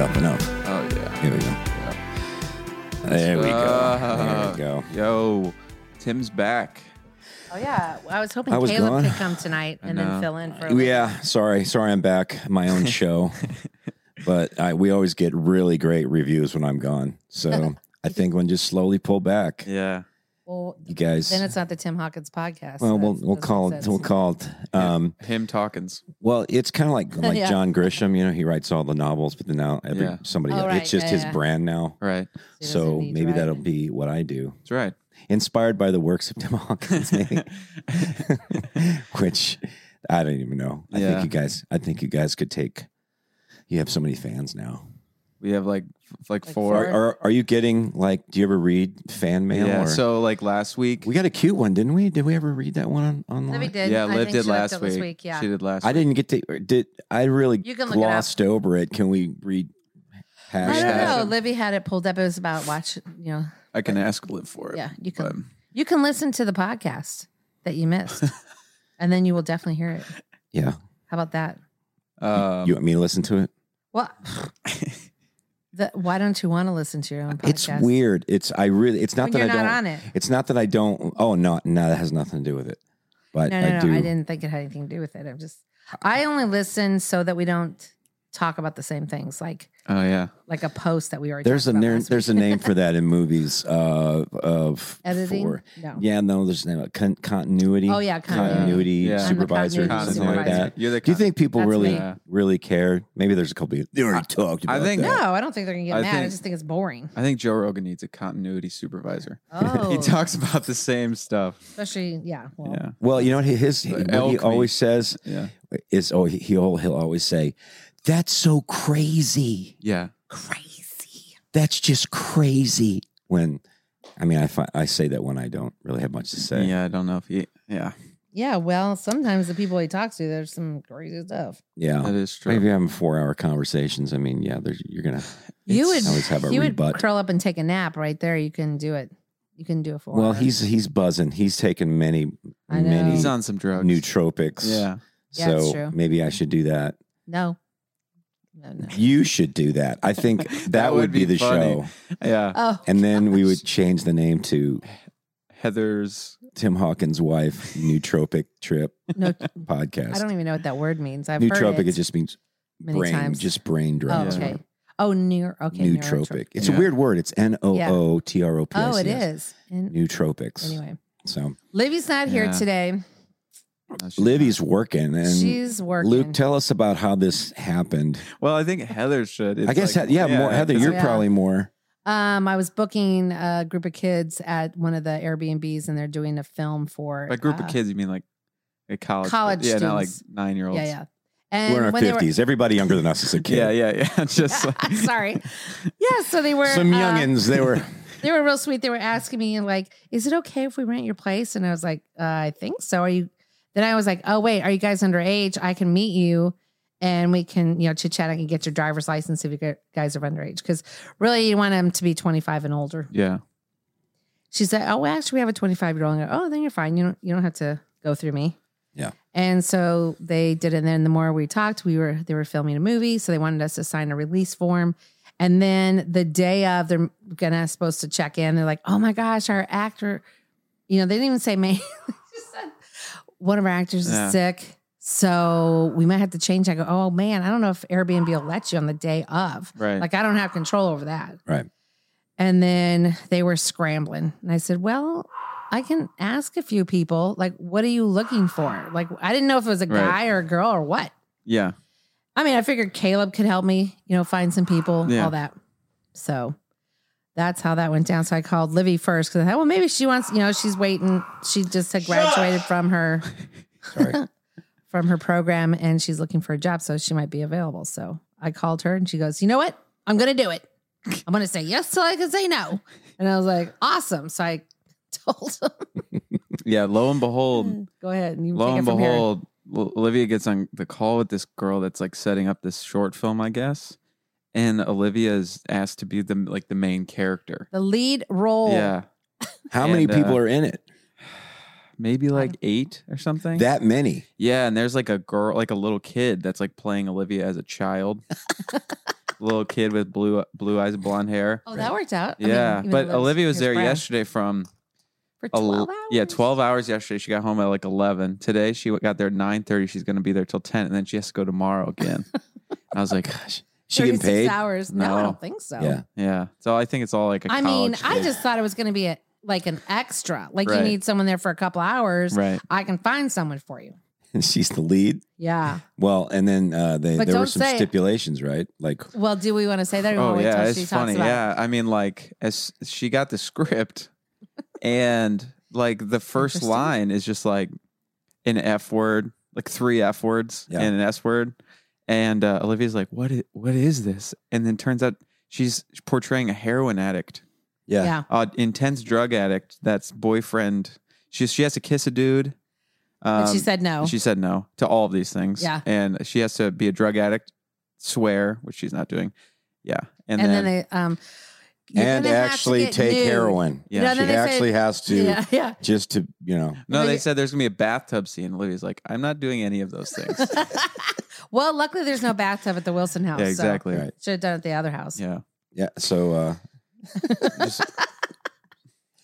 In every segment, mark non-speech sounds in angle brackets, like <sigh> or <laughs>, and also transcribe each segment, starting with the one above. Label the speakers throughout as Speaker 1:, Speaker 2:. Speaker 1: open up.
Speaker 2: Oh yeah.
Speaker 1: Here we go. There we go. There we go.
Speaker 2: <laughs> Yo, Tim's back.
Speaker 3: Oh yeah, I was hoping
Speaker 1: I was
Speaker 3: Caleb
Speaker 1: gone.
Speaker 3: could come tonight and
Speaker 2: know.
Speaker 3: then fill in for. a little-
Speaker 1: Yeah, sorry, sorry, I'm back. My
Speaker 2: <laughs>
Speaker 1: own show, but I, we always get really great reviews when I'm gone.
Speaker 2: <laughs>
Speaker 1: So I think we'll just slowly pull back.
Speaker 2: Yeah.
Speaker 3: Well,
Speaker 1: You guys,
Speaker 3: then it's not the Tim Hawkins podcast.
Speaker 1: well,
Speaker 3: so
Speaker 1: we'll
Speaker 3: that's-
Speaker 1: we'll
Speaker 3: that's
Speaker 1: call
Speaker 3: what
Speaker 1: it.
Speaker 3: says.
Speaker 1: We'll call it. Um,
Speaker 2: Him talkins.
Speaker 1: well, it's kind of
Speaker 3: <laughs>
Speaker 1: like like
Speaker 3: Yeah.
Speaker 1: John Grisham. You know, he writes all the novels, but then now every
Speaker 2: Yeah.
Speaker 1: somebody
Speaker 3: Oh, right,
Speaker 1: it's just
Speaker 3: yeah,
Speaker 1: his
Speaker 3: yeah.
Speaker 1: brand now.
Speaker 2: Right.
Speaker 3: She doesn't
Speaker 1: So
Speaker 3: need to
Speaker 1: maybe
Speaker 3: write
Speaker 1: that'll
Speaker 3: it.
Speaker 1: be what I do,
Speaker 2: That's right.
Speaker 1: inspired by the works of
Speaker 2: <laughs>
Speaker 1: Tim Hawkins, maybe. <laughs> Which I don't even know. I
Speaker 2: Yeah.
Speaker 1: think you guys. I think you guys could take. You have so many fans now.
Speaker 2: we have like f- like,
Speaker 3: Like
Speaker 2: four.
Speaker 1: Are,
Speaker 3: four.
Speaker 1: are are you getting like? Do you ever read fan mail?
Speaker 2: Yeah.
Speaker 1: or-
Speaker 2: So like last week.
Speaker 1: we got a cute one, didn't we? Did we ever read that one on,
Speaker 3: Libby
Speaker 1: online?
Speaker 3: did.
Speaker 2: yeah,
Speaker 3: I
Speaker 2: Liv
Speaker 3: think
Speaker 2: did
Speaker 3: she
Speaker 2: last
Speaker 3: looked
Speaker 2: week.
Speaker 3: This week. Yeah.
Speaker 2: She did last.
Speaker 1: I
Speaker 2: week.
Speaker 1: didn't get to. or Did I really
Speaker 3: You can look it up.
Speaker 1: glossed over it? Can we read? Hash
Speaker 3: I don't
Speaker 2: Hashtag.
Speaker 3: know. Libby had it pulled up. It was about watch. You know.
Speaker 2: I can ask Liv for it.
Speaker 3: Yeah, you
Speaker 2: But
Speaker 3: can. You can listen to the podcast that
Speaker 1: <laughs>
Speaker 3: you missed, and then you will definitely hear it.
Speaker 1: Yeah.
Speaker 3: How about that?
Speaker 2: um,
Speaker 1: you want me to listen to it? <laughs>
Speaker 3: Well, the, why don't you want to listen to your own podcast?
Speaker 1: It's weird. It's I really. It's not
Speaker 3: When you're
Speaker 1: that I
Speaker 3: not
Speaker 1: don't.
Speaker 3: on it.
Speaker 1: It's not that I don't. Oh no, no, that has nothing to do with it. But
Speaker 3: No,
Speaker 1: I
Speaker 3: no, no.
Speaker 1: do.
Speaker 3: I didn't think it had anything to do with it. I'm just. I only listen so that we don't talk about the same things, like
Speaker 2: oh yeah.
Speaker 3: like a post that we already.
Speaker 1: There's a
Speaker 3: talked about
Speaker 1: nar-
Speaker 3: last
Speaker 1: there's a
Speaker 3: week.
Speaker 1: name for that in movies uh, of
Speaker 3: editing.
Speaker 1: for-
Speaker 3: no.
Speaker 1: yeah, no, there's a name con- continuity.
Speaker 3: Oh, yeah, continuity.
Speaker 1: continuity
Speaker 2: Yeah. I'm the
Speaker 1: supervisor,
Speaker 3: continuity
Speaker 1: something like
Speaker 3: supervisor.
Speaker 1: that.
Speaker 2: You're the
Speaker 1: Do you think people
Speaker 3: That's
Speaker 1: really,
Speaker 2: me.
Speaker 1: really care? Maybe there's a couple. Of, they already talked
Speaker 2: I
Speaker 1: about.
Speaker 2: think-
Speaker 1: that.
Speaker 3: No, I don't think they're gonna get
Speaker 2: I
Speaker 3: mad. I
Speaker 2: think-
Speaker 3: just think it's boring.
Speaker 1: <laughs>
Speaker 2: I think Joe Rogan needs a continuity supervisor.
Speaker 3: Oh,
Speaker 2: He talks about the same stuff.
Speaker 3: especially yeah. Well,
Speaker 2: Yeah.
Speaker 1: Well, you know what he- his what he
Speaker 2: Alchemy.
Speaker 1: always says
Speaker 2: Yeah.
Speaker 1: is oh he he'll, he'll always say that's so crazy.
Speaker 2: Yeah.
Speaker 3: crazy.
Speaker 1: That's just crazy. When I mean I fi- I say that when I don't really have much to say.
Speaker 2: Yeah. I don't know if he. Yeah.
Speaker 3: Yeah, well, sometimes the people he talks to, there's some crazy stuff.
Speaker 1: Yeah.
Speaker 2: That is true.
Speaker 1: Oh. Maybe having four hour conversations. I mean, yeah, there's, you're gonna.
Speaker 3: you
Speaker 2: It's-
Speaker 3: would,
Speaker 1: I always have a
Speaker 3: you
Speaker 1: rebut.
Speaker 3: would curl up and take a nap right there. You can do it. You can do it for.
Speaker 1: Well, he's he's buzzing. He's taken many
Speaker 3: I know.
Speaker 1: many
Speaker 2: He's on some drugs.
Speaker 1: nootropics.
Speaker 2: Yeah.
Speaker 3: Yeah,
Speaker 1: so
Speaker 3: that's true.
Speaker 1: maybe I should do that.
Speaker 3: no, no, no.
Speaker 1: You should do that. I
Speaker 2: <laughs>
Speaker 1: think that, would, be, the
Speaker 2: funny.
Speaker 1: show.
Speaker 2: Yeah.
Speaker 3: Oh,
Speaker 1: And then we
Speaker 3: <laughs>
Speaker 1: would change the name to
Speaker 2: Heather's.
Speaker 3: Oh,
Speaker 1: Tim Hawkins' wife nootropic trip
Speaker 3: no,
Speaker 1: podcast. <laughs>
Speaker 3: I don't even know what that word means. I've heard
Speaker 1: nootropic
Speaker 3: it,
Speaker 1: it just means
Speaker 3: many
Speaker 1: brain,
Speaker 3: times.
Speaker 1: just brain
Speaker 3: oh,
Speaker 1: drugs.
Speaker 3: okay. Oh, near. Okay,
Speaker 1: Nootropic. It's a
Speaker 2: Yeah.
Speaker 1: weird word. It's N O O T R O P. I
Speaker 3: Oh,
Speaker 1: C
Speaker 3: it
Speaker 1: S.
Speaker 3: is. And
Speaker 1: Nootropics.
Speaker 3: anyway,
Speaker 1: So
Speaker 3: Livy's not here
Speaker 2: Yeah.
Speaker 3: today.
Speaker 2: No, she's
Speaker 1: Livy's working, and
Speaker 3: She's working.
Speaker 1: Luke, tell us about how this happened.
Speaker 2: not. Well, I think Heather should.
Speaker 1: I
Speaker 2: It's
Speaker 1: guess,
Speaker 2: like-
Speaker 1: he- yeah, more Heather,
Speaker 2: it's
Speaker 1: you're
Speaker 3: Yeah.
Speaker 1: probably more.
Speaker 3: Um, I was booking a group of kids at one of the Airbnbs, and they're doing a film for
Speaker 2: By group
Speaker 3: uh,
Speaker 2: of kids, you mean like a college
Speaker 3: college
Speaker 2: yeah, not like
Speaker 3: students.
Speaker 2: nine year olds.
Speaker 3: Yeah, yeah. And
Speaker 1: we're in our
Speaker 3: when they were-
Speaker 1: fifties. Everybody younger than us is a kid.
Speaker 2: yeah, yeah,
Speaker 3: <laughs>
Speaker 2: yeah. <laughs> Just like,
Speaker 1: <laughs>
Speaker 3: Sorry. Yeah, so they were
Speaker 1: Some
Speaker 3: uh,
Speaker 1: youngins, they
Speaker 3: <laughs>
Speaker 1: were.
Speaker 3: they were real sweet. They were asking me like, "Is it okay if we rent your place?" And I was like, uh, "I think so." Are you? Then I was like, "Oh wait, are you guys underage? I can meet you, and we can you know chit chat. I can get your driver's license if you gu- guys are underage because really you want them to be twenty five and older."
Speaker 2: Yeah,
Speaker 3: She said, "Oh, well, actually, we have a 25 year old." I go, "Oh, then you're fine. You don't you don't have to go through me."
Speaker 1: Yeah.
Speaker 3: And so they did, it. and then the more we talked, we were they were filming a movie, so they wanted us to sign a release form. And then the day of, they're gonna supposed to check in. They're like, "Oh my gosh, our actor," you know, <laughs> they didn't even say May. Just said, One of our actors
Speaker 2: Yeah.
Speaker 3: is sick, so we might have to change. I go, "Oh man, I don't know if Airbnb will let you on the day of."
Speaker 2: right.
Speaker 3: Like I don't have control over that.
Speaker 1: Right.
Speaker 3: And then they were scrambling. And I said, Well, I can ask a few people, like, what are you looking for? Like, I didn't know if it was a
Speaker 2: Right.
Speaker 3: guy or a girl or what.
Speaker 2: yeah,
Speaker 3: I mean, I figured Caleb could help me, you know, find some people,
Speaker 2: Yeah.
Speaker 3: all that. So that's how that went down. So I called Livy first because I thought, well, maybe she wants, you know, she's waiting. She just had graduated from her
Speaker 1: Sorry.
Speaker 3: from her program and she's looking for a job, so she might be available. So I called her and she goes, You know what? I'm gonna do it. I'm gonna say yes till I can say no. And I was like, Awesome. So I <laughs> told him,
Speaker 2: yeah. Lo and behold,
Speaker 3: Go ahead and Mm, you
Speaker 2: lo
Speaker 3: take
Speaker 2: and
Speaker 3: it from here.
Speaker 2: behold, L- Olivia gets on the call with this girl that's like setting up this short film, I guess. And Olivia is asked to be the like the main character.
Speaker 3: The lead role.
Speaker 2: Yeah,
Speaker 1: How many
Speaker 2: And, uh,
Speaker 1: people are in it?
Speaker 2: maybe like eight or something.
Speaker 1: That many.
Speaker 3: <laughs>
Speaker 2: yeah, and there's like a girl, like a little kid that's like playing Olivia as a child. little kid with blue blue eyes, and blonde hair.
Speaker 3: Oh, that worked out. I mean,
Speaker 2: yeah,
Speaker 3: even
Speaker 2: but
Speaker 3: though it
Speaker 2: Olivia was
Speaker 3: it's
Speaker 2: there
Speaker 3: brown.
Speaker 2: yesterday from
Speaker 3: for
Speaker 2: a
Speaker 3: twelve
Speaker 2: l-
Speaker 3: hours.
Speaker 2: yeah twelve hours yesterday. She got home at like eleven. Today she got there at nine thirty. She's going to be there till ten, and then she has to go tomorrow
Speaker 3: <laughs>
Speaker 2: again. And I was like,
Speaker 1: Gosh, she getting
Speaker 3: 36
Speaker 1: paid.
Speaker 3: hours. No, I
Speaker 2: No.
Speaker 3: don't think so.
Speaker 1: Yeah, <laughs>
Speaker 2: yeah. So I think it's all like a
Speaker 3: I mean,
Speaker 2: college
Speaker 3: I
Speaker 2: thing.
Speaker 3: just thought it was going to be a, like an extra. Like you
Speaker 2: Right.
Speaker 3: need someone there for a couple hours.
Speaker 2: right.
Speaker 3: I can find someone for you.
Speaker 1: she's the lead.
Speaker 3: Yeah.
Speaker 1: Well, and then uh, they,
Speaker 3: But
Speaker 1: there were
Speaker 3: don't
Speaker 1: some
Speaker 3: say it.
Speaker 1: stipulations, right? Like,
Speaker 3: Well, do we want to say that? Or we wanna
Speaker 2: Oh
Speaker 3: wait
Speaker 2: yeah,
Speaker 3: till she
Speaker 2: it's
Speaker 3: talks
Speaker 2: funny.
Speaker 3: about it?
Speaker 2: Yeah, I mean, like as she got the script,
Speaker 3: <laughs>
Speaker 2: and like the first
Speaker 3: Interesting.
Speaker 2: line is just like an F word, like three F words
Speaker 1: Yeah.
Speaker 2: and an S word, and uh, Olivia's like, "What? Is, what is this?" And then turns out she's portraying a heroin addict,
Speaker 1: yeah,
Speaker 3: Yeah.
Speaker 2: uh, intense drug addict. That's boyfriend. She she has to kiss a dude.
Speaker 3: But
Speaker 2: Um,
Speaker 3: she said no.
Speaker 2: she said no to all of these things.
Speaker 3: Yeah.
Speaker 2: and she has to be a drug addict, swear, which she's not doing. Yeah, and,
Speaker 3: and, then, they um you're
Speaker 1: and
Speaker 3: gonna have to
Speaker 1: actually
Speaker 3: get
Speaker 1: take
Speaker 3: nude.
Speaker 1: heroin.
Speaker 2: Yeah.
Speaker 3: No,
Speaker 1: She
Speaker 3: no, they said-
Speaker 1: actually has to
Speaker 3: Yeah, yeah. <laughs>
Speaker 1: just to you know.
Speaker 2: No,
Speaker 3: Like-
Speaker 2: they said there's gonna be a bathtub scene. Olivia's like, I'm not doing any of
Speaker 3: <laughs>
Speaker 2: those things. yeah,
Speaker 3: well, luckily there's no bathtub at the Wilson house.
Speaker 2: exactly.
Speaker 1: Right.
Speaker 3: Oh, So should have done it at the other house.
Speaker 2: Yeah.
Speaker 1: Yeah, so uh,
Speaker 2: Just-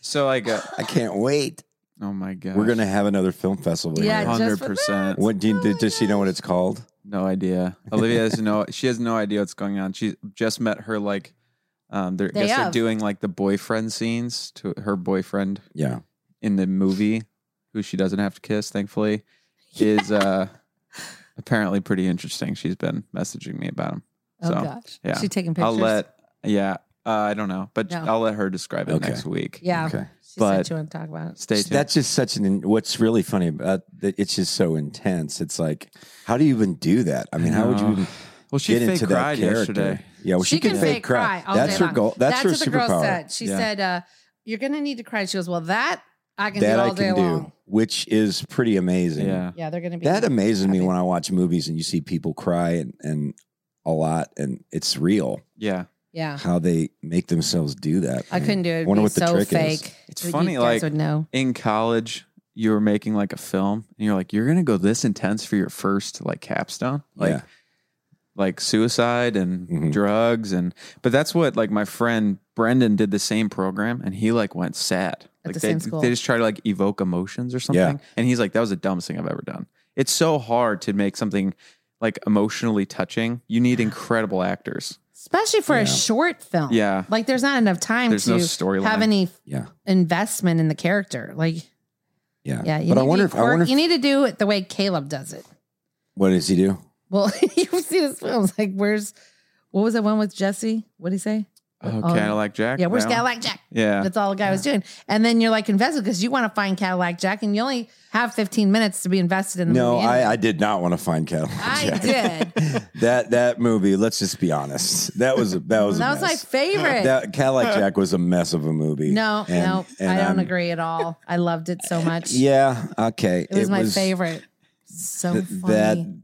Speaker 2: so like, uh,
Speaker 1: I can't
Speaker 2: <laughs>
Speaker 1: wait.
Speaker 2: oh my god,
Speaker 1: We're gonna have another film festival. here.
Speaker 3: Yeah, just
Speaker 2: hundred
Speaker 3: for
Speaker 2: percent.
Speaker 1: What do you, did, does she know what it's called?
Speaker 2: No idea. Olivia has no. She has no idea what's going on. She just met her like. Um, they're, I
Speaker 3: Day
Speaker 2: guess they're
Speaker 3: of.
Speaker 2: doing like the boyfriend scenes to her boyfriend
Speaker 1: Yeah,
Speaker 2: in the movie, who she doesn't have to kiss,
Speaker 3: <laughs>
Speaker 2: thankfully, is uh apparently pretty interesting. She's been messaging me about him.
Speaker 3: Oh
Speaker 2: So,
Speaker 3: gosh.
Speaker 2: yeah.
Speaker 3: She taking pictures.
Speaker 2: I'll let. Yeah, uh, I don't know, but
Speaker 3: No.
Speaker 2: I'll let her describe it
Speaker 1: Okay.
Speaker 2: next week.
Speaker 3: yeah.
Speaker 1: okay.
Speaker 3: She said
Speaker 2: but-
Speaker 3: she wanted to talk about it.
Speaker 2: Stay tuned.
Speaker 1: That's just such an. What's really funny about that? It's just so intense. It's like, how do you even do that? I mean, how would you
Speaker 2: know.
Speaker 1: even
Speaker 2: Well, she
Speaker 1: get
Speaker 2: fake
Speaker 1: into that
Speaker 2: cried
Speaker 1: character?
Speaker 2: yesterday.
Speaker 1: Yeah, well, she, can, fake, cry.
Speaker 3: all
Speaker 1: That's
Speaker 3: day
Speaker 1: her
Speaker 3: long.
Speaker 1: goal. That's,
Speaker 3: what
Speaker 1: her
Speaker 3: the girl
Speaker 1: superpower.
Speaker 3: said. She
Speaker 2: Yeah.
Speaker 3: said, uh, you're gonna need to cry. She goes, Well, that I can
Speaker 1: That
Speaker 3: do all
Speaker 1: I
Speaker 3: day
Speaker 1: can do,
Speaker 3: long.
Speaker 1: which is pretty amazing.
Speaker 2: Yeah.
Speaker 3: Yeah, they're gonna be
Speaker 1: That amazes me
Speaker 3: happy.
Speaker 1: when I watch movies and you see people cry and, and a lot, and it's real
Speaker 2: Yeah.
Speaker 3: Yeah.
Speaker 1: how they make themselves do that.
Speaker 3: I couldn't do it. It'd
Speaker 1: Wonder
Speaker 3: be
Speaker 1: what the
Speaker 3: so
Speaker 1: trick is.
Speaker 3: fake.
Speaker 2: It's
Speaker 3: You
Speaker 2: funny,
Speaker 3: guys
Speaker 2: like-
Speaker 3: would know.
Speaker 2: In college, you were making like a film and you're like, you're going to go this intense for your first like capstone, like,
Speaker 1: Yeah.
Speaker 2: like suicide and
Speaker 1: Mhm.
Speaker 2: drugs. And, but that's what like my friend Brendan did the same program and he like went sad.
Speaker 3: At
Speaker 2: Like
Speaker 3: the
Speaker 2: they,
Speaker 3: same school.
Speaker 2: they just try to like evoke emotions or something. And he's like, that was the dumbest thing I've ever done. It's so hard to make something like emotionally touching.
Speaker 1: <sighs>
Speaker 2: You need incredible actors.
Speaker 3: Especially for
Speaker 1: Yeah.
Speaker 3: a short
Speaker 1: Oh.
Speaker 3: film.
Speaker 2: Yeah.
Speaker 3: Like there's not enough time
Speaker 2: There's
Speaker 3: to
Speaker 2: no storyline.
Speaker 3: have any
Speaker 1: Yeah,
Speaker 3: investment in the character. Like
Speaker 1: yeah,
Speaker 3: yeah, you
Speaker 1: but
Speaker 3: need
Speaker 1: I wonder
Speaker 3: to
Speaker 1: if
Speaker 3: be
Speaker 1: I wonder
Speaker 3: quirk-
Speaker 1: if,
Speaker 3: you need to do it the way Caleb does it.
Speaker 1: what does he do?
Speaker 3: Well, <laughs> you've seen his films. Like where's what was that one with Jesse? What did he say?
Speaker 2: Oh,
Speaker 3: Oh,
Speaker 2: Cadillac Jack.
Speaker 3: Yeah, where's
Speaker 2: that one?
Speaker 3: Cadillac Jack?
Speaker 2: Yeah.
Speaker 3: That's all the guy was doing. And then you're like invested because you want to find Cadillac Jack and you only have 15 minutes to be invested in the
Speaker 1: No,
Speaker 3: movie.
Speaker 1: I, I did not want to find Cadillac.
Speaker 3: I
Speaker 1: Jack.
Speaker 3: did.
Speaker 1: <laughs> that that movie. Let's just be honest. That was a, that was a
Speaker 3: that was
Speaker 1: <laughs>
Speaker 3: my
Speaker 1: mess.
Speaker 3: favorite.
Speaker 1: That
Speaker 2: <laughs>
Speaker 1: Cadillac Jack was a mess of a movie.
Speaker 3: no,
Speaker 1: And-
Speaker 3: no,
Speaker 1: and
Speaker 3: I don't
Speaker 1: I'm-
Speaker 3: agree at all. I loved it so
Speaker 1: <laughs>
Speaker 3: much.
Speaker 1: Yeah. Okay.
Speaker 3: it was my favorite. So
Speaker 1: th-
Speaker 3: funny.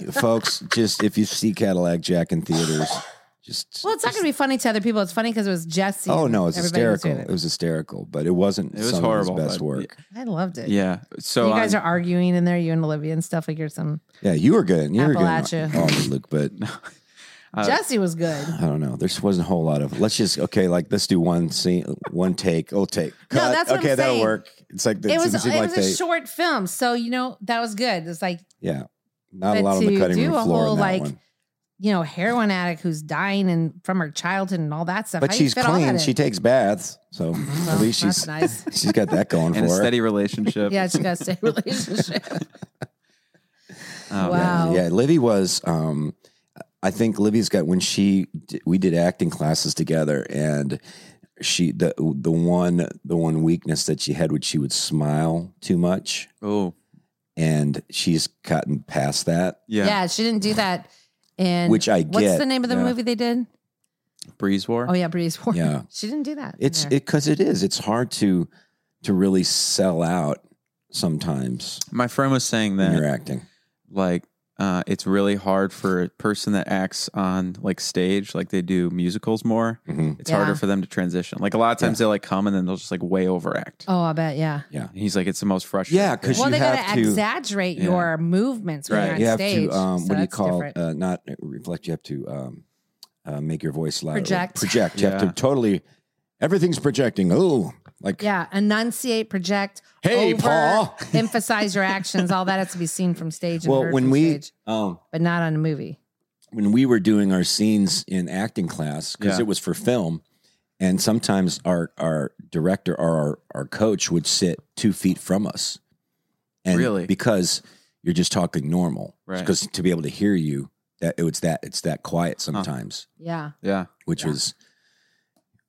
Speaker 1: that
Speaker 3: <laughs>
Speaker 1: folks just if you see Cadillac Jack in theaters, just
Speaker 3: well, it's not going to be funny to other people. It's funny because it was Jesse.
Speaker 1: Oh
Speaker 3: and
Speaker 1: no, it's
Speaker 3: everybody was
Speaker 1: hysterical.
Speaker 3: doing
Speaker 1: It. was hysterical, but it wasn't.
Speaker 2: It was
Speaker 1: some
Speaker 2: horrible.
Speaker 1: Of his best
Speaker 2: but-
Speaker 1: work.
Speaker 3: it. I loved it.
Speaker 2: Yeah. So
Speaker 3: you guys
Speaker 2: on-
Speaker 3: are arguing in there, you and Olivia and stuff like you're some.
Speaker 1: Yeah, you were good. You were
Speaker 3: Appalachia.
Speaker 1: good. Oh, Luke, but
Speaker 2: Uh,
Speaker 3: Jesse was good.
Speaker 1: I don't know. There just wasn't a whole lot of. Let's just okay. Like let's do one scene, one take. Oh, take.
Speaker 3: No,
Speaker 1: Cut.
Speaker 3: that's what I'm
Speaker 1: okay. that'll
Speaker 3: saying.
Speaker 1: work. It's like
Speaker 3: It was
Speaker 1: doesn't
Speaker 3: it
Speaker 1: seem like
Speaker 3: was
Speaker 1: they.
Speaker 3: a short film, so you know that was good. It's like
Speaker 1: yeah, not a
Speaker 3: but
Speaker 1: lot on the
Speaker 3: to
Speaker 1: cutting
Speaker 3: do
Speaker 1: room
Speaker 3: a
Speaker 1: floor
Speaker 3: whole,
Speaker 1: on that
Speaker 3: like,
Speaker 1: one.
Speaker 3: you know, heroin addict who's dying and from her childhood and all that stuff.
Speaker 1: But
Speaker 3: How do you
Speaker 1: she's
Speaker 3: fit all that
Speaker 1: clean.
Speaker 3: in?
Speaker 1: She takes baths, so
Speaker 3: Well,
Speaker 1: at least
Speaker 3: that's
Speaker 1: she's
Speaker 2: <laughs>
Speaker 3: nice.
Speaker 1: she's got that going
Speaker 2: in a
Speaker 1: for her.
Speaker 2: steady relationship.
Speaker 3: <laughs> Yeah, she got a stable relationship.
Speaker 2: Um,
Speaker 3: Wow.
Speaker 1: Yeah, Livy was. Um, I think Livy's got when she d- we did acting classes together, and she the the one the one weakness that she had was she would smile too much,
Speaker 2: Oh,
Speaker 1: and she's gotten past that.
Speaker 3: Yeah.
Speaker 2: yeah.
Speaker 3: she didn't do that. And
Speaker 1: Which I
Speaker 3: what's
Speaker 1: get,
Speaker 3: the name of the
Speaker 2: yeah.
Speaker 3: movie they did?
Speaker 2: Breeze War.
Speaker 3: Oh yeah, Breeze War.
Speaker 1: Yeah.
Speaker 3: she didn't do that. in
Speaker 1: It's
Speaker 3: there.
Speaker 1: because it is. It's hard to to really sell out sometimes
Speaker 2: My friend was saying
Speaker 1: when you're
Speaker 2: that,
Speaker 1: acting.
Speaker 2: like, uh, it's really hard for a person that acts on like stage, like they do musicals more.
Speaker 1: Mhm.
Speaker 2: It's
Speaker 3: Yeah.
Speaker 2: harder for them to transition. Like a lot of times they like come and then they'll just like way overact.
Speaker 3: oh, I bet yeah.
Speaker 2: And He's like, it's the most frustrating.
Speaker 1: Yeah, because
Speaker 3: Well,
Speaker 1: you
Speaker 3: they
Speaker 1: have
Speaker 3: gotta
Speaker 1: to
Speaker 3: exaggerate
Speaker 2: Yeah.
Speaker 3: your movements when
Speaker 2: Right.
Speaker 3: you're on
Speaker 1: you have
Speaker 3: stage.
Speaker 1: to um,
Speaker 3: so
Speaker 1: what do you
Speaker 3: that's
Speaker 1: call
Speaker 3: different.
Speaker 1: uh, not reflect? You have to um, uh, make your voice louder.
Speaker 3: Project.
Speaker 1: Project. You have
Speaker 2: Yeah.
Speaker 1: to totally. Everything's projecting. Oh, like
Speaker 3: Yeah, enunciate, project,
Speaker 1: hey,
Speaker 3: over-
Speaker 1: <laughs> Paul.
Speaker 3: emphasize your actions. All that has to be seen from stage. And
Speaker 1: Well,
Speaker 3: heard
Speaker 1: when
Speaker 3: from
Speaker 1: we
Speaker 3: stage,
Speaker 1: um,
Speaker 3: but not on a movie.
Speaker 1: when we were doing our scenes in acting class because
Speaker 2: Yeah.
Speaker 1: it was for film and sometimes our our director or our, our coach would sit two feet from us and
Speaker 2: Really?
Speaker 1: because you're just talking normal
Speaker 2: Right.
Speaker 1: because to be able to hear you that it was that it's that quiet sometimes
Speaker 3: Yeah,
Speaker 2: Yeah.
Speaker 1: which
Speaker 3: Yeah.
Speaker 1: was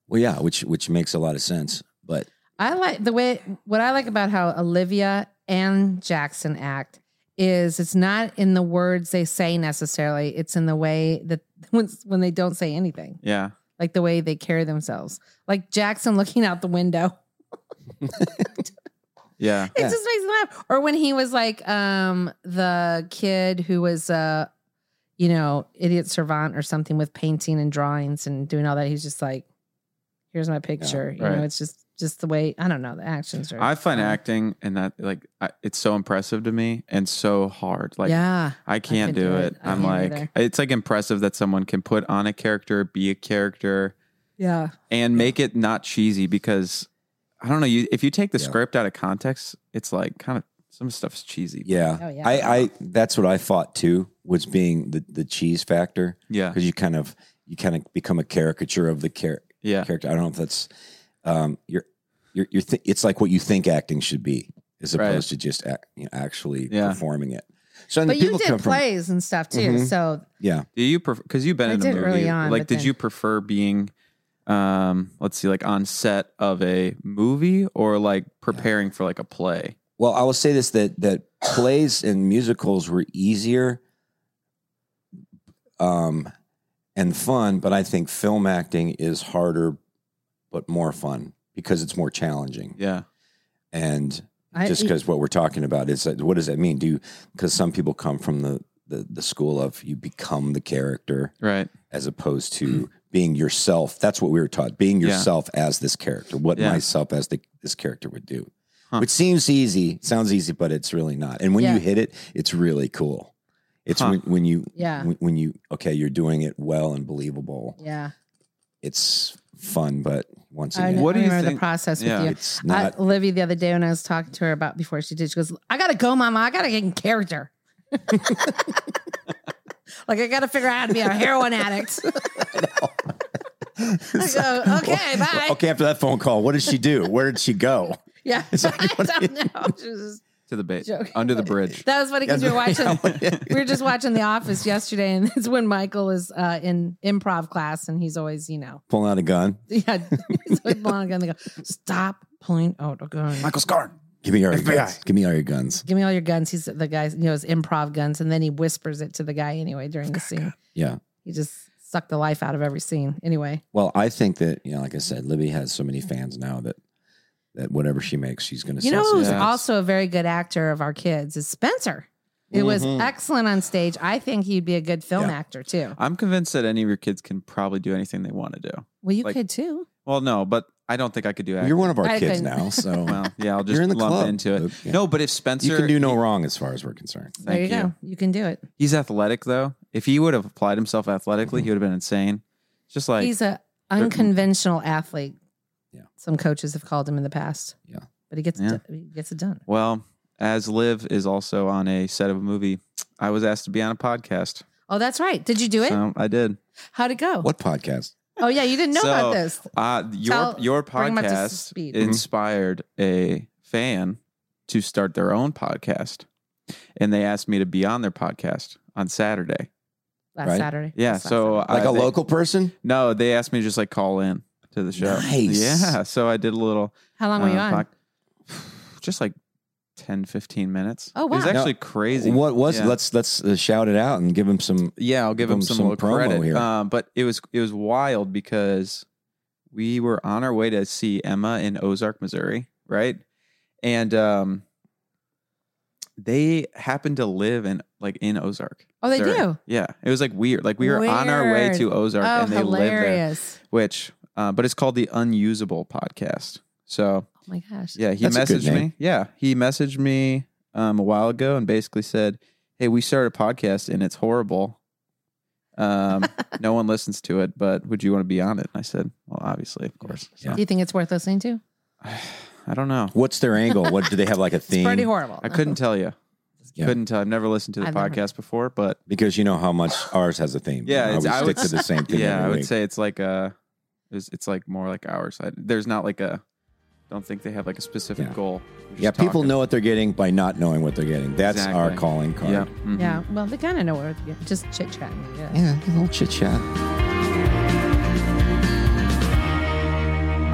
Speaker 1: well yeah which which makes a lot of sense but
Speaker 3: I like the way what I like about how Olivia and Jackson act is it's not in the words they say necessarily. It's in the way that <laughs> when when they don't say anything,
Speaker 2: Yeah.
Speaker 3: like the way they carry themselves. Like Jackson looking out the window.
Speaker 2: Yeah.
Speaker 3: It
Speaker 1: Yeah.
Speaker 3: just makes me laugh. Or when he was like um the kid who was uh you know, idiot servant or something with painting and drawings and doing all that. He's just like, here's my picture. you know,
Speaker 2: right.
Speaker 3: it's just just the way I don't know, the actions are
Speaker 2: I find
Speaker 3: um,
Speaker 2: acting and that like I, it's so impressive to me and so hard. Like
Speaker 3: yeah.
Speaker 2: I can't
Speaker 3: couldn't
Speaker 2: do
Speaker 3: do
Speaker 2: it.
Speaker 3: it. I
Speaker 2: I'm
Speaker 3: can't
Speaker 2: like
Speaker 3: either.
Speaker 2: it's like impressive that someone can put on a character, be a character,
Speaker 3: Yeah.
Speaker 2: and make it not cheesy because I don't know. You if you take the
Speaker 1: Yeah.
Speaker 2: script out of context, it's like kind of some stuff's cheesy.
Speaker 1: yeah,
Speaker 3: Oh, yeah.
Speaker 1: I, I that's what i fought too was being the, the cheese factor
Speaker 2: Yeah,
Speaker 1: because you kind of you kind of become a caricature of the character
Speaker 2: yeah,
Speaker 1: character. I don't know if that's um, your your your. Th- it's like what you think acting should be, as
Speaker 2: Right.
Speaker 1: opposed to just act, you know, actually
Speaker 2: Yeah.
Speaker 1: performing it. So and
Speaker 3: But
Speaker 1: the
Speaker 3: you
Speaker 1: people
Speaker 3: did
Speaker 1: come from
Speaker 3: plays and stuff too.
Speaker 1: Mhm.
Speaker 3: So
Speaker 1: yeah.
Speaker 2: Do you prefer because you've been
Speaker 3: I
Speaker 2: in a
Speaker 3: did
Speaker 2: movie?
Speaker 3: early on,
Speaker 2: like,
Speaker 3: but
Speaker 2: did
Speaker 3: then-
Speaker 2: you prefer being, um, let's see, like on set of a movie or like preparing for like a play?
Speaker 1: Well, I will say this that that plays and musicals were easier, um, and fun. But I think film acting is harder, but more fun because it's more challenging
Speaker 2: Yeah,
Speaker 1: and.
Speaker 3: I, e
Speaker 1: just because what we're talking about is like, what does that mean? Do you because some people come from the, the the school of you become the character
Speaker 2: right.
Speaker 1: as opposed to being yourself. That's what we were taught: being
Speaker 2: Mm-hmm. Yeah.
Speaker 1: yourself as this character. What
Speaker 2: Yeah.
Speaker 1: myself as the, this character would do,
Speaker 2: Huh.
Speaker 1: which seems easy, sounds easy, but it's really not. And when
Speaker 3: Yeah.
Speaker 1: you hit it, it's really cool. It's
Speaker 2: Huh.
Speaker 1: when, when you
Speaker 3: yeah,
Speaker 1: when, when you okay, you're doing it well and believable.
Speaker 3: yeah.
Speaker 1: It's fun, but once
Speaker 3: I,
Speaker 1: again,
Speaker 2: What
Speaker 3: what
Speaker 2: do you
Speaker 3: remember
Speaker 2: think-
Speaker 3: the process
Speaker 2: Yeah.
Speaker 3: with you.
Speaker 1: it's not.
Speaker 3: I, Olivia the other day when I was talking to her about before she did, she goes, "I gotta go, Mama. I gotta get in character. <laughs> like I gotta figure out how to be a
Speaker 1: <laughs>
Speaker 3: heroin addict." I
Speaker 1: It's
Speaker 3: go,
Speaker 1: like,
Speaker 3: "Okay,
Speaker 1: well,
Speaker 3: bye."
Speaker 1: Okay, after that phone call, what did she do? Where did she go?
Speaker 3: Yeah,
Speaker 1: It's like,
Speaker 3: <laughs> I
Speaker 1: what do
Speaker 3: don't know. She was
Speaker 2: To the bait,
Speaker 3: Joking.
Speaker 2: under
Speaker 3: <laughs>
Speaker 2: the bridge.
Speaker 3: just- That was funny because we were
Speaker 1: That's-
Speaker 3: watching.
Speaker 1: <laughs>
Speaker 3: <laughs> we were just watching The Office yesterday, and it's when Michael is uh, in improv class, and he's always, you know, <laughs>
Speaker 1: Pulling out a gun.
Speaker 3: yeah, he's always blonde again. They go, "Stop pulling out a gun."
Speaker 1: Michael Scarn. Give me all your
Speaker 4: FBI.
Speaker 1: guns. Give me all your guns.
Speaker 3: give me all your guns. He's the guy, you know, his improv guns, and then he whispers it to the guy anyway during the scene.
Speaker 1: Yeah.
Speaker 3: He just sucked the life out of every scene anyway.
Speaker 1: Well, I think that you know, like I said, Libby has so many fans now that that whatever she makes, she's going to.
Speaker 3: You know who's
Speaker 2: Yeah.
Speaker 3: also a very good actor of our kids is Spencer. It was
Speaker 2: Mm-hmm.
Speaker 3: excellent on stage. I think he'd be a good film
Speaker 1: Yeah.
Speaker 3: actor too.
Speaker 2: I'm convinced that any of your kids can probably do anything they want to do.
Speaker 3: Well, you
Speaker 2: Like-
Speaker 3: could too.
Speaker 2: Well, no, but I don't think I could do acting.
Speaker 1: you're one of our
Speaker 3: I
Speaker 1: kids
Speaker 3: couldn't.
Speaker 1: now, so
Speaker 2: <laughs>
Speaker 1: <laughs>
Speaker 2: well, yeah, I'll just
Speaker 1: you're in the
Speaker 2: lump
Speaker 1: club.
Speaker 2: into it.
Speaker 1: Luke. Yeah.
Speaker 2: No, but if Spencer,
Speaker 1: you can do no wrong as far as we're concerned.
Speaker 2: Thank
Speaker 3: There you,
Speaker 2: you.
Speaker 3: go. You can do it.
Speaker 2: He's athletic though. If he would have applied himself athletically, he would have been insane. It's Just like
Speaker 3: He's a unconventional athlete.
Speaker 1: Yeah.
Speaker 3: Some coaches have called him in the past.
Speaker 1: Yeah.
Speaker 3: But he gets
Speaker 2: Yeah.
Speaker 3: it, he gets it done.
Speaker 2: well, as Liv is also on a set of a movie, I was asked to be on a podcast.
Speaker 3: Oh, that's right. Did you do it?
Speaker 2: So I did.
Speaker 3: How'd it go?
Speaker 1: What podcast?
Speaker 3: Oh yeah, you didn't know
Speaker 2: So-
Speaker 3: about this.
Speaker 2: Uh your
Speaker 3: Tell-
Speaker 2: your
Speaker 3: bring him up to
Speaker 2: podcast
Speaker 3: speed.
Speaker 1: Mm-hmm.
Speaker 3: Mhm.
Speaker 2: inspired a fan to start their own podcast. And they asked me to be on their podcast on Saturday.
Speaker 3: Last
Speaker 1: Right.
Speaker 3: Saturday.
Speaker 2: Yeah,
Speaker 3: Last
Speaker 2: so
Speaker 3: Saturday.
Speaker 2: I-
Speaker 1: Like a
Speaker 2: they-
Speaker 1: local person?
Speaker 2: No, they asked me to just like call in to the show.
Speaker 1: Nice.
Speaker 2: Yeah. So I did a little
Speaker 3: how long were you
Speaker 2: uh,
Speaker 3: on?
Speaker 2: poc- just like 10, 15 minutes.
Speaker 3: Oh,
Speaker 2: It was
Speaker 3: wow.
Speaker 2: actually crazy.
Speaker 1: What was?
Speaker 2: Yeah.
Speaker 1: Let's let's uh, shout it out and give him some.
Speaker 2: Yeah, I'll give him
Speaker 1: Give
Speaker 2: some,
Speaker 1: him um, some
Speaker 2: little
Speaker 1: promo
Speaker 2: credit.
Speaker 1: here.
Speaker 2: Um, but it was it was wild because we were on our way to see Emma in Ozark, Missouri, right? And um, they happened to live in like in Ozark.
Speaker 3: Oh, they
Speaker 2: Missouri.
Speaker 3: do.
Speaker 2: Yeah, it was like weird. Like we were on our way
Speaker 3: Weird.
Speaker 2: to Ozark,
Speaker 3: Oh,
Speaker 2: and they lived there.
Speaker 3: hilarious!
Speaker 2: Which, uh, but it's called the Unusable Podcast. So
Speaker 3: Oh my gosh!
Speaker 2: yeah, he
Speaker 1: That's a good
Speaker 2: messaged
Speaker 1: name.
Speaker 2: me. Yeah, he messaged me um, a while ago and basically said, "Hey, we started a podcast and it's horrible.
Speaker 1: <laughs>
Speaker 2: Um, no one listens to it, but would you want to be on it? And I said, well, obviously, <sighs> of course. So,
Speaker 3: Do you think it's worth listening to?
Speaker 2: I don't know.
Speaker 1: What's their angle? What do they have like a
Speaker 3: It's pretty
Speaker 1: theme?
Speaker 3: horrible.
Speaker 2: I couldn't tell you.
Speaker 1: Yeah.
Speaker 2: Couldn't tell. I've never listened to the
Speaker 3: I've never-
Speaker 2: podcast before, but
Speaker 1: Because you know how much ours has a theme. I
Speaker 2: Yeah, it's-
Speaker 1: would
Speaker 2: I
Speaker 1: stick
Speaker 2: would-
Speaker 1: to the
Speaker 2: <laughs>
Speaker 1: same thing.
Speaker 2: yeah,
Speaker 1: every
Speaker 2: I would
Speaker 1: week.
Speaker 2: say it's like a, it's, it's like more like ours. I, there's not like a, don't think they have like a specific
Speaker 1: Yeah.
Speaker 2: goal. We're just
Speaker 1: Yeah, people
Speaker 2: talking.
Speaker 1: know what they're getting by not knowing what they're getting. That's our
Speaker 2: Exactly.
Speaker 1: calling card.
Speaker 2: Yeah. mhm.
Speaker 3: Yeah. Well, they kind of know where. yeah, Just chit chatting. Yeah.
Speaker 1: Yeah, a little chit chat.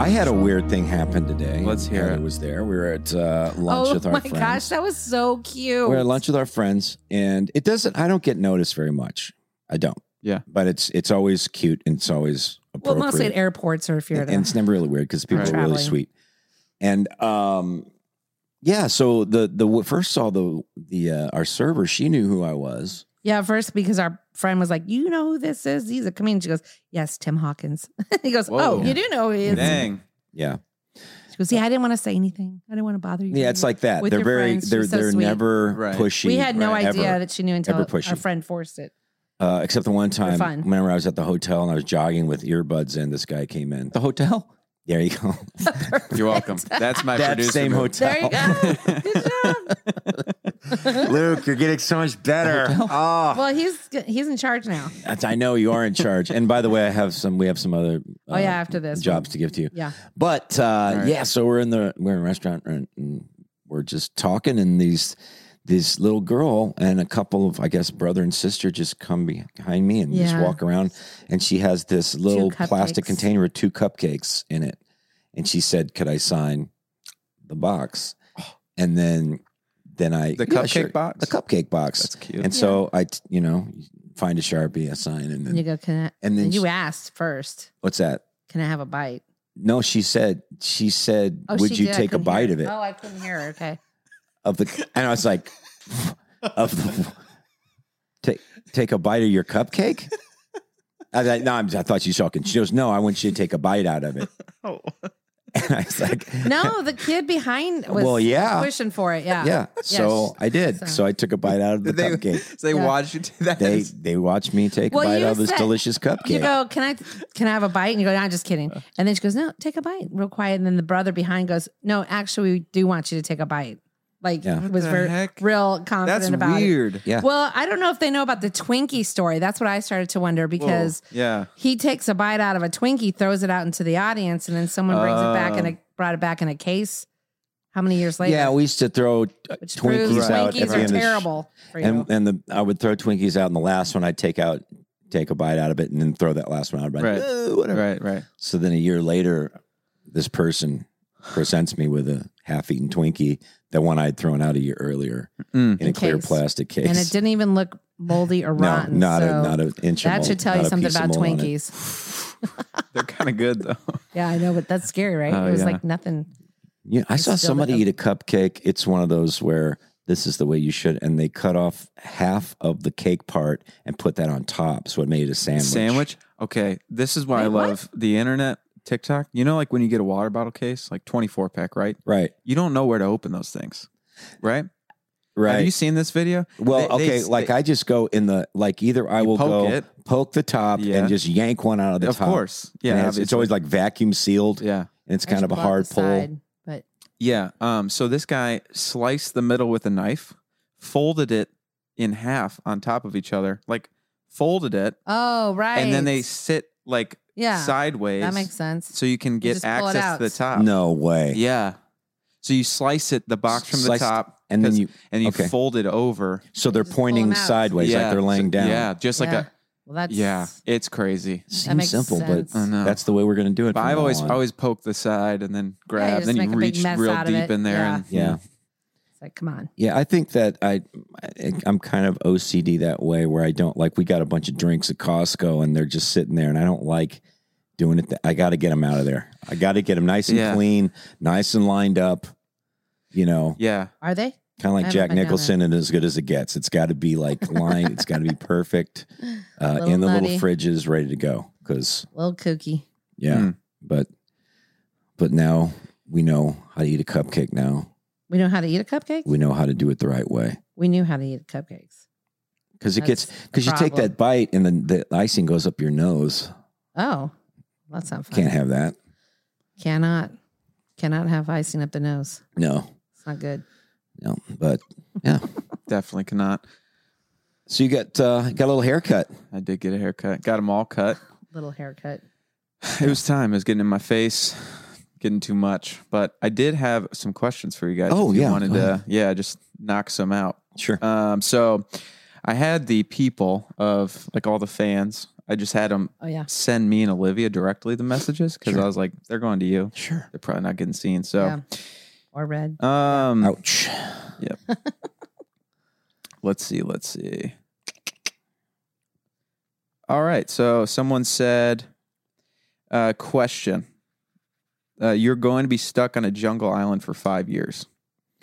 Speaker 1: I had a weird thing happen today.
Speaker 2: Let's hear
Speaker 1: Heather
Speaker 2: it.
Speaker 1: was there. We were at uh, lunch
Speaker 3: oh
Speaker 1: with our
Speaker 3: my
Speaker 1: friends.
Speaker 3: gosh, that was so cute.
Speaker 1: We We're at lunch with our friends, and it doesn't. I don't get noticed very much. I don't.
Speaker 2: Yeah.
Speaker 1: but it's it's always cute and it's always
Speaker 3: Well,
Speaker 1: appropriate.
Speaker 3: mostly at airports or if you're at
Speaker 1: and,
Speaker 3: a-
Speaker 1: and it's never really weird because people
Speaker 2: Right.
Speaker 1: are really
Speaker 3: Traveling.
Speaker 1: sweet. And um, yeah. So the the first saw the the uh, our server. She knew who I was.
Speaker 3: yeah. First, because our friend was like, "You know who this is? He's a comedian." She goes, "Yes, Tim Hawkins." <laughs> he goes,
Speaker 2: Whoa.
Speaker 3: "Oh, you do know who he is."
Speaker 2: Dang.
Speaker 1: Yeah.
Speaker 3: She goes, "Yeah, I didn't want to say anything. I didn't want to bother you."
Speaker 1: Yeah, it's like that.
Speaker 3: with
Speaker 1: they're
Speaker 3: your
Speaker 1: very
Speaker 3: friends.
Speaker 1: they're
Speaker 3: She's so
Speaker 1: they're
Speaker 3: sweet.
Speaker 1: never
Speaker 2: Right.
Speaker 1: pushy.
Speaker 3: we had no
Speaker 2: right,
Speaker 1: ever.
Speaker 3: idea that she knew until
Speaker 1: Ever
Speaker 3: our
Speaker 1: pushy.
Speaker 3: friend forced it.
Speaker 1: Uh, except the one time,
Speaker 3: fun.
Speaker 1: remember I was at the hotel and I was jogging with earbuds in. This guy came in. The hotel? There you go. <laughs>
Speaker 2: You're welcome. That's my
Speaker 1: that
Speaker 2: producer.
Speaker 1: same
Speaker 2: move.
Speaker 1: hotel.
Speaker 3: There you
Speaker 1: <laughs>
Speaker 3: go. Good job.
Speaker 1: Luke, you're getting so much better. Oh,
Speaker 3: Well, he's he's in charge now.
Speaker 1: I know you are in charge. And by the way, I have some. We have some other. uh,
Speaker 3: Oh yeah, after this
Speaker 1: jobs to give to you.
Speaker 3: Yeah.
Speaker 1: But uh,
Speaker 2: right.
Speaker 1: yeah, so we're in the we're in a restaurant and, and we're just talking, and these this little girl and a couple of I guess brother and sister just come behind me and just
Speaker 3: Yeah.
Speaker 1: walk around, and she has this little plastic
Speaker 3: cupcakes.
Speaker 1: container with two cupcakes in it, and she said, "Could I sign the box?"
Speaker 3: Oh.
Speaker 1: And then then I
Speaker 2: The
Speaker 1: "Yeah,
Speaker 2: cupcake
Speaker 1: sure."
Speaker 2: box.
Speaker 1: the cupcake box,
Speaker 2: That's cute.
Speaker 1: and so I t- you know find a sharpie, I sign, and then
Speaker 3: And you go, can I?
Speaker 1: and then
Speaker 3: you
Speaker 1: she-
Speaker 3: asked first,
Speaker 1: what's that?
Speaker 3: can I have a bite?
Speaker 1: No, she said. She said, "Would
Speaker 3: Oh, she
Speaker 1: you
Speaker 3: did. I
Speaker 1: take a
Speaker 3: couldn't
Speaker 1: bite
Speaker 3: hear.
Speaker 1: of it?"
Speaker 3: Oh, I couldn't hear her. Okay.
Speaker 1: of the and I was like <laughs> of the take take a bite of your cupcake. I was like, no, I'm, I thought you was joking. She goes, no, I want you to take a bite out of it. <laughs>
Speaker 2: Oh.
Speaker 1: And I was like,
Speaker 3: <laughs> No,
Speaker 1: <laughs>
Speaker 3: the kid behind was
Speaker 1: Well, yeah.
Speaker 3: pushing for it. Yeah.
Speaker 1: yeah. So I did. So.
Speaker 3: So-
Speaker 1: I took a bite out of the
Speaker 2: They- <laughs>
Speaker 1: cupcake.
Speaker 2: So they
Speaker 3: Yeah.
Speaker 2: watched you do that.
Speaker 1: They they watched me take
Speaker 3: Well,
Speaker 1: a bite
Speaker 3: you
Speaker 1: out of this
Speaker 3: said-
Speaker 1: delicious
Speaker 3: You
Speaker 1: cupcake.
Speaker 3: go, can I can I have a bite? And you go, no, just kidding.
Speaker 1: Uh.
Speaker 3: And then she goes, no, take a bite, real quiet. And then the brother behind goes, no, actually, we do want you to take a bite. Like
Speaker 1: Yeah.
Speaker 3: was
Speaker 2: the
Speaker 3: very
Speaker 2: heck?
Speaker 3: real confident
Speaker 2: That's
Speaker 3: about it.
Speaker 2: weird.
Speaker 1: yeah.
Speaker 3: Well, I don't know if they know about the Twinkie story. That's what I started to wonder
Speaker 2: Whoa.
Speaker 3: because
Speaker 2: yeah.
Speaker 3: he takes a bite out of a Twinkie, throws it out into the audience, and then someone brings it back and
Speaker 2: Oh.
Speaker 3: brought it back in a case. How many years later?
Speaker 1: Uh. yeah, we used to throw uh,
Speaker 3: which
Speaker 1: Twinkies
Speaker 3: proves
Speaker 1: out
Speaker 3: Twinkies
Speaker 1: at the
Speaker 3: are
Speaker 1: end of the sh-
Speaker 3: terrible for you.
Speaker 1: and and the I would throw Twinkies out, and the last one I'd take out, take a bite out of it, and then throw that last one out. I'd be like,
Speaker 2: Right.
Speaker 1: "Ugh, whatever.
Speaker 2: Right. Right.
Speaker 1: So then a year later, this person presents me with a half eaten Twinkie, the one I had thrown out a year earlier
Speaker 2: Mm.
Speaker 1: in a
Speaker 3: In
Speaker 1: clear
Speaker 3: case.
Speaker 1: plastic case.
Speaker 3: and it didn't even look moldy
Speaker 1: <laughs>
Speaker 3: or
Speaker 1: no,
Speaker 3: rotten.
Speaker 1: not
Speaker 3: so
Speaker 1: a, not an inch. of
Speaker 3: that
Speaker 1: mold,
Speaker 3: should tell
Speaker 1: not
Speaker 3: you
Speaker 1: a
Speaker 3: something
Speaker 1: piece of
Speaker 3: about
Speaker 1: mold on it.
Speaker 3: Twinkies.
Speaker 2: They're kind of good though.
Speaker 3: Yeah, I know, but that's scary, right?
Speaker 2: Oh,
Speaker 3: it was
Speaker 2: yeah.
Speaker 3: like nothing.
Speaker 1: Yeah, I
Speaker 3: I
Speaker 1: saw
Speaker 3: still
Speaker 1: somebody
Speaker 3: don't-
Speaker 1: eat a cupcake. It's one of those where this is the way you should, and they cut off half of the cake part and put that on top, so it made it a <laughs> sandwich.
Speaker 2: Sandwich. Okay. This is why I
Speaker 3: Wait, what?
Speaker 2: love the internet, TikTok. You know, like when you get a water bottle case, like 24 pack, right?
Speaker 1: right?
Speaker 2: You don't know where to open those things, right? Have
Speaker 1: Right.
Speaker 2: you seen this video?
Speaker 1: well,
Speaker 2: They- they-
Speaker 1: okay. like
Speaker 2: they-
Speaker 1: I just go in the like either I
Speaker 2: You
Speaker 1: will
Speaker 2: poke
Speaker 1: go
Speaker 2: it.
Speaker 1: poke the top
Speaker 2: Yeah.
Speaker 1: and just yank one out of the
Speaker 2: of
Speaker 1: top.
Speaker 2: course.
Speaker 1: Yeah,
Speaker 2: Yeah.
Speaker 1: it's, it's
Speaker 2: obviously.
Speaker 1: always like vacuum sealed,
Speaker 2: yeah.
Speaker 1: and it's
Speaker 3: I
Speaker 1: kind of
Speaker 3: should
Speaker 1: a
Speaker 3: pull out
Speaker 1: hard
Speaker 3: the
Speaker 1: pull.
Speaker 3: side, but
Speaker 2: Yeah. Um, so this guy sliced the middle with a knife, folded it in half on top of each other, like folded it,
Speaker 3: oh right,
Speaker 2: and then they sit like
Speaker 3: yeah
Speaker 2: sideways
Speaker 3: that makes sense.
Speaker 2: so you can get
Speaker 3: just pull it
Speaker 2: access to the
Speaker 3: out.
Speaker 2: top.
Speaker 1: No way.
Speaker 2: Yeah. So you slice it, the box from
Speaker 1: Slice it,
Speaker 2: the top,
Speaker 1: And then
Speaker 2: 'cause-
Speaker 1: you,
Speaker 2: and you
Speaker 1: okay.
Speaker 2: fold it over.
Speaker 1: so they're
Speaker 3: Just pull 'em
Speaker 1: pointing
Speaker 3: out.
Speaker 1: sideways, like they're laying
Speaker 2: so-
Speaker 1: down.
Speaker 2: Yeah, just like
Speaker 3: Yeah.
Speaker 2: a
Speaker 3: Well, that's
Speaker 2: yeah. It's crazy.
Speaker 3: that
Speaker 1: seems
Speaker 3: makes
Speaker 1: simple,
Speaker 3: sense.
Speaker 1: but
Speaker 2: I know.
Speaker 1: that's the way we're going to do it.
Speaker 2: But
Speaker 1: from
Speaker 2: I've
Speaker 1: now
Speaker 2: always
Speaker 1: on.
Speaker 2: I always poke the side and then grab,
Speaker 3: just
Speaker 2: then
Speaker 3: make
Speaker 2: you
Speaker 3: a big
Speaker 2: reach
Speaker 3: mess
Speaker 2: real
Speaker 3: out of
Speaker 2: deep
Speaker 3: it.
Speaker 2: in there,
Speaker 3: Yeah.
Speaker 2: and
Speaker 1: Yeah.
Speaker 3: It's like come on,
Speaker 1: yeah, I think that I, I I'm kind of OCD that way, where I don't like we got a bunch of drinks at Costco and they're just sitting there, and I don't like doing it. th- I got to get them out of there. I got to get them nice and
Speaker 2: Yeah.
Speaker 1: clean, nice and lined up. You know,
Speaker 2: yeah,
Speaker 3: are they?
Speaker 1: kind of
Speaker 3: I
Speaker 1: like
Speaker 3: haven't
Speaker 1: Jack
Speaker 3: been down
Speaker 1: Nicholson and as good as it gets. It's got to be
Speaker 3: <laughs>
Speaker 1: like lined. it's got to be perfect uh,
Speaker 3: Little
Speaker 1: in the little
Speaker 3: nutty.
Speaker 1: fridges, ready to go. Because
Speaker 3: A little kooky.
Speaker 1: yeah,
Speaker 2: Mm.
Speaker 1: but but now we know how to eat a cupcake. Now
Speaker 3: We know how to eat a cupcake.
Speaker 1: we know how to do it the right way.
Speaker 3: We knew how to eat cupcakes.
Speaker 1: because it
Speaker 3: That's
Speaker 1: gets because you take
Speaker 3: problem.
Speaker 1: that bite and then the icing goes up your nose.
Speaker 3: Oh, that's not fun.
Speaker 1: Can't have that.
Speaker 3: Cannot. Cannot have icing up the nose.
Speaker 1: No,
Speaker 3: It's not good.
Speaker 1: no. But
Speaker 2: Definitely cannot.
Speaker 1: so you got uh, got a little haircut.
Speaker 2: I did get a haircut. Got them
Speaker 1: <laughs>
Speaker 2: all cut.
Speaker 3: Little haircut.
Speaker 2: It was time. It was getting in my face, getting too much. But I did have some questions for you guys.
Speaker 1: Oh,
Speaker 2: if you
Speaker 1: yeah.
Speaker 2: wanted
Speaker 1: Go
Speaker 2: to, yeah, just knock some out.
Speaker 1: Sure.
Speaker 2: Um, so I had the people of like all the fans. I just had them
Speaker 3: Oh yeah.
Speaker 2: send me and Olivia directly the messages because
Speaker 1: Sure.
Speaker 2: I was like, they're going to you.
Speaker 1: Sure.
Speaker 2: They're probably not getting seen. So,
Speaker 3: Or
Speaker 1: uh,
Speaker 3: red.
Speaker 2: um,
Speaker 1: Ouch.
Speaker 2: Let's see. Let's see. All right. So someone said, uh, question. Uh, you're going to be stuck on a jungle island for five years.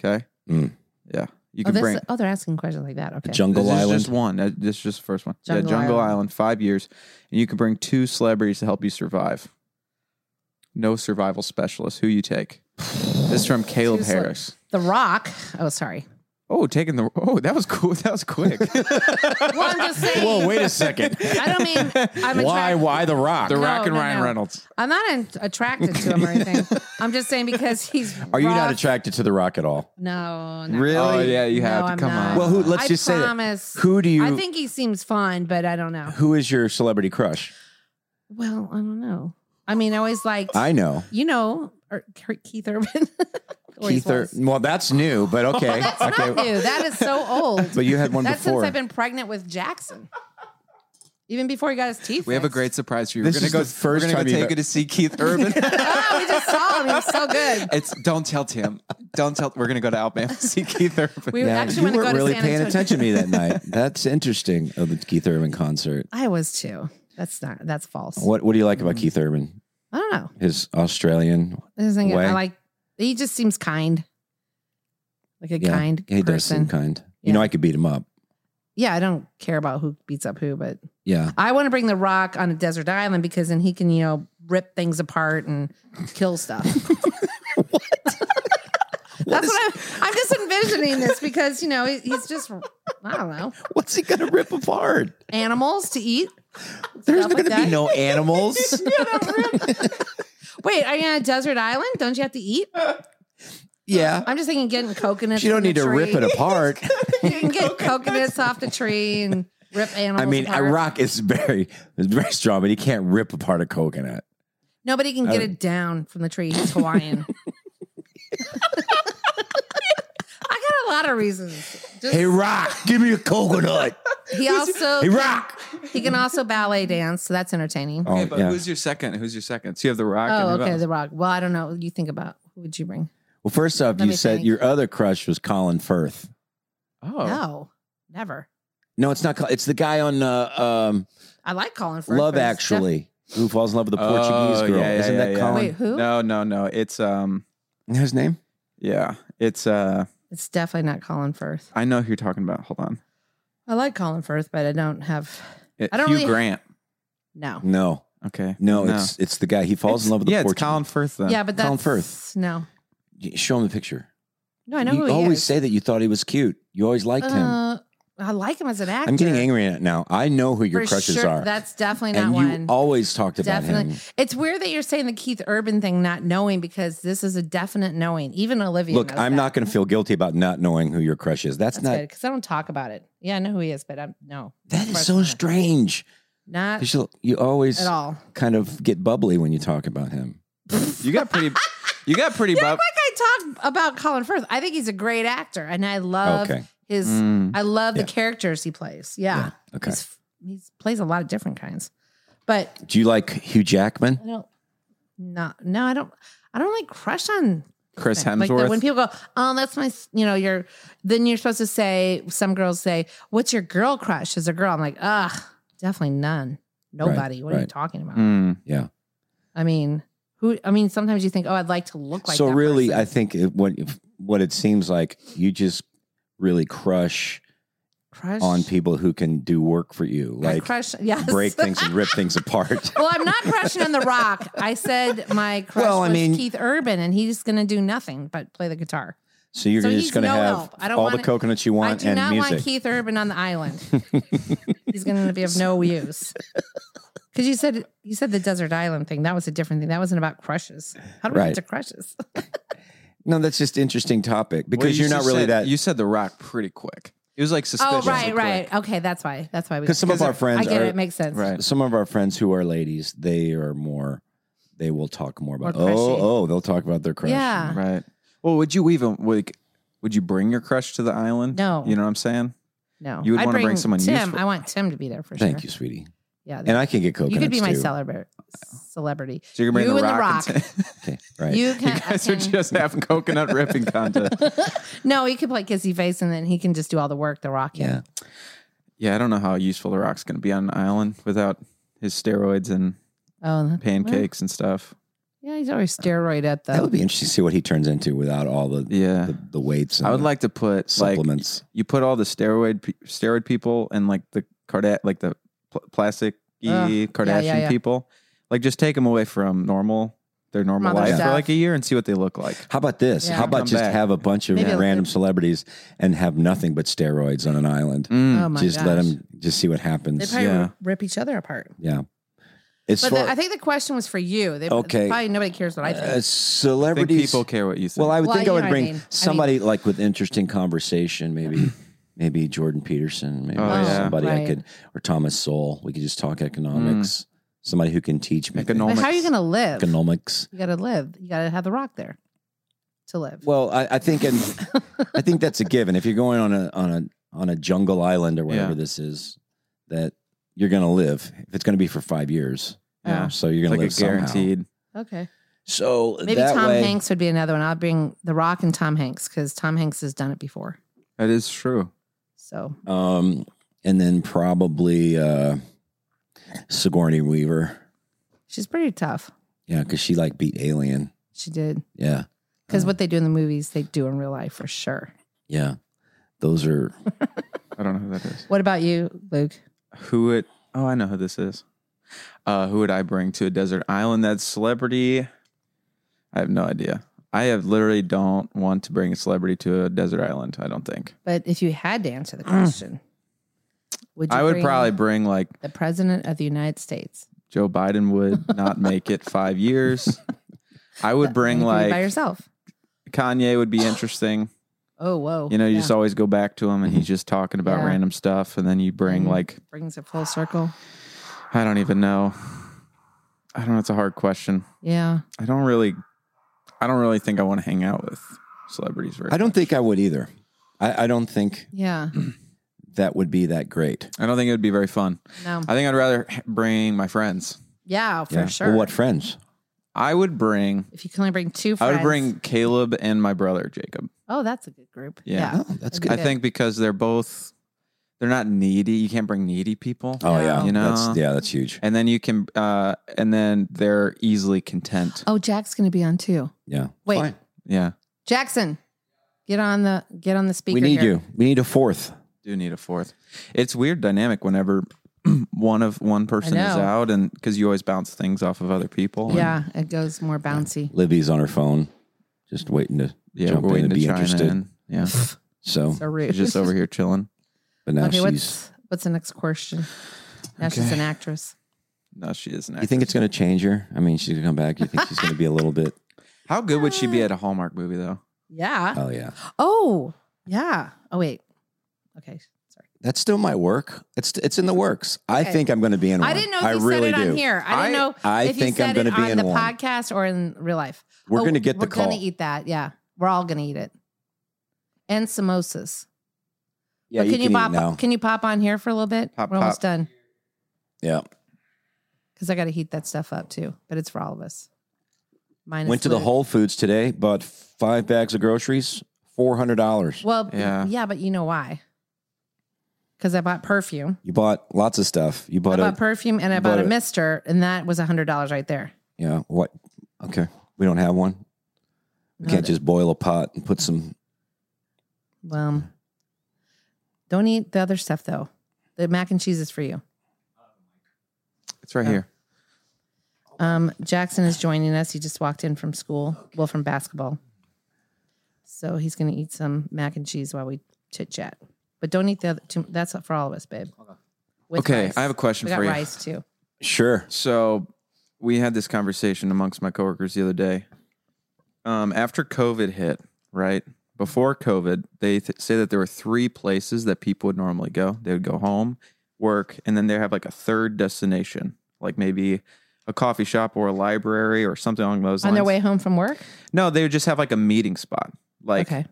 Speaker 2: Okay.
Speaker 1: Mm.
Speaker 2: Yeah. You
Speaker 3: Oh,
Speaker 2: can
Speaker 3: this,
Speaker 2: bring
Speaker 3: oh, they're asking questions like that. Okay.
Speaker 1: Jungle
Speaker 2: this is
Speaker 1: Island.
Speaker 2: just one. Uh, This is just the first one.
Speaker 3: Jungle
Speaker 2: yeah. Jungle
Speaker 3: Island.
Speaker 2: island. five years. And you can bring two celebrities to help you survive. No survival specialist. Who
Speaker 1: <sighs>
Speaker 2: you take? This is from Caleb
Speaker 3: Two celeb-
Speaker 2: Harris.
Speaker 3: the Rock. Oh, sorry.
Speaker 2: Oh, taking the oh, that was cool. <laughs> That was quick.
Speaker 3: <laughs> Well, I'm just saying.
Speaker 1: Whoa, wait a <laughs> second.
Speaker 3: I don't mean
Speaker 1: <laughs>
Speaker 3: I'm
Speaker 1: why?
Speaker 3: attract-
Speaker 1: Why the rock?
Speaker 2: The
Speaker 3: No,
Speaker 2: Rock and
Speaker 3: no,
Speaker 2: Ryan
Speaker 3: no.
Speaker 2: Reynolds.
Speaker 3: I'm not in, attracted to him
Speaker 1: <laughs>
Speaker 3: or anything. I'm just saying because he's.
Speaker 1: Are you not
Speaker 3: rough.
Speaker 1: attracted to the rock at all?
Speaker 3: No, no.
Speaker 2: Really? Oh, yeah, you
Speaker 3: No,
Speaker 2: have to.
Speaker 3: I'm
Speaker 2: Come
Speaker 3: not.
Speaker 2: on.
Speaker 1: Well, who? Let's
Speaker 3: I
Speaker 1: just say that.
Speaker 3: promise.
Speaker 1: Who do you?
Speaker 3: I think he seems fun, but I don't know.
Speaker 1: who is your celebrity crush?
Speaker 3: Well, I don't know. I mean, I always liked
Speaker 1: I know
Speaker 3: you know or Keith Urban. <laughs> Always
Speaker 1: Keith. Ur-
Speaker 3: was.
Speaker 1: <laughs> well, that's new, but okay. <laughs>
Speaker 3: That's
Speaker 1: okay.
Speaker 3: not new. That is so old.
Speaker 1: But you had one
Speaker 3: That's
Speaker 1: before.
Speaker 3: since I've been pregnant with Jackson. Even before he got his teeth.
Speaker 2: We have a
Speaker 3: fixed.
Speaker 2: great surprise for you.
Speaker 1: This
Speaker 2: we're gonna
Speaker 1: is
Speaker 2: go
Speaker 1: the first
Speaker 2: we're
Speaker 1: time
Speaker 2: gonna go
Speaker 1: you've
Speaker 2: take
Speaker 1: e-
Speaker 2: you to see Keith Urban.
Speaker 3: <laughs> Oh, we just saw him. He was so good.
Speaker 2: it's don't tell Tim. Don't tell we're gonna go to Alabama to see Keith Urban.
Speaker 3: We
Speaker 1: yeah,
Speaker 3: actually
Speaker 1: you
Speaker 3: want to go
Speaker 1: weren't
Speaker 3: to
Speaker 1: really
Speaker 3: San
Speaker 1: paying
Speaker 3: Antonio.
Speaker 1: attention to me that <laughs> night. That's interesting. Of Oh, the Keith Urban concert.
Speaker 3: I was too. That's not. That's false.
Speaker 1: What What do you like about Keith Urban?
Speaker 3: I don't know.
Speaker 1: His Australian.
Speaker 3: This isn't good.
Speaker 1: Way.
Speaker 3: I like. He just seems kind. Like a
Speaker 1: Yeah,
Speaker 3: kind
Speaker 1: He
Speaker 3: person.
Speaker 1: does seem kind. You
Speaker 3: Yeah.
Speaker 1: know, I could beat him up.
Speaker 3: Yeah, I don't care about who beats up who, but
Speaker 1: Yeah.
Speaker 3: I want to bring the Rock on a desert island because then he can, you know, rip things apart and
Speaker 1: <laughs>
Speaker 3: kill stuff. <laughs> That's what I'm, I'm just envisioning this because you know he- he's just I don't know
Speaker 1: <laughs> What's he gonna rip apart? <laughs>
Speaker 3: animals to eat.
Speaker 1: There's
Speaker 3: Stuff like
Speaker 1: gonna be <laughs>
Speaker 3: that.
Speaker 1: no animals.
Speaker 3: Wait, are you on a desert island? Don't you have to eat?
Speaker 1: yeah.
Speaker 3: I'm just thinking getting coconuts.
Speaker 1: You don't
Speaker 3: from the
Speaker 1: need to rip
Speaker 3: tree.
Speaker 1: it <laughs> apart.
Speaker 3: <laughs> You can
Speaker 1: <laughs>
Speaker 3: get coconuts off the tree and rip animals.
Speaker 1: I mean,
Speaker 3: apart.
Speaker 1: Iraq is very is very strong, but he can't rip apart a coconut. <laughs>
Speaker 3: Nobody can get it down from the tree. He's Hawaiian. I got a lot of reasons. Just,
Speaker 1: Hey, Rock, give me a <laughs> coconut.
Speaker 3: he also
Speaker 1: Hey, Rock.
Speaker 3: he can also ballet dance, so that's entertaining.
Speaker 1: Oh,
Speaker 2: Okay, but
Speaker 1: yeah.
Speaker 2: who's your second? Who's your second? So you have the Rock.
Speaker 3: Oh,
Speaker 2: and who
Speaker 3: okay,
Speaker 2: else?
Speaker 3: The Rock. Well, I don't know. You think about who would you bring?
Speaker 1: Well, first off,
Speaker 3: Let
Speaker 1: you
Speaker 3: me
Speaker 1: said
Speaker 3: think.
Speaker 1: your other crush was Colin Firth.
Speaker 2: Oh,
Speaker 3: No, never.
Speaker 1: No, it's not. Col- It's the guy on uh, um,
Speaker 3: I like Colin Firth.
Speaker 1: Love
Speaker 3: but it's
Speaker 1: Actually, who falls in love with a
Speaker 2: Oh,
Speaker 1: Portuguese girl.
Speaker 2: yeah, yeah,
Speaker 1: Isn't that
Speaker 2: yeah, yeah.
Speaker 3: def-
Speaker 1: Colin?
Speaker 3: Wait, who?
Speaker 2: no, no, no. It's um,
Speaker 1: His name?
Speaker 2: yeah, it's uh.
Speaker 3: It's definitely not Colin Firth.
Speaker 2: I know who you're talking about. Hold on,
Speaker 3: I like Colin Firth, but I don't have
Speaker 2: It-
Speaker 3: I don't
Speaker 2: Hugh
Speaker 3: really-
Speaker 2: Grant.
Speaker 3: no.
Speaker 1: No,
Speaker 2: Okay,
Speaker 1: no,
Speaker 2: No.
Speaker 1: it's it's the guy. He falls in love with a
Speaker 2: yeah, it's
Speaker 1: Portuguese.
Speaker 2: Colin Firth. Then
Speaker 3: Yeah, but that's
Speaker 1: Colin Firth.
Speaker 3: No,
Speaker 1: Y- Show him the picture.
Speaker 3: no, I know
Speaker 1: you
Speaker 3: who he
Speaker 1: always
Speaker 3: is.
Speaker 1: say that you thought he was cute. You always liked him.
Speaker 3: Uh, I like him as an actor.
Speaker 1: I'm getting angry at it now. I know who your
Speaker 3: For
Speaker 1: crushes
Speaker 3: sure.
Speaker 1: are,
Speaker 3: That's definitely not
Speaker 1: and you
Speaker 3: one.
Speaker 1: always talked about
Speaker 3: Definitely.
Speaker 1: him.
Speaker 3: It's weird that you're saying the Keith Urban thing, not knowing, because this is a definite knowing. Even Olivia.
Speaker 1: Look, I'm not going to feel guilty about not knowing who your crush is. That's,
Speaker 3: That's
Speaker 1: not.
Speaker 3: good because I don't talk about it. Yeah, I know who he is, but I'm no.
Speaker 1: That
Speaker 3: Of
Speaker 1: is
Speaker 3: course
Speaker 1: so
Speaker 3: not.
Speaker 1: strange.
Speaker 3: Not
Speaker 1: 'Cause you'll- You always
Speaker 3: at all.
Speaker 1: kind of get bubbly when you talk about him.
Speaker 2: you got pretty. You got
Speaker 3: <laughs>
Speaker 2: pretty.
Speaker 3: You
Speaker 2: bu-
Speaker 3: look like I talk about Colin Firth. I think he's a great actor, and I love
Speaker 1: Okay.
Speaker 3: his.
Speaker 2: Mm.
Speaker 3: I love
Speaker 1: Yeah.
Speaker 3: the characters he plays. Yeah,
Speaker 1: Yeah, Okay.
Speaker 3: he's he plays a lot of different kinds, but
Speaker 1: Do you like Hugh Jackman?
Speaker 3: I don't. Not no, I don't. I don't like crush on
Speaker 2: Chris
Speaker 3: thing. Like the-
Speaker 2: Hemsworth.
Speaker 3: when people go, oh, that's my, s- you know, you're, then you're supposed to say, some girls say, what's your girl crush as a girl? I'm like, ugh, definitely none. Nobody. what are you
Speaker 1: right.
Speaker 3: talking about?
Speaker 2: Mm.
Speaker 3: I mean, who, I mean, sometimes you think, oh, I'd like to look like
Speaker 1: so
Speaker 3: that
Speaker 1: really,
Speaker 3: person.
Speaker 1: I think it, what if- what it seems like you just really crush
Speaker 3: crush
Speaker 1: on people who can do work for you,
Speaker 3: I
Speaker 1: like
Speaker 3: crush, yes.
Speaker 1: break things and rip things apart.
Speaker 3: <laughs> well, I'm not crushing on The Rock. I said my crush
Speaker 1: <laughs> Well, I
Speaker 3: was
Speaker 1: mean-
Speaker 3: Keith Urban, and he's going to do nothing but play the guitar.
Speaker 1: So you're
Speaker 3: So
Speaker 1: just
Speaker 3: he's
Speaker 1: going to
Speaker 3: no
Speaker 1: have
Speaker 3: help. I don't
Speaker 1: all
Speaker 3: want
Speaker 1: the
Speaker 3: it-
Speaker 1: coconuts you
Speaker 3: I
Speaker 1: want
Speaker 3: do
Speaker 1: and
Speaker 3: not
Speaker 1: music.
Speaker 3: want Keith Urban on
Speaker 1: <laughs>
Speaker 3: the island. He's going to be of no use. Because you said you said the desert island thing. That was a different thing. That wasn't about crushes. How do we
Speaker 1: Right.
Speaker 3: get to
Speaker 1: <laughs>
Speaker 3: crushes?
Speaker 1: no, that's just interesting topic because
Speaker 2: Well,
Speaker 1: you are not
Speaker 2: just
Speaker 1: really
Speaker 2: said-
Speaker 1: that.
Speaker 2: You said The Rock pretty quick. It was like
Speaker 3: Oh,
Speaker 2: suspicious.
Speaker 3: right, right. Okay, that's why. That's why we.
Speaker 1: Because some of
Speaker 2: Because
Speaker 1: our
Speaker 2: it-
Speaker 1: friends
Speaker 3: I get
Speaker 1: are
Speaker 3: it. It makes sense.
Speaker 2: Right.
Speaker 1: some of our friends who are ladies, they are more. They will talk more about.
Speaker 3: More crushy.
Speaker 1: Oh, oh, they'll talk about their crush.
Speaker 3: Yeah.
Speaker 2: Right. Well, would you even like? Would you bring your crush to the island?
Speaker 3: No.
Speaker 2: You know what I'm saying?
Speaker 3: No,
Speaker 2: You would
Speaker 3: I'd
Speaker 2: wanna bring someone
Speaker 3: Tim.
Speaker 2: useful.
Speaker 3: I want Tim to be there for
Speaker 1: Thank
Speaker 3: sure.
Speaker 1: you, sweetie.
Speaker 3: Yeah,
Speaker 1: And I can get coconuts
Speaker 3: you could be my
Speaker 1: too.
Speaker 3: celebra- celebrity.
Speaker 2: So you can bring
Speaker 3: You
Speaker 2: the,
Speaker 3: and The
Speaker 2: rock and Tim-
Speaker 1: Okay, right. <laughs>
Speaker 3: You
Speaker 2: <laughs> you
Speaker 3: <laughs> can.
Speaker 2: guys are
Speaker 3: okay.
Speaker 2: just having coconut ripping contest.
Speaker 3: <laughs> no, he could play kissy face, and then he can just do all the work. The Rock.
Speaker 1: yeah.
Speaker 3: can.
Speaker 2: <laughs> Yeah, I don't know how useful the rock's going to be on an island without his steroids and
Speaker 3: Oh, well,
Speaker 2: pancakes and stuff.
Speaker 3: yeah, he's always steroid at
Speaker 1: That
Speaker 3: the.
Speaker 1: would be interesting to see what he turns into without all the
Speaker 2: Yeah.
Speaker 1: the, the weights. And
Speaker 2: I would
Speaker 1: the
Speaker 2: like to put
Speaker 1: supplements.
Speaker 2: like you put all the steroid pe- steroid people and like the Karda- like the pl- plastic
Speaker 3: Ugh.
Speaker 2: Kardashian
Speaker 3: Yeah, yeah, yeah.
Speaker 2: people. Like just take them away from normal their normal
Speaker 3: Mother
Speaker 2: life for
Speaker 3: stuff.
Speaker 2: like a year and see what they look like.
Speaker 1: How about this?
Speaker 3: Yeah.
Speaker 1: How about
Speaker 2: Come
Speaker 1: just
Speaker 2: back.
Speaker 1: have a bunch of
Speaker 3: Maybe a-
Speaker 1: random celebrities and have nothing but steroids on an island?
Speaker 3: oh my
Speaker 1: Hmm. just let
Speaker 3: gosh.
Speaker 1: 'em let them just see what
Speaker 3: They
Speaker 1: happens.
Speaker 3: probably
Speaker 2: Yeah.
Speaker 3: would rip each other apart.
Speaker 1: yeah. It's
Speaker 3: But
Speaker 1: for
Speaker 3: the, I think the question was for you. They,
Speaker 1: Okay.
Speaker 3: Probably nobody cares what I think.
Speaker 1: uh,
Speaker 2: I think
Speaker 1: celebrities.
Speaker 2: people care what you think.
Speaker 1: well, I would
Speaker 3: Well,
Speaker 1: think
Speaker 3: you
Speaker 1: I would
Speaker 3: know what I
Speaker 1: bring
Speaker 3: mean. I mean-
Speaker 1: somebody like with interesting conversation,
Speaker 2: <clears throat>
Speaker 1: maybe. Maybe Jordan Peterson, maybe
Speaker 2: Oh, yeah.
Speaker 1: somebody I
Speaker 3: Right.
Speaker 1: could, or Thomas Sowell. We could just talk
Speaker 2: Mm.
Speaker 1: economics. Somebody who can teach me things.
Speaker 2: Economic-
Speaker 3: but how are you going to live?
Speaker 1: economics.
Speaker 3: You got to live. You got to have the Rock there to live.
Speaker 1: Well, I, I think, and I think that's a given. If you're going on a on a on a jungle island or whatever
Speaker 2: Yeah.
Speaker 1: this is, that you're going to live. If it's going to be for five years,
Speaker 2: yeah.
Speaker 1: so you're going
Speaker 2: Like
Speaker 1: to
Speaker 2: a
Speaker 1: live somehow.
Speaker 2: guaranteed.
Speaker 3: Oh, okay.
Speaker 1: So
Speaker 3: Maybe
Speaker 1: that
Speaker 3: Tom
Speaker 1: way,
Speaker 3: Hanks would be another one. I'll bring The Rock and Tom Hanks because Tom Hanks has done it before.
Speaker 2: That is true.
Speaker 3: So
Speaker 1: um, and then probably uh, Sigourney Weaver,
Speaker 3: she's pretty tough.
Speaker 1: yeah, because she like beat Alien,
Speaker 3: She did.
Speaker 1: yeah, Mm.
Speaker 3: Because what they do in the movies, they do in real life for sure.
Speaker 1: yeah. Those are
Speaker 2: I don't know who that is.
Speaker 3: What about you, Luke?
Speaker 2: Who would? Oh, I know who this is. Uh, who would I bring to a desert island? That's celebrity. I have no idea. I have literally don't want to bring a celebrity to a desert island. I don't think.
Speaker 3: But if you had to answer the
Speaker 1: Mm.
Speaker 3: question, would you
Speaker 2: I would
Speaker 3: bring
Speaker 2: probably bring like
Speaker 3: the president of the United States.
Speaker 2: Joe Biden would not make it five years. I would bring
Speaker 3: You can be by
Speaker 2: like
Speaker 3: yourself.
Speaker 2: Kanye would be
Speaker 3: <sighs>
Speaker 2: interesting.
Speaker 3: Oh, whoa!
Speaker 2: You know, you
Speaker 3: Yeah.
Speaker 2: just always go back to him and he's just talking about
Speaker 3: Yeah.
Speaker 2: random stuff, and then you bring
Speaker 3: Mhm.
Speaker 2: like
Speaker 3: brings it full circle.
Speaker 2: I don't even know. I don't know. It's a hard question.
Speaker 3: Yeah,
Speaker 2: I don't really, I don't really think I want to hang out with celebrities. Very
Speaker 1: I don't think I would either. I, I don't think
Speaker 3: yeah.
Speaker 1: that would be that great.
Speaker 2: I don't think it would be very fun.
Speaker 3: No,
Speaker 2: I think I'd rather h- bring my friends.
Speaker 3: yeah, for
Speaker 1: Yeah.
Speaker 3: sure.
Speaker 1: Well, what friends?
Speaker 2: I would bring,
Speaker 3: if you can only bring two?
Speaker 2: I
Speaker 3: Friends,
Speaker 2: would bring Caleb and my brother Jacob.
Speaker 3: Oh, that's a good group.
Speaker 2: Yeah.
Speaker 3: Yeah,
Speaker 1: Oh, that's good.
Speaker 2: I think because they're both, they're not needy. You can't bring needy people,
Speaker 1: Oh yeah,
Speaker 3: You
Speaker 1: that's
Speaker 2: know?
Speaker 1: yeah, that's huge.
Speaker 2: and then you can, uh and then they're easily content.
Speaker 3: Oh, Jack's going to be on too.
Speaker 1: Yeah.
Speaker 3: Wait,
Speaker 1: Fine.
Speaker 2: Yeah,
Speaker 3: Jackson, get on the get on the speaker.
Speaker 1: we need
Speaker 3: here.
Speaker 1: you. We need a fourth.
Speaker 2: do need a fourth. It's weird dynamic whenever. <clears throat> One of one person is
Speaker 3: know.
Speaker 2: out, and because you always bounce things off of other people. and-
Speaker 3: Yeah, it goes more bouncy.
Speaker 1: Libby's on her phone, just waiting to
Speaker 2: yeah,
Speaker 1: jump
Speaker 2: we're
Speaker 1: in
Speaker 2: waiting
Speaker 1: and
Speaker 2: to
Speaker 1: be
Speaker 2: chime
Speaker 1: interested.
Speaker 2: in. Yeah,
Speaker 1: So,
Speaker 3: So rude.
Speaker 2: She's
Speaker 3: <laughs>
Speaker 2: just over here chilling.
Speaker 1: but now
Speaker 3: okay,
Speaker 1: she's.
Speaker 3: what's what's the next question? Now she's
Speaker 2: Okay.
Speaker 3: an actress.
Speaker 2: No, she isn't.
Speaker 1: You think it's going to change her? I mean, she's going to come back. You think she's going to be a little bit?
Speaker 2: How good would she be
Speaker 3: Uh.
Speaker 2: at a Hallmark movie though?
Speaker 3: Yeah.
Speaker 1: Oh yeah,
Speaker 3: Oh, yeah. Oh wait. Okay. Sorry.
Speaker 1: that still might work. It's it's in the works. I
Speaker 3: Okay.
Speaker 1: think I'm going to be in one.
Speaker 3: I didn't know if
Speaker 1: I
Speaker 3: you
Speaker 1: really
Speaker 3: said it
Speaker 1: do.
Speaker 3: on here. I, didn't
Speaker 2: I-
Speaker 3: know
Speaker 1: I
Speaker 3: if
Speaker 1: think
Speaker 3: you
Speaker 1: I'm
Speaker 3: said
Speaker 1: going
Speaker 3: it
Speaker 1: to be
Speaker 3: on
Speaker 1: in
Speaker 3: the
Speaker 1: one.
Speaker 3: podcast or in real life.
Speaker 1: We're
Speaker 3: Oh,
Speaker 1: going to get the
Speaker 3: we're
Speaker 1: call.
Speaker 3: gonna eat that. Yeah. We're all gonna eat it. And samosas.
Speaker 1: yeah,
Speaker 3: But can you,
Speaker 1: can
Speaker 3: pop
Speaker 1: eat now.
Speaker 3: can you pop on here for a little bit?
Speaker 2: Pop,
Speaker 3: we're almost
Speaker 2: pop.
Speaker 3: done.
Speaker 1: yeah,
Speaker 3: Because I gotta heat that stuff up too. But it's for all of us. Minus
Speaker 1: went to the
Speaker 3: Luke.
Speaker 1: Whole Foods today, bought five bags of groceries, four hundred dollars.
Speaker 3: Well, yeah,
Speaker 2: Yeah.
Speaker 3: but you know why? Because I bought perfume.
Speaker 1: You bought lots of stuff. You bought
Speaker 3: I
Speaker 1: a
Speaker 3: bought perfume and I
Speaker 1: but
Speaker 3: bought a
Speaker 1: a-
Speaker 3: mister, and that was hundred dollars right there.
Speaker 1: yeah. What? Okay, we don't have one. We
Speaker 3: No,
Speaker 1: can't
Speaker 3: that-
Speaker 1: just boil a pot and put some.
Speaker 3: Well, don't eat the other stuff though. The mac and cheese is for you.
Speaker 2: It's
Speaker 3: Oh,
Speaker 2: right here.
Speaker 3: Um, Jackson is joining us. He just walked in from school. Well, from basketball. So he's going to eat some mac and cheese while we chit chat. But don't eat the other two. That's for all of us, babe. With
Speaker 2: okay,
Speaker 3: rice.
Speaker 2: I have a question
Speaker 3: We got
Speaker 2: for you.
Speaker 3: rice too.
Speaker 1: Sure.
Speaker 2: So we had this conversation amongst my coworkers the other day. Um, after COVID hit, right before COVID, they th- say that there were three places that people would normally go. They would go home, work, and then they have like a third destination, like maybe a coffee shop or a library or something along those
Speaker 3: On
Speaker 2: lines.
Speaker 3: their way home from work?
Speaker 2: No, they would just have like a meeting spot. Like,
Speaker 3: okay.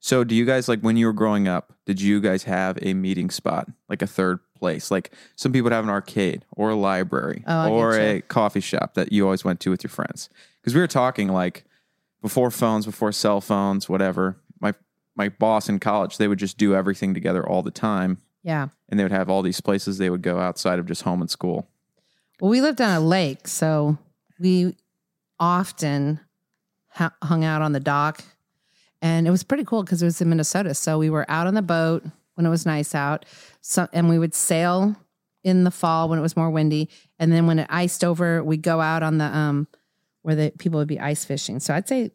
Speaker 2: so do you guys like when you were growing up, did you guys have a meeting spot, like a third place? Like some people would have an arcade or a library
Speaker 3: Oh, I
Speaker 2: or
Speaker 3: getcha.
Speaker 2: a coffee shop that you always went to with your friends? Because we were talking like before phones, before cell phones, whatever. My my boss in college, they would just do everything together all the time.
Speaker 3: Yeah.
Speaker 2: And they would have all these places they would go outside of just home and school.
Speaker 3: Well, we lived on a lake, so we often hu- hung out on the dock, and it was pretty cool because it was in Minnesota. So we were out on the boat when it was nice out, so and we would sail in the fall when it was more windy, and then when it iced over, we'd go out on the um where the people would be ice fishing. So I'd say,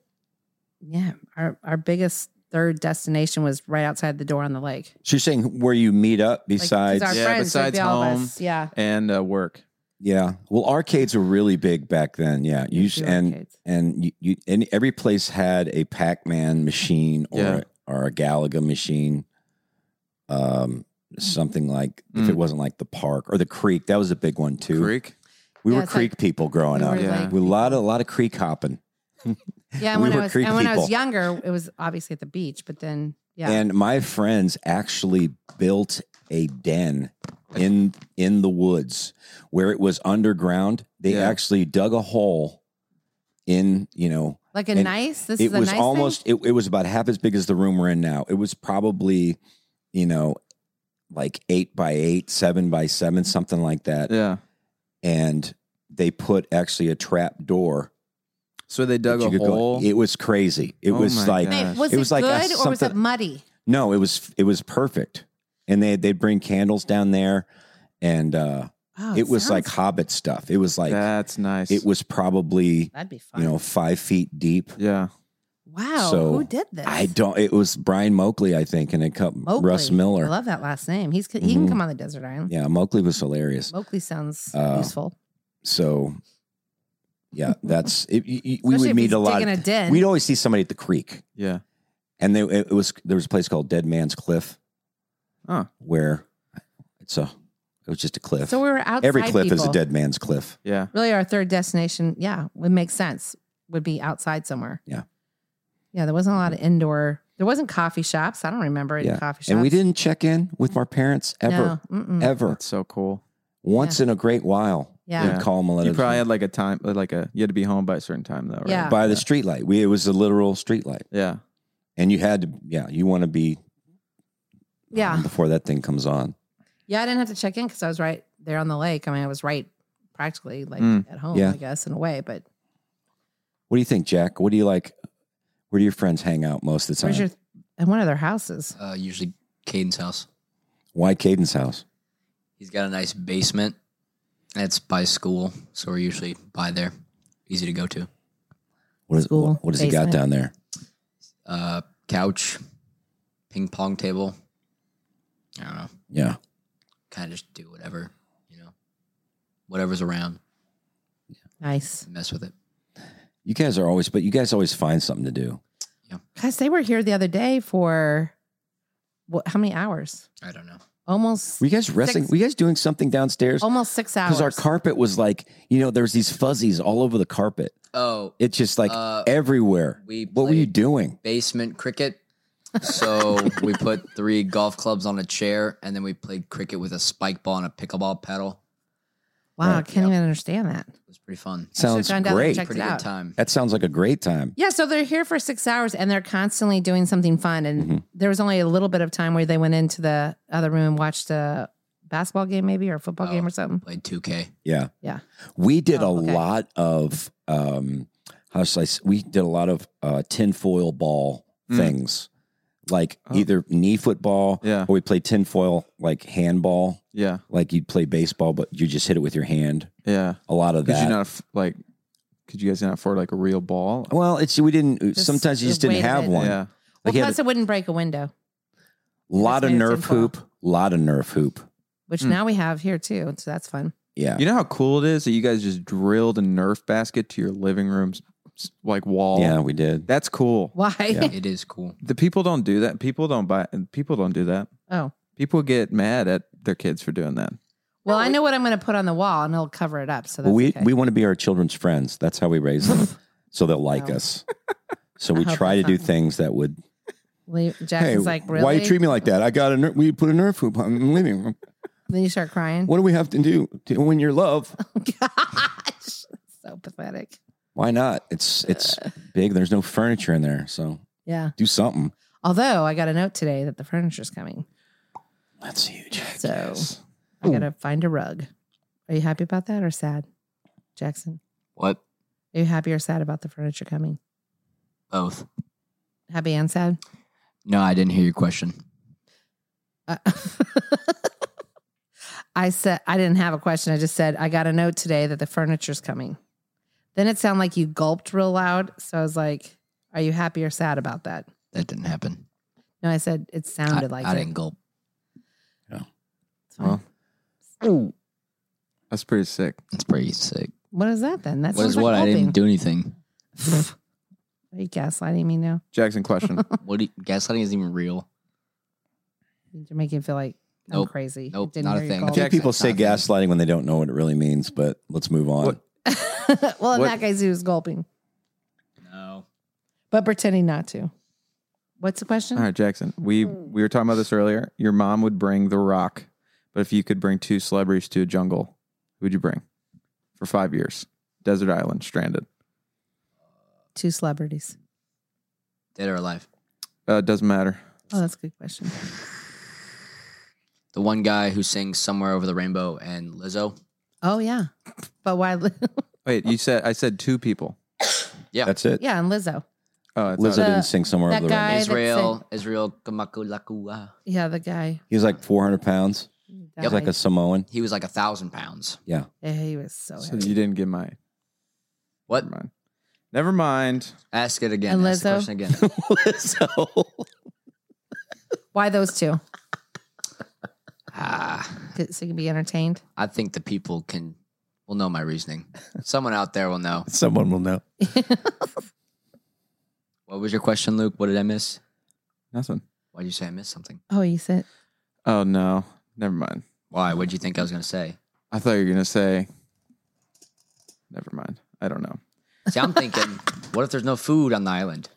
Speaker 3: yeah, our our biggest third destination was right outside the door on the lake.
Speaker 1: So you're saying where you meet up
Speaker 3: Like, 'cause
Speaker 1: besides?
Speaker 3: our
Speaker 2: Yeah,
Speaker 3: friends, would be
Speaker 2: besides
Speaker 3: all of
Speaker 2: home.
Speaker 3: us. yeah,
Speaker 2: And uh, work.
Speaker 1: yeah. Well, arcades were really big back then. Yeah. You s-
Speaker 3: Few
Speaker 1: and
Speaker 3: arcades.
Speaker 1: and you, you and every place had a Pac-Man machine or
Speaker 2: Yeah.
Speaker 1: or a Galaga machine, um, something like if it
Speaker 2: Mm.
Speaker 1: wasn't like the park or the creek. That was a big one too.
Speaker 2: Creek.
Speaker 1: We
Speaker 3: Yeah,
Speaker 1: were
Speaker 3: it's like-
Speaker 1: creek people growing
Speaker 3: We
Speaker 1: up.
Speaker 3: were
Speaker 2: Yeah.
Speaker 3: like-
Speaker 1: We a lot of a lot of creek hopping.
Speaker 3: Yeah, and
Speaker 1: We
Speaker 3: when
Speaker 1: were
Speaker 3: I was
Speaker 1: creek
Speaker 3: and when I was
Speaker 1: people.
Speaker 3: younger, it was obviously at the beach, but then yeah,
Speaker 1: And my friends actually built a den in in the woods where it was underground. They
Speaker 2: Yeah.
Speaker 1: actually dug a hole in, you know,
Speaker 3: like a
Speaker 1: and
Speaker 3: nice. This
Speaker 1: it
Speaker 3: is a
Speaker 1: was
Speaker 3: nice
Speaker 1: almost it, it was about half as big as the room we're in now. It was probably, you know, like eight by eight, seven by seven, something like that.
Speaker 2: Yeah.
Speaker 1: And they put actually a trap door.
Speaker 2: So they dug
Speaker 1: that
Speaker 2: a
Speaker 1: you could go-
Speaker 2: hole.
Speaker 1: It was crazy. It
Speaker 2: Oh
Speaker 1: was
Speaker 2: my
Speaker 1: like
Speaker 2: God.
Speaker 3: Thing.
Speaker 2: Gosh.
Speaker 3: Wait, was
Speaker 1: It
Speaker 3: it,
Speaker 1: was like a-
Speaker 3: good or was it
Speaker 1: something-
Speaker 3: muddy?
Speaker 1: No, it was it was perfect, and they they'd bring candles down there, and uh,
Speaker 3: Oh,
Speaker 1: it, was like
Speaker 3: sounds-
Speaker 1: Hobbit stuff. It was like
Speaker 2: That's nice.
Speaker 1: it was probably
Speaker 3: that'd be fun.
Speaker 1: you know five feet deep.
Speaker 2: yeah.
Speaker 3: wow,
Speaker 1: so,
Speaker 3: who did this?
Speaker 1: I don't. It was Brian Moakley, I think, and it cut
Speaker 3: Mowgli.
Speaker 1: Russ Miller.
Speaker 3: I love that last name. He's he can
Speaker 1: Mhm.
Speaker 3: come on the desert island.
Speaker 1: yeah, Moakley was hilarious.
Speaker 3: Mowgli sounds
Speaker 1: Uh,
Speaker 3: useful.
Speaker 1: So
Speaker 3: <laughs>
Speaker 1: yeah, that's it, y- y- we
Speaker 3: Especially
Speaker 1: would
Speaker 3: if
Speaker 1: meet
Speaker 3: he's
Speaker 1: a lot.
Speaker 3: digging a den.
Speaker 1: We'd always see somebody at the creek,
Speaker 2: Yeah.
Speaker 1: and they, it was there was a place called Dead Man's Cliff,
Speaker 2: Huh.
Speaker 1: where it's a it was just a cliff.
Speaker 3: So we were outside.
Speaker 1: Every cliff is a
Speaker 3: people.
Speaker 1: dead man's cliff.
Speaker 2: Yeah.
Speaker 3: Really, our third destination, yeah, would make sense. Would be outside somewhere.
Speaker 1: Yeah.
Speaker 3: yeah. There wasn't a lot of indoor. There wasn't coffee shops. I don't remember any
Speaker 1: Yeah.
Speaker 3: coffee shops.
Speaker 1: And we didn't check in with our parents ever,
Speaker 3: No, Mm, mm-mm.
Speaker 1: ever.
Speaker 2: That's so cool.
Speaker 1: Once in a great while,
Speaker 3: Yeah.
Speaker 1: we'd call them and let
Speaker 2: You
Speaker 1: us
Speaker 2: probably had like a time, uh, like a you had to be home by a certain time though. Right?
Speaker 3: Yeah.
Speaker 1: by the streetlight. We it was a literal streetlight,
Speaker 2: Yeah.
Speaker 1: and you had to. Yeah, you want to be
Speaker 3: Yeah.
Speaker 1: before that thing comes on.
Speaker 3: Yeah, I didn't have to check in because I was right there on the lake. I mean, I was right practically like
Speaker 2: Mm.
Speaker 3: at home,
Speaker 1: Yeah.
Speaker 3: I guess, in a way. But
Speaker 1: What do you think, Jack? What do you like? Where do your friends hang out most of the time?
Speaker 3: where's your and one of their houses?
Speaker 4: Uh, usually Caden's house.
Speaker 1: Why Caden's house?
Speaker 4: He's got a nice basement. That's by school, so we're usually by there. Easy to go to.
Speaker 1: What is
Speaker 3: School,
Speaker 1: what, what does he got
Speaker 3: basement.
Speaker 1: down there?
Speaker 4: Uh, couch, ping pong table. I don't know.
Speaker 1: Yeah,
Speaker 4: Kind of just do whatever, you know, whatever's around.
Speaker 3: Nice
Speaker 4: Mess with it.
Speaker 1: you guys are always, but you guys always find something to do.
Speaker 3: guys. They were here the other day for what, how many hours?
Speaker 4: I don't know.
Speaker 3: Almost,
Speaker 1: Were you guys wrestling?
Speaker 3: Six-
Speaker 1: Were you guys doing something downstairs?
Speaker 3: almost six hours.
Speaker 1: Because our carpet was like, you know, there's these fuzzies all over the carpet.
Speaker 4: Oh,
Speaker 1: It's just like
Speaker 4: uh,
Speaker 1: everywhere.
Speaker 4: we
Speaker 1: what were you
Speaker 4: played-
Speaker 1: doing?
Speaker 4: basement cricket.
Speaker 1: <laughs>
Speaker 4: So we put three golf clubs on a chair, and then we played cricket with a spike ball and a pickleball paddle.
Speaker 3: wow, I
Speaker 1: Right,
Speaker 3: can't
Speaker 4: yeah.
Speaker 3: even understand that.
Speaker 4: It was pretty fun.
Speaker 1: Sounds
Speaker 3: gone down there and
Speaker 1: great.
Speaker 3: checked
Speaker 4: Pretty
Speaker 3: it
Speaker 4: good
Speaker 3: out.
Speaker 4: time.
Speaker 1: That sounds like a great time.
Speaker 3: Yeah, so they're here for six hours and they're constantly doing something fun. And
Speaker 1: Mhm.
Speaker 3: there was only a little bit of time where they went into the other room and watched a basketball game, maybe, or a football
Speaker 4: Oh.
Speaker 3: game or something.
Speaker 4: Played 2K.
Speaker 1: Yeah.
Speaker 3: Yeah.
Speaker 1: We did
Speaker 3: Oh,
Speaker 1: a
Speaker 3: okay.
Speaker 1: lot of um how should I s- we did a lot of uh tinfoil ball
Speaker 2: Mm.
Speaker 1: things. Like
Speaker 2: Oh.
Speaker 1: either knee football
Speaker 2: Yeah.
Speaker 1: or we played tinfoil like handball.
Speaker 2: Yeah.
Speaker 1: Like you'd play baseball, but you just hit it with your hand.
Speaker 2: Yeah.
Speaker 1: A lot of
Speaker 2: Could you
Speaker 1: that.
Speaker 2: not aff- like? Could you guys not afford like a real ball?
Speaker 1: well, it's we didn't uh,
Speaker 3: Just
Speaker 1: sometimes you just
Speaker 3: the
Speaker 1: didn't
Speaker 3: weight of
Speaker 1: have
Speaker 3: it.
Speaker 1: one.
Speaker 2: Yeah.
Speaker 3: Well,
Speaker 1: Like he had
Speaker 3: plus, it wouldn't break a window,
Speaker 1: a lot of
Speaker 3: made it
Speaker 1: Nerf
Speaker 3: simple.
Speaker 1: hoop, lot of Nerf hoop.
Speaker 3: which
Speaker 1: Mm.
Speaker 2: Hmm.
Speaker 3: now we have here too. So that's fun.
Speaker 1: Yeah.
Speaker 2: You know how cool it is that you guys just drilled a Nerf basket to your living room's s- like wall.
Speaker 1: yeah, we did.
Speaker 2: that's cool.
Speaker 3: Why?
Speaker 1: Yeah.
Speaker 4: It is cool.
Speaker 2: The people don't do that. People don't buy. People don't do that.
Speaker 3: <laughs> oh,
Speaker 2: People get mad at their kids for doing that.
Speaker 3: well, I know what I'm going to put on the wall, and it'll cover it up. So Oh, that's
Speaker 1: Well, we
Speaker 3: okay. <laughs>
Speaker 1: we <laughs> want to be our children's friends. That's how we raise them, so they'll
Speaker 3: <laughs>
Speaker 1: like
Speaker 3: Wow.
Speaker 1: us. So
Speaker 3: Oh. I
Speaker 1: we
Speaker 3: hope
Speaker 1: try to
Speaker 3: that's
Speaker 1: do
Speaker 3: not-
Speaker 1: things that would.
Speaker 3: Leave- Jackson's like, really?
Speaker 1: why you treat me like that? I got a. Ner- we put a Nerf hoop on the living room.
Speaker 3: then you start crying.
Speaker 1: What do we have to do to win your love?
Speaker 3: <laughs> Gosh, so pathetic.
Speaker 1: Why not? It's
Speaker 3: <laughs>
Speaker 1: it's big. There's no furniture in there, so
Speaker 3: Yeah.
Speaker 1: do something.
Speaker 3: Although I got a note today that the furniture's coming.
Speaker 1: That's huge.
Speaker 3: So I got to find a rug. Are you happy about that or sad, Jackson?
Speaker 4: What?
Speaker 3: Are you happy or sad about the furniture coming?
Speaker 4: Both.
Speaker 3: Happy and sad?
Speaker 4: No, I didn't hear your question.
Speaker 3: Uh, <laughs> I said I didn't have a question. I just said I got a note today that the furniture's coming. Then it sounded like you gulped real loud, so I was like, "Are you happy or sad about that?"
Speaker 4: That didn't happen.
Speaker 3: No, I said it
Speaker 4: I,
Speaker 3: sounded like
Speaker 4: I
Speaker 3: it.
Speaker 4: didn't gulp.
Speaker 3: It's fine.
Speaker 2: Well. That's pretty sick.
Speaker 4: That's pretty sick.
Speaker 3: what is that then? That
Speaker 4: What
Speaker 3: sounds
Speaker 4: is what?
Speaker 3: like
Speaker 4: I
Speaker 3: gulping.
Speaker 4: didn't do anything.
Speaker 3: <laughs> Are you gaslighting me now?
Speaker 2: Jackson, question.
Speaker 4: What? Do you, gaslighting isn't even real.
Speaker 3: You're making me feel like I'm
Speaker 4: Nope.
Speaker 3: crazy.
Speaker 4: Nope,
Speaker 3: Didn't
Speaker 4: not a
Speaker 3: hear you
Speaker 4: thing.
Speaker 1: I
Speaker 3: gulp.
Speaker 1: think people say
Speaker 4: Jackson, not
Speaker 1: gaslighting when they don't know what it really means, but let's move on.
Speaker 2: What-
Speaker 3: <laughs> well,
Speaker 2: What-
Speaker 3: in that case, he was gulping,
Speaker 4: No.
Speaker 3: but pretending not to. What's the question?
Speaker 2: All right, Jackson. We
Speaker 3: Hmm.
Speaker 2: we were talking about this earlier. Your mom would bring The Rock, but if you could bring two celebrities to a jungle, who would you bring for five years? Desert island, stranded.
Speaker 3: Two celebrities.
Speaker 4: Dead or alive.
Speaker 2: Uh, doesn't matter.
Speaker 3: Oh, that's a good question.
Speaker 4: The one guy who sings "Somewhere Over the Rainbow" and Lizzo.
Speaker 3: Oh yeah, but why?
Speaker 2: Wait, you said I said two people.
Speaker 4: Yeah.
Speaker 1: That's it.
Speaker 3: <laughs> yeah, and Lizzo.
Speaker 2: Oh, I
Speaker 1: Lizzo
Speaker 2: thought-
Speaker 1: didn't sing somewhere
Speaker 3: that
Speaker 1: over the
Speaker 3: guy-
Speaker 1: rainbow.
Speaker 3: that's
Speaker 4: Israel. Israel Kamakulakua.
Speaker 3: Yeah, the guy.
Speaker 1: He was like 400 pounds. He
Speaker 3: Yep.
Speaker 1: was like a
Speaker 2: <laughs>
Speaker 1: Samoan. <laughs>
Speaker 4: He was like a thousand pounds.
Speaker 3: Oh, yeah, he was so.
Speaker 2: So
Speaker 3: heavy.
Speaker 2: you didn't get my
Speaker 4: What?
Speaker 2: never mind. Never mind.
Speaker 4: Ask it again.
Speaker 3: And
Speaker 4: Ask the
Speaker 3: Lizzo?
Speaker 4: question again.
Speaker 3: <laughs>
Speaker 1: Lizzo.
Speaker 3: why those two?
Speaker 4: ah,
Speaker 3: So you can be entertained. <laughs>
Speaker 4: I think the people can will know my reasoning. Someone out there will know.
Speaker 1: Someone will know.
Speaker 4: What was your question, Luke? What did I miss?
Speaker 2: Nothing.
Speaker 4: Why would you say I missed something?
Speaker 3: oh, you said
Speaker 2: Oh no. Never mind.
Speaker 4: Why? What did you think I was going to say?
Speaker 2: I thought you were gonna say. Never mind. I don't know.
Speaker 4: See, I'm thinking, <laughs> what if there's no food on the island?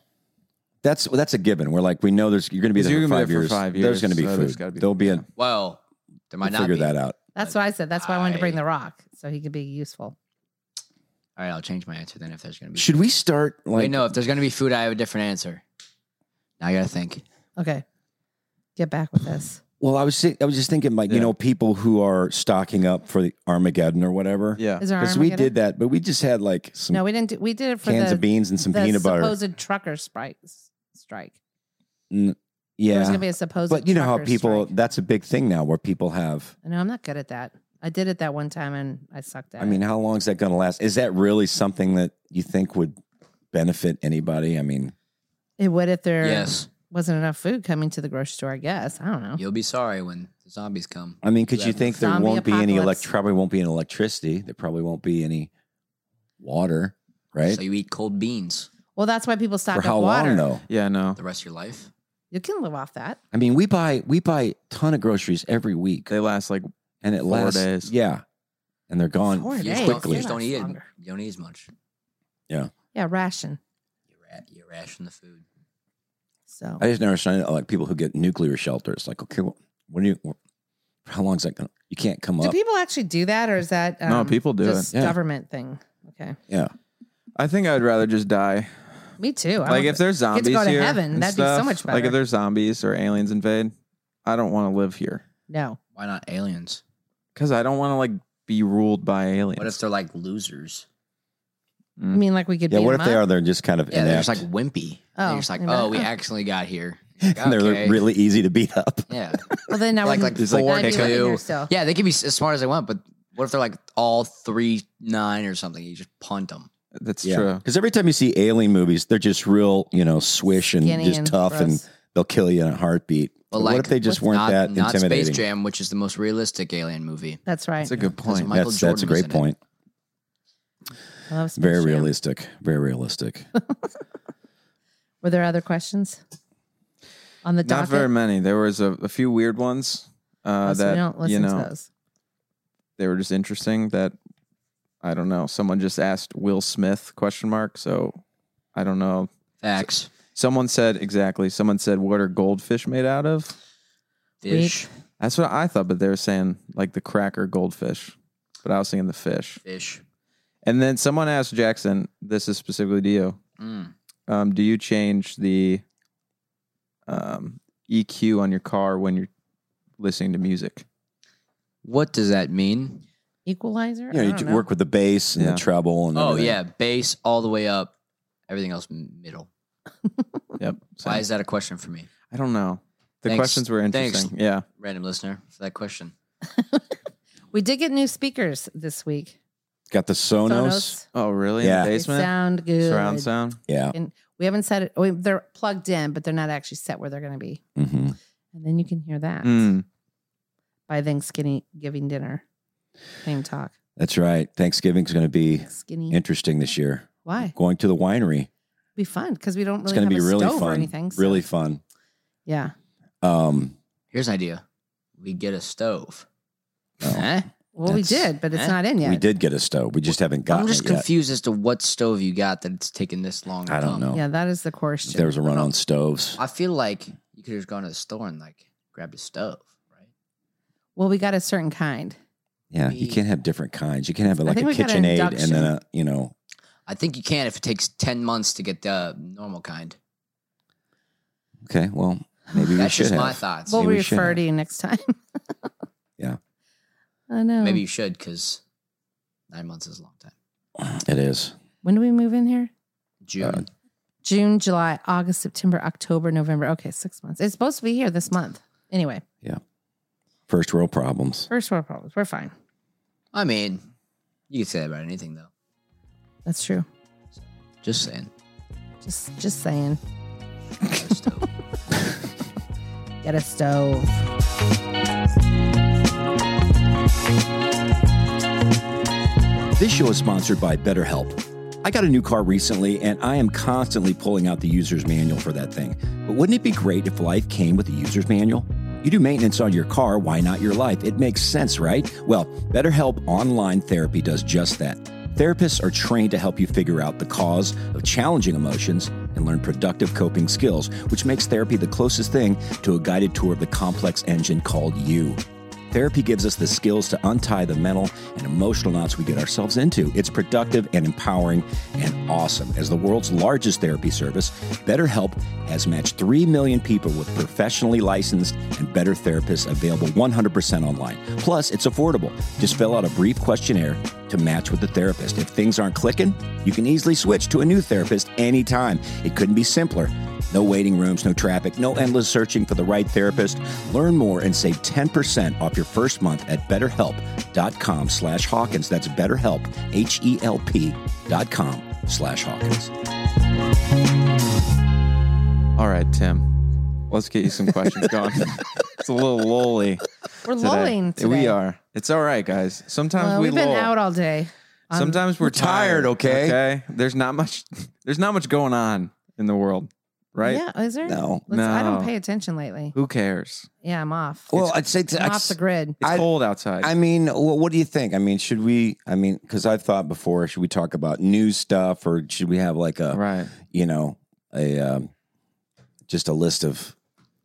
Speaker 1: That's that's a given. We're like we know there's you're going to be
Speaker 2: 'Cause
Speaker 1: there,
Speaker 2: you're
Speaker 1: for,
Speaker 2: gonna
Speaker 1: five
Speaker 2: be there for
Speaker 1: years.
Speaker 2: five
Speaker 1: There's
Speaker 2: years,
Speaker 1: going to be
Speaker 2: so there's
Speaker 1: food.
Speaker 2: gotta be-
Speaker 1: There'll be a
Speaker 2: yeah.
Speaker 4: Well, there might
Speaker 1: we'll
Speaker 4: not
Speaker 1: figure
Speaker 4: be.
Speaker 1: that out.
Speaker 3: that's what I said. That's why I wanted to bring
Speaker 4: I-
Speaker 3: the Rock so he could be useful.
Speaker 4: All right, I'll change my answer then. If there's going to be,
Speaker 1: Should we start like
Speaker 4: wait, no. If there's going to be food, I have a different answer. Now I got to think.
Speaker 3: Okay, get back with this.
Speaker 1: Well, I was thi- I was just thinking like you
Speaker 2: Yeah.
Speaker 1: know people who are stocking up for the Armageddon or whatever.
Speaker 2: Yeah.
Speaker 3: Is there
Speaker 1: Because we
Speaker 3: Armageddon?
Speaker 1: did that, but we just had like some
Speaker 3: No, we didn't. Do, we did it for
Speaker 1: cans
Speaker 3: the,
Speaker 1: of beans and some
Speaker 3: the
Speaker 1: peanut butter.
Speaker 3: supposed trucker strike. Strike. There was
Speaker 1: yeah,
Speaker 3: gonna be a supposed.
Speaker 1: but you know how
Speaker 3: trucker
Speaker 1: people
Speaker 3: strike.
Speaker 1: that's a big thing now where people have.
Speaker 3: I know I'm not good at that. I did it that one time and I sucked at.
Speaker 1: I mean,
Speaker 3: it.
Speaker 1: how long is that going to last? Is that really something that you think would benefit anybody? I mean,
Speaker 3: it would if there
Speaker 4: Yes,
Speaker 3: wasn't enough food coming to the grocery store. I guess I don't know.
Speaker 4: you'll be sorry when the zombies come.
Speaker 1: I mean, could you
Speaker 4: That
Speaker 1: think there
Speaker 3: zombie
Speaker 1: won't be any
Speaker 3: apocalypse.
Speaker 1: elect? Probably won't be any electricity. There probably won't be any water, right?
Speaker 4: So you eat cold beans
Speaker 3: Well, that's why people stock
Speaker 1: For
Speaker 3: up
Speaker 1: how
Speaker 3: water.
Speaker 1: long though?
Speaker 2: Yeah. No.
Speaker 4: the rest of your life.
Speaker 3: You can live off that.
Speaker 1: I mean, we buy we buy a ton of groceries every week,
Speaker 2: They last like
Speaker 1: and it
Speaker 2: four
Speaker 1: lasts
Speaker 2: days.
Speaker 1: Yeah, and they're gone
Speaker 3: Four
Speaker 4: You
Speaker 3: days.
Speaker 4: just don't, you
Speaker 1: quickly.
Speaker 4: just don't eat. It.
Speaker 3: Longer.
Speaker 4: You don't eat as much.
Speaker 3: Yeah, ration.
Speaker 4: You, ra- you ration the food.
Speaker 3: So
Speaker 1: I just never understand like people who get nuclear shelters. Like, okay, well, what do you? for how long is that going? to You can't come
Speaker 3: do
Speaker 1: up.
Speaker 3: people actually do that, or is that um,
Speaker 2: No, people do it,
Speaker 3: just
Speaker 1: yeah.
Speaker 3: Government thing. Okay,
Speaker 1: yeah,
Speaker 2: I think I'd rather just die.
Speaker 3: me too. I
Speaker 2: like
Speaker 3: would-
Speaker 2: if there's
Speaker 3: get
Speaker 2: zombies
Speaker 3: to go to
Speaker 2: here
Speaker 3: heaven,
Speaker 2: and
Speaker 3: that'd be so
Speaker 2: stuff,
Speaker 3: much
Speaker 2: Like
Speaker 3: better.
Speaker 2: if there's zombies or aliens invade, I don't want to live here
Speaker 3: no,
Speaker 4: Why not aliens?
Speaker 2: because I don't want to like be ruled by aliens.
Speaker 4: What if they're like losers?
Speaker 3: I mean, like we could.
Speaker 1: yeah.
Speaker 3: beat
Speaker 1: What
Speaker 3: 'em
Speaker 1: if they
Speaker 3: up.
Speaker 1: are? They're just kind of
Speaker 4: Yeah, they're
Speaker 1: inept.
Speaker 4: just like wimpy.
Speaker 3: Oh,
Speaker 4: they're just like,
Speaker 3: they're not-
Speaker 4: oh, we
Speaker 3: oh.
Speaker 4: accidentally got here.
Speaker 1: <laughs> and
Speaker 4: Okay.
Speaker 1: they're really easy to beat up.
Speaker 4: yeah,
Speaker 3: Well, then I
Speaker 4: like
Speaker 3: would
Speaker 4: like
Speaker 2: Just, like,
Speaker 4: four
Speaker 2: pick
Speaker 3: I'd
Speaker 2: up.
Speaker 3: be living
Speaker 4: two.
Speaker 3: there still.
Speaker 4: Yeah, they can be s- as smart as they want, but what if they're like all three nine or something? You just punt them.
Speaker 2: That's true.
Speaker 1: Because every time you see alien movies, they're just real, you know, swish and
Speaker 3: Skinny
Speaker 1: just
Speaker 3: and
Speaker 1: tough, and
Speaker 3: gross.
Speaker 1: they'll kill you in a heartbeat.
Speaker 4: But
Speaker 1: But what
Speaker 4: like,
Speaker 1: if they just
Speaker 4: what's
Speaker 1: weren't
Speaker 4: not,
Speaker 1: that
Speaker 4: not
Speaker 1: intimidating?
Speaker 4: Space Jam, which is the most realistic alien movie.
Speaker 3: That's right.
Speaker 2: That's a good point.
Speaker 4: Michael
Speaker 1: that's that's a
Speaker 4: Jordan
Speaker 1: great
Speaker 4: was in
Speaker 1: point.
Speaker 4: it.
Speaker 3: I love Space
Speaker 1: Very
Speaker 3: Jam.
Speaker 1: realistic. Very
Speaker 3: <laughs>
Speaker 1: realistic.
Speaker 3: Were there other questions on the
Speaker 2: Not
Speaker 3: docket?
Speaker 2: very many. There was a, a few weird ones uh,
Speaker 3: Oh, so we don't
Speaker 2: that you
Speaker 3: listen to
Speaker 2: know
Speaker 3: those.
Speaker 2: they were just interesting. That I don't know. Someone just asked Will Smith question mark. So I don't know.
Speaker 4: Facts.
Speaker 2: Someone said exactly. Someone said, "What are goldfish made out of?"
Speaker 4: Fish.
Speaker 2: That's what I thought, but they were saying like the cracker goldfish. But I was thinking the fish.
Speaker 4: Fish.
Speaker 2: And then someone asked Jackson, this is specifically to you.
Speaker 4: Mm.
Speaker 2: Um, do you change the um, EQ on your car when you're listening to music?
Speaker 4: What does that mean?
Speaker 3: Equalizer.
Speaker 1: You know,
Speaker 3: I
Speaker 1: you
Speaker 3: don't
Speaker 1: d- work with the bass and
Speaker 2: Yeah.
Speaker 1: the treble and
Speaker 4: Oh
Speaker 1: everything.
Speaker 4: yeah, bass all the way up, everything else middle.
Speaker 2: Yep. So,
Speaker 4: Why is that a question for me?
Speaker 2: I don't know. The
Speaker 4: Thanks.
Speaker 2: questions were
Speaker 4: Thanks.
Speaker 2: interesting. Yeah.
Speaker 4: Random listener for that question.
Speaker 3: <laughs> We did get new speakers this week.
Speaker 1: Got the Sonos.
Speaker 2: Oh, really?
Speaker 1: Yeah.
Speaker 2: In
Speaker 3: They
Speaker 2: the basement?
Speaker 3: sound good.
Speaker 2: Surround sound?
Speaker 1: Yeah.
Speaker 3: And we haven't set it. We, they're plugged in, but they're not actually set where they're going to be.
Speaker 1: hmm
Speaker 3: And then you can hear that
Speaker 2: Mm.
Speaker 3: by Thanksgiving giving dinner. Same talk.
Speaker 1: That's right. Thanksgiving's going to be
Speaker 3: Skinny.
Speaker 1: interesting this year.
Speaker 3: Why?
Speaker 1: Going to the winery.
Speaker 3: Be fun because we don't
Speaker 1: It's
Speaker 3: really
Speaker 1: going
Speaker 3: have
Speaker 1: to be
Speaker 3: a
Speaker 1: really
Speaker 3: stove or
Speaker 1: fun.
Speaker 3: anything. so-
Speaker 1: Really fun.
Speaker 3: Yeah.
Speaker 1: Um,
Speaker 4: Here's an idea. We get a stove.
Speaker 1: Oh.
Speaker 4: Eh?
Speaker 3: Well, we
Speaker 1: That's-
Speaker 3: did, but it's
Speaker 4: eh,
Speaker 3: not in yet.
Speaker 1: we did get a stove. We just haven't gotten
Speaker 4: I'm just
Speaker 1: it yet.
Speaker 4: confused as to what stove you got that it's taken this long. to
Speaker 1: I don't
Speaker 4: come.
Speaker 1: know.
Speaker 3: Yeah, that is the question.
Speaker 1: There was a run on stoves.
Speaker 4: I feel like you could have just gone to the store and like grabbed a stove, right?
Speaker 3: Well, we got a certain kind.
Speaker 1: Yeah, you
Speaker 4: We-
Speaker 1: can't have different kinds. You can have like a
Speaker 3: think we got
Speaker 1: kitchen
Speaker 3: an
Speaker 1: aid and then
Speaker 3: induction.
Speaker 1: a you know
Speaker 4: I think you can if it takes ten months to get the normal kind.
Speaker 1: okay, well maybe we
Speaker 4: That's
Speaker 1: should
Speaker 4: just
Speaker 1: have.
Speaker 4: my thoughts.
Speaker 3: We'll
Speaker 1: Maybe we should
Speaker 3: refer
Speaker 1: have.
Speaker 3: to you next time. <laughs>
Speaker 1: Yeah.
Speaker 3: I know.
Speaker 4: Maybe you should because nine months is a long time.
Speaker 1: It is.
Speaker 3: When do we move in here?
Speaker 4: June.
Speaker 1: Uh,
Speaker 3: June, July, August, September, October, November. Okay, six months. It's supposed to be here this month. Anyway,
Speaker 1: First world problems.
Speaker 3: first world problems. We're fine.
Speaker 4: I mean, you could say that about anything though.
Speaker 3: That's true.
Speaker 4: Just saying.
Speaker 3: Just just saying.
Speaker 4: Get a stove.
Speaker 3: Get a stove.
Speaker 1: This show is sponsored by BetterHelp. I got a new car recently, and I am constantly pulling out the user's manual for that thing. But wouldn't it be great if life came with a user's manual? You do maintenance on your car, why not your life? It makes sense, right? Well, BetterHelp Online Therapy does just that. Therapists are trained to help you figure out the cause of challenging emotions and learn productive coping skills, which makes therapy the closest thing to a guided tour of the complex engine called you. Therapy gives us the skills to untie the mental and emotional knots we get ourselves into. It's productive and empowering and awesome. As the world's largest therapy service, BetterHelp has matched 3 million people with professionally licensed and better therapists available 100% online. Plus, it's affordable. Just fill out a brief questionnaire to match with the therapist. If things aren't clicking, you can easily switch to a new therapist anytime. It couldn't be simpler. No waiting rooms, no traffic, no endless searching for the right therapist. Learn more and save 10% off your first month at betterhelp.com slash Hawkins. That's betterhelp, H-E-L-P dot com slash Hawkins.
Speaker 2: All right, Tim. Let's get you some <laughs> questions going. it's a little lolly.
Speaker 3: We're
Speaker 2: today.
Speaker 3: lolling today.
Speaker 2: We are. It's all right, guys. Sometimes
Speaker 3: Well,
Speaker 2: we
Speaker 3: we've been
Speaker 2: lull.
Speaker 3: out all day. Um,
Speaker 2: Sometimes we're
Speaker 1: tired,
Speaker 2: tired,
Speaker 1: okay?
Speaker 2: Okay. There's not much <laughs> there's not much going on in the world, right?
Speaker 3: Yeah, is there?
Speaker 1: No.
Speaker 3: Let's- I don't
Speaker 2: No.
Speaker 3: pay attention lately.
Speaker 2: Who cares?
Speaker 3: Yeah, I'm off.
Speaker 1: Well, I'd say,
Speaker 3: I'm off the grid.
Speaker 2: It's
Speaker 1: I-
Speaker 2: cold outside.
Speaker 1: I mean, well, what do you think? I mean, should we, I mean, because I've thought before, should we talk about new stuff or should we have like a,
Speaker 2: right.
Speaker 1: you know, a, um, just a list of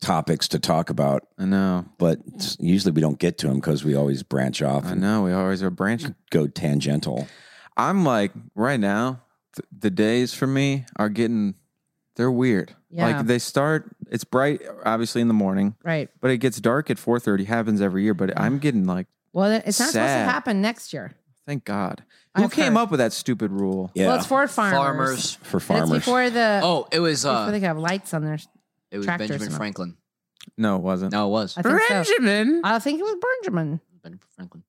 Speaker 1: topics to talk about?
Speaker 2: I know.
Speaker 1: But usually we don't get to them because we always branch off
Speaker 2: I
Speaker 1: and
Speaker 2: know. We always are branching.
Speaker 1: go tangential.
Speaker 2: I'm like right now, th- the days for me are getting they're weird.
Speaker 3: Yeah.
Speaker 2: Like they start it's bright obviously in the morning,
Speaker 3: Right.
Speaker 2: but it gets dark at 4:30 happens every year, but I'm getting like
Speaker 3: Well, it's not supposed to
Speaker 2: Sad.
Speaker 3: happen next year.
Speaker 2: thank God. Who
Speaker 3: I've
Speaker 2: came
Speaker 3: heard.
Speaker 2: up with that stupid rule?
Speaker 1: Yeah.
Speaker 3: Well, it's <laughs> for farmers.
Speaker 4: Farmers.
Speaker 1: for
Speaker 3: And
Speaker 1: farmers.
Speaker 3: It's before the
Speaker 4: Oh, it was
Speaker 3: before they
Speaker 4: uh,
Speaker 3: have lights on their.
Speaker 4: it was
Speaker 3: tractors
Speaker 4: Benjamin
Speaker 3: and all.
Speaker 4: Franklin.
Speaker 2: No, it wasn't.
Speaker 4: No, it was
Speaker 3: I think so.
Speaker 2: Benjamin.
Speaker 3: I think it was Benjamin.
Speaker 4: Benjamin Franklin.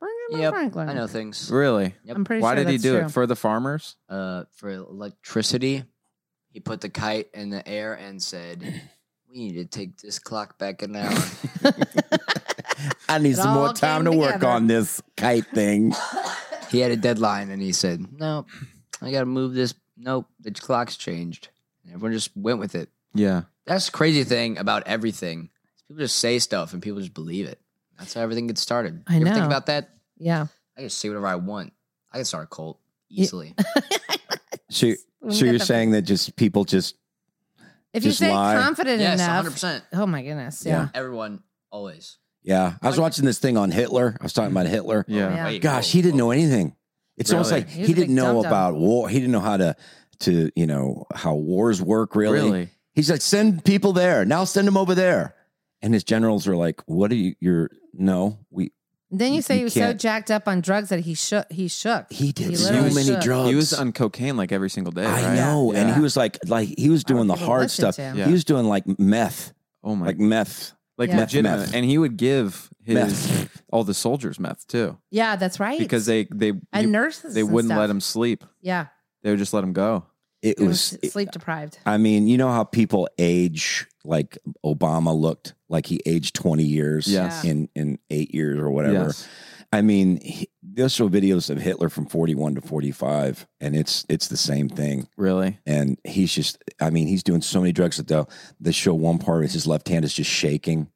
Speaker 3: Benjamin
Speaker 4: Yep,
Speaker 3: Franklin.
Speaker 4: I know things.
Speaker 2: Really?
Speaker 4: Yep.
Speaker 3: I'm pretty
Speaker 2: Why
Speaker 3: sure
Speaker 2: did he
Speaker 3: that's
Speaker 2: do
Speaker 3: true. <laughs>
Speaker 2: it for the farmers?
Speaker 4: Uh, for electricity, he put the kite in the air
Speaker 3: <clears throat>
Speaker 4: and said, "We need to take this clock back an
Speaker 3: <laughs>
Speaker 4: hour."
Speaker 1: I need
Speaker 3: It
Speaker 1: some more
Speaker 3: all
Speaker 1: time to
Speaker 3: came
Speaker 1: work
Speaker 3: together.
Speaker 1: on this kite
Speaker 3: <laughs>
Speaker 1: thing.
Speaker 4: he had a deadline, and he said, "No, I got to move this. Nope, the clock's changed." And everyone just went with it.
Speaker 3: Oh,
Speaker 2: Yeah.
Speaker 4: That's the crazy thing about everything. is People just say stuff, and people just believe it. That's how everything gets started.
Speaker 3: I
Speaker 4: you ever
Speaker 3: know.
Speaker 4: Think about that.
Speaker 3: Yeah.
Speaker 4: I can say whatever I want. I can start a cult
Speaker 3: <laughs>
Speaker 4: easily.
Speaker 1: So,
Speaker 3: When we
Speaker 1: so
Speaker 3: get
Speaker 1: you're
Speaker 3: the-
Speaker 1: saying that just people just
Speaker 3: if you
Speaker 1: just
Speaker 3: say
Speaker 1: lie?
Speaker 3: confident
Speaker 4: yes,
Speaker 3: enough,
Speaker 4: 100%.
Speaker 3: oh my goodness,
Speaker 1: Yeah.
Speaker 3: yeah.
Speaker 4: Everyone always.
Speaker 1: yeah. I was
Speaker 4: Like-
Speaker 1: watching this thing on Hitler. I was talking about Hitler.
Speaker 2: Yeah.
Speaker 3: yeah.
Speaker 4: Wait,
Speaker 1: Gosh,
Speaker 4: whoa,
Speaker 1: he didn't
Speaker 4: whoa.
Speaker 1: know anything. It's almost
Speaker 2: Really?
Speaker 1: like
Speaker 3: He was
Speaker 1: he
Speaker 3: a
Speaker 1: didn't
Speaker 3: big
Speaker 1: know
Speaker 3: dum-dum.
Speaker 1: about war. He didn't know how to to you know how wars work really.
Speaker 2: Really?
Speaker 1: He's like, send people there. Now send them over there. And his generals were like, "What are you? You're no. We
Speaker 3: Then you say
Speaker 1: You
Speaker 3: he was so
Speaker 1: can't-
Speaker 3: jacked up on drugs that he shook. He shook.
Speaker 1: he did
Speaker 3: He
Speaker 1: so
Speaker 3: literally
Speaker 1: many
Speaker 3: shook.
Speaker 1: drugs.
Speaker 2: He was on cocaine like every single day.
Speaker 1: I
Speaker 2: right?
Speaker 1: know. And
Speaker 2: Yeah.
Speaker 1: he was like, like he was
Speaker 3: don't
Speaker 1: doing the
Speaker 3: think he
Speaker 1: hard
Speaker 3: listened
Speaker 1: stuff.
Speaker 3: to him.
Speaker 2: Yeah.
Speaker 1: He was doing like meth,
Speaker 2: Oh my
Speaker 1: like meth,
Speaker 2: like
Speaker 3: Yeah.
Speaker 2: legitimate.
Speaker 1: Meth.
Speaker 2: And he would give his
Speaker 1: meth.
Speaker 2: all the soldiers meth too,
Speaker 3: Yeah, that's right.
Speaker 2: because they they
Speaker 3: and
Speaker 2: you-
Speaker 3: nurses
Speaker 2: they
Speaker 3: and
Speaker 2: wouldn't
Speaker 3: stuff.
Speaker 2: let him sleep.
Speaker 3: Yeah,
Speaker 2: They would just let him go.
Speaker 1: It
Speaker 3: he
Speaker 1: was.
Speaker 3: was sleep deprived.
Speaker 1: I mean, you know how people age. Like Obama looked like he aged twenty years
Speaker 2: Yes.
Speaker 1: in in eight years or whatever.
Speaker 2: Yes.
Speaker 1: I mean, he, those show videos of Hitler from forty one to forty five, and it's it's the same thing.
Speaker 2: Really?
Speaker 1: And he's just, I mean, he's doing so many drugs that though they show one part of his left hand is just shaking.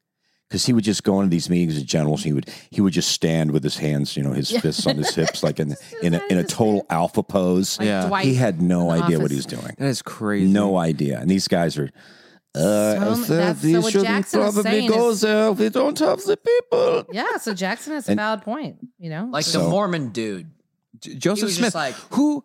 Speaker 1: Because he would just go into these meetings with generals, he would he would just stand with his hands, you know, his
Speaker 3: Yeah.
Speaker 1: fists on his hips, like
Speaker 3: <laughs>
Speaker 1: in
Speaker 3: Just
Speaker 1: in a,
Speaker 3: trying
Speaker 1: in a
Speaker 3: to
Speaker 1: total
Speaker 3: stand.
Speaker 1: alpha pose.
Speaker 3: Like
Speaker 2: Yeah.
Speaker 3: Dwight.
Speaker 1: he had no
Speaker 3: in the
Speaker 1: idea what he was
Speaker 3: office.
Speaker 1: doing,
Speaker 2: That is crazy.
Speaker 1: no idea. And these guys are,
Speaker 3: So
Speaker 1: uh,
Speaker 3: m-
Speaker 1: so
Speaker 3: that's- so
Speaker 1: we
Speaker 3: what
Speaker 1: shouldn't
Speaker 3: Jackson is
Speaker 1: probably
Speaker 3: saying
Speaker 1: go
Speaker 3: is-
Speaker 1: there. We don't have the people.
Speaker 3: yeah, so Jackson has a
Speaker 1: And-
Speaker 3: valid point. You know,
Speaker 4: Like
Speaker 1: So-
Speaker 4: the Mormon dude.
Speaker 2: J- Joseph
Speaker 4: was just
Speaker 2: Smith,
Speaker 4: like,
Speaker 2: who?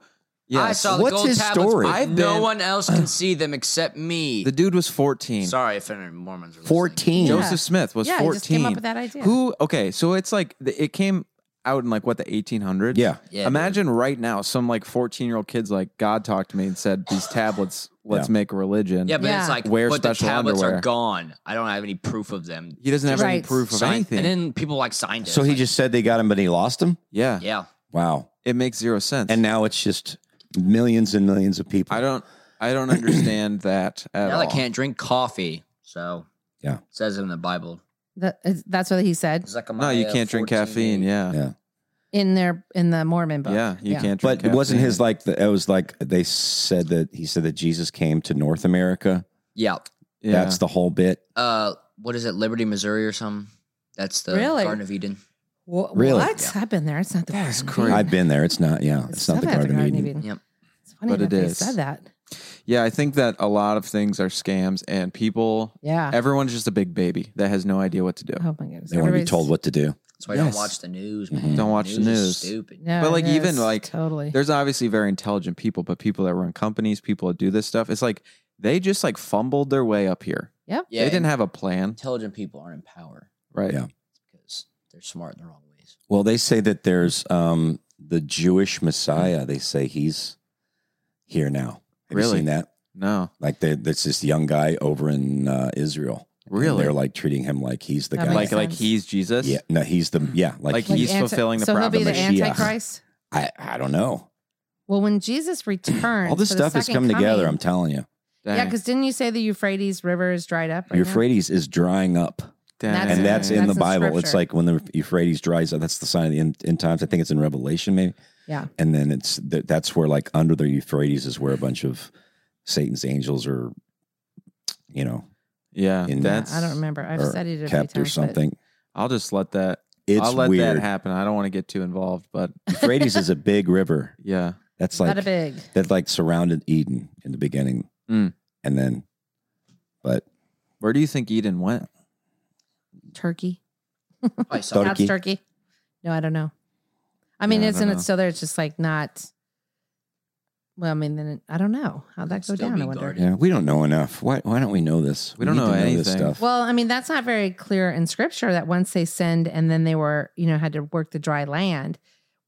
Speaker 2: Yeah,
Speaker 4: I saw the
Speaker 1: What's
Speaker 4: gold
Speaker 1: his
Speaker 4: tablets,
Speaker 1: story?
Speaker 4: but
Speaker 2: I've
Speaker 4: no
Speaker 2: been-
Speaker 4: one else can see them except me.
Speaker 2: the dude was fourteen.
Speaker 4: Sorry if any Mormons are listening.
Speaker 1: Fourteen.
Speaker 3: Yeah.
Speaker 2: Joseph Smith was
Speaker 3: yeah, he just came up
Speaker 2: fourteen.
Speaker 3: with that idea.
Speaker 2: Who? Okay, so it's like the- it came out in like what the 1800s.
Speaker 1: Yeah.
Speaker 4: Yeah,
Speaker 2: Imagine right now, some like 14 year old kids like God talked to me and said these tablets. Let's
Speaker 1: Yeah.
Speaker 2: make a religion.
Speaker 4: dude. Yeah, but
Speaker 3: Yeah.
Speaker 4: it's like,
Speaker 2: Wear
Speaker 4: but the
Speaker 2: special
Speaker 4: tablets
Speaker 2: underwear.
Speaker 4: are gone. I don't have any proof of them.
Speaker 2: he doesn't have any
Speaker 3: Right.
Speaker 2: proof of
Speaker 4: Signed-
Speaker 2: anything.
Speaker 4: And then people like signed it.
Speaker 1: So
Speaker 4: It's
Speaker 1: he
Speaker 4: like,
Speaker 1: just said they got him, but he lost him.
Speaker 2: yeah,
Speaker 4: yeah.
Speaker 1: Wow.
Speaker 2: it makes zero sense.
Speaker 1: and now it's just millions and millions of people.
Speaker 2: I don't, I
Speaker 1: <clears throat>
Speaker 2: don't understand that at
Speaker 4: Now
Speaker 2: all.
Speaker 4: they can't drink coffee. So
Speaker 1: Yeah.
Speaker 4: it says it in the Bible.
Speaker 3: That- is- that's what he said
Speaker 2: No, you can't drink caffeine. Yeah,
Speaker 1: Yeah.
Speaker 2: yeah,
Speaker 3: in their in the Mormon book.
Speaker 2: you can't. Drink
Speaker 1: but it wasn't
Speaker 2: caffeine.
Speaker 1: his like. The, it was like they said that he said that Jesus came to North America.
Speaker 4: Yeah.
Speaker 2: Yeah.
Speaker 1: That's the whole bit.
Speaker 4: Uh, what is it? Liberty, Missouri or something? That's the
Speaker 3: Really?
Speaker 4: Garden of Eden.
Speaker 3: Wha-
Speaker 1: Really?
Speaker 3: What? I've been there. It's not the.
Speaker 2: That's
Speaker 3: Garden of
Speaker 2: crazy.
Speaker 3: Eden.
Speaker 1: I've been there. It's not. Yeah, it's, not the Garden of Eden.
Speaker 3: Eden.
Speaker 4: Yep.
Speaker 3: It's funny
Speaker 2: But
Speaker 3: that
Speaker 2: it
Speaker 3: they
Speaker 2: is.
Speaker 3: said that.
Speaker 2: yeah, I think that a lot of things are scams, and people,
Speaker 3: Yeah.
Speaker 2: everyone's just a big baby that has no idea what to do.
Speaker 3: oh my goodness.
Speaker 1: They want to be
Speaker 3: Everybody's-
Speaker 1: told what to do.
Speaker 4: That's why I don't
Speaker 2: Yes. Mm-hmm.
Speaker 4: watch the news.
Speaker 1: Mhm.
Speaker 4: Man.
Speaker 2: Don't watch the
Speaker 4: is
Speaker 2: news.
Speaker 4: Stupid.
Speaker 3: Yeah,
Speaker 2: But, like,
Speaker 3: it
Speaker 2: even,
Speaker 3: is.
Speaker 2: like,
Speaker 3: totally.
Speaker 2: there's obviously very intelligent people, but people that run companies, people that do this stuff, it's like they just like fumbled their way up here.
Speaker 4: Yeah,
Speaker 2: they didn't have a plan,
Speaker 4: intelligent people aren't in power
Speaker 2: right?
Speaker 1: Yeah.
Speaker 4: because they're smart in the wrong
Speaker 3: <laughs>
Speaker 4: ways.
Speaker 1: Well, they say that there's um, the Jewish Messiah. They say he's here now. Have you
Speaker 2: Really?
Speaker 1: seen that?
Speaker 2: No,
Speaker 1: Like they, that's this young guy over in uh, Israel. And
Speaker 2: really.
Speaker 1: they're like treating him like he's the
Speaker 3: That
Speaker 1: guy.
Speaker 2: like
Speaker 3: makes
Speaker 2: like
Speaker 3: sense.
Speaker 2: he's Jesus.
Speaker 1: yeah, no, he's the yeah, like,
Speaker 2: Like
Speaker 1: he-
Speaker 2: he's
Speaker 3: anti-
Speaker 2: fulfilling the
Speaker 3: so he'll be the
Speaker 1: prophet Mashiach.
Speaker 3: Antichrist.
Speaker 1: I, I don't know.
Speaker 3: Well, when Jesus returns,
Speaker 1: All this
Speaker 3: for the
Speaker 1: stuff is
Speaker 3: second
Speaker 1: coming together.
Speaker 3: coming-
Speaker 1: I'm telling you.
Speaker 2: Dang.
Speaker 3: Yeah, because didn't you say the Euphrates River is dried up? Right now?
Speaker 1: Euphrates is drying up,
Speaker 2: Dang.
Speaker 3: That's
Speaker 1: and
Speaker 3: in-
Speaker 1: that's in
Speaker 3: that's
Speaker 1: the
Speaker 3: in
Speaker 1: Bible. It's
Speaker 3: scripture.
Speaker 1: like when the Euphrates dries up, that's the sign of the end, end times. I think it's in Revelation, maybe.
Speaker 3: Yeah.
Speaker 1: And then it's th- that's where, like, under the Euphrates is where a bunch of Satan's angels are, you know,
Speaker 2: yeah.
Speaker 1: in-
Speaker 3: Yeah,
Speaker 2: That's
Speaker 3: I don't remember. I've
Speaker 1: or
Speaker 3: studied it a few
Speaker 1: kept or
Speaker 3: times, but- <laughs>
Speaker 1: something.
Speaker 2: I'll just let that.
Speaker 1: It's
Speaker 2: I'll let
Speaker 1: weird.
Speaker 2: that happen. I don't want to get too involved, but
Speaker 1: Euphrates is a big river.
Speaker 2: yeah,
Speaker 1: That's
Speaker 3: Not
Speaker 1: like
Speaker 3: a big.
Speaker 1: that, like surrounded Eden in the beginning,
Speaker 2: Mm.
Speaker 1: and then, but
Speaker 2: where do you think Eden went?
Speaker 3: Turkey.
Speaker 4: I saw
Speaker 1: Turkey.
Speaker 3: That's Turkey. No, I don't know. I mean,
Speaker 2: Yeah, I don't
Speaker 3: isn't
Speaker 2: know.
Speaker 3: it still there? It's just like not. Well, I mean, then it, I don't know how'd that go
Speaker 4: Still
Speaker 3: down.
Speaker 4: be
Speaker 3: I wonder.
Speaker 4: guarded.
Speaker 1: yeah, we don't know enough. Why? Why don't we know this?
Speaker 2: We don't
Speaker 1: need
Speaker 2: know
Speaker 1: to
Speaker 2: anything.
Speaker 3: Well, I mean, that's not very clear in scripture that once they sinned and then they were, you know, had to work the dry land,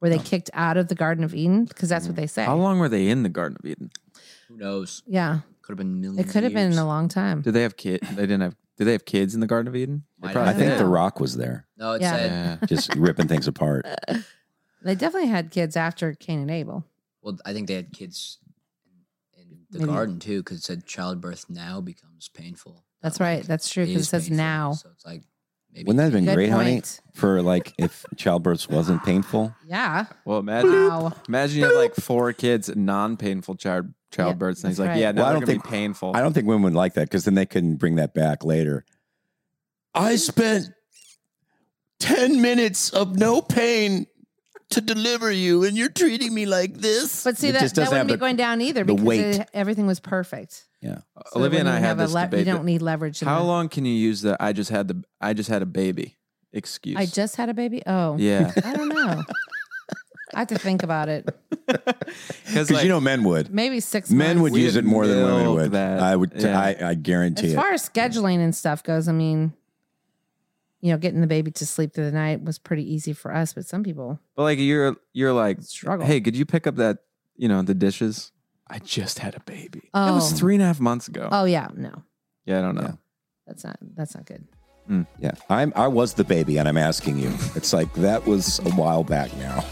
Speaker 3: were they kicked out of the Garden of Eden? Because that's what they say.
Speaker 2: How long were they in the Garden of Eden?
Speaker 4: Who knows?
Speaker 3: Yeah,
Speaker 4: Could have been millions.
Speaker 3: it could have
Speaker 4: of years.
Speaker 3: been a long time.
Speaker 2: Did they have kid? They didn't have. Did they have kids in the Garden of Eden? They
Speaker 4: Might
Speaker 1: I
Speaker 4: have
Speaker 2: probably
Speaker 1: think
Speaker 2: did.
Speaker 1: The Rock was there,
Speaker 4: No, it
Speaker 3: Yeah.
Speaker 4: said
Speaker 2: Yeah.
Speaker 1: just ripping things apart.
Speaker 3: They definitely had kids after Cain and Abel.
Speaker 4: Well, I think they had kids in the
Speaker 3: Maybe.
Speaker 4: garden too, because it said childbirth now becomes painful.
Speaker 3: That's
Speaker 4: Not
Speaker 3: right.
Speaker 4: like
Speaker 3: That's true. Because
Speaker 4: is
Speaker 3: it says
Speaker 4: painful.
Speaker 3: now.
Speaker 4: Oh, So it's like maybe
Speaker 1: Wouldn't that have been
Speaker 3: Good
Speaker 1: great, honey?
Speaker 3: point.
Speaker 1: For like if childbirth wasn't painful.
Speaker 3: Yeah.
Speaker 2: Well, imagine,
Speaker 3: Wow.
Speaker 2: imagine you have like four kids, non-painful child childbirths, and
Speaker 3: that's
Speaker 2: he's like,
Speaker 3: right.
Speaker 2: "Yeah, now
Speaker 1: Well, I
Speaker 2: they're
Speaker 1: don't
Speaker 2: gonna be
Speaker 1: think-
Speaker 2: painful."
Speaker 1: I don't think women would like that because then they couldn't bring that back later. I spent 10 minutes of no pain to deliver you, and you're treating me like this.
Speaker 3: But see,
Speaker 1: It
Speaker 3: that,
Speaker 1: just
Speaker 3: that
Speaker 1: doesn't
Speaker 3: wouldn't be
Speaker 1: have the-
Speaker 3: going down either
Speaker 1: the
Speaker 3: because
Speaker 1: weight.
Speaker 3: it- everything was perfect. So
Speaker 2: Uh, Olivia
Speaker 3: it
Speaker 2: and I
Speaker 3: wouldn't
Speaker 2: had
Speaker 3: even have
Speaker 2: this
Speaker 3: a le-
Speaker 2: debate.
Speaker 3: You
Speaker 2: that-
Speaker 3: don't need leverage. in
Speaker 2: how
Speaker 3: that.
Speaker 2: long can you use the "I just had the I just had a baby" excuse?
Speaker 3: I just had a baby. Oh, <laughs>
Speaker 2: yeah,
Speaker 3: I don't know. I have to think about it.
Speaker 2: because
Speaker 1: Because you know, men would.
Speaker 3: Maybe six
Speaker 1: Men
Speaker 3: months.
Speaker 1: would
Speaker 2: We
Speaker 1: use it
Speaker 2: have
Speaker 1: more than women
Speaker 2: milked
Speaker 1: would.
Speaker 2: that.
Speaker 1: I would.
Speaker 2: Yeah.
Speaker 1: I, I guarantee
Speaker 3: As
Speaker 1: it.
Speaker 3: far as scheduling and stuff goes, I mean, you know, getting the baby to sleep through the night was pretty easy for us, but some people
Speaker 2: but like you're you're like,
Speaker 3: struggle.
Speaker 2: "Hey, could you pick up that you know the dishes?" I just had a baby. That was
Speaker 3: Oh.
Speaker 2: three and a half months ago.
Speaker 3: oh yeah, no,
Speaker 2: Yeah, I don't know.
Speaker 3: that's not that's not good.
Speaker 1: Yeah, I'm. I was the baby, and I'm asking you. It's like that was a while back now.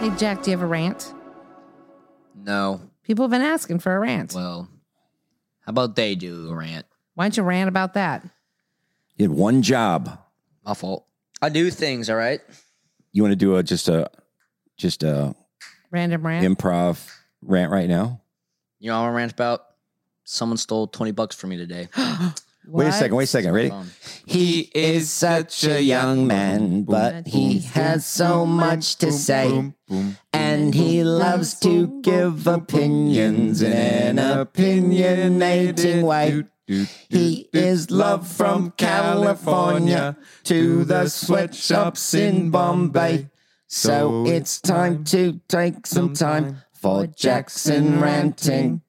Speaker 3: Hey Jack, do you have a rant?
Speaker 4: no.
Speaker 3: People have been asking for a rant.
Speaker 4: Well, how about they do a rant?
Speaker 3: Why don't you rant about that?
Speaker 1: You had one job.
Speaker 4: My fault. I do things. All right.
Speaker 1: You want to do a just a just a
Speaker 3: Random rant.
Speaker 1: improv rant right now?
Speaker 4: You know, I'm rant about someone stole twenty bucks from me today.
Speaker 1: Wait a second. Wait a
Speaker 3: What?
Speaker 1: second. Ready?
Speaker 4: Um,
Speaker 5: He is such a young man, but he has so much to say.
Speaker 2: Boom, boom.
Speaker 5: And he loves to give opinions in an opinionating way. He is loved from California to the sweatshops in Bombay. So it's time to take some time for Jackson ranting.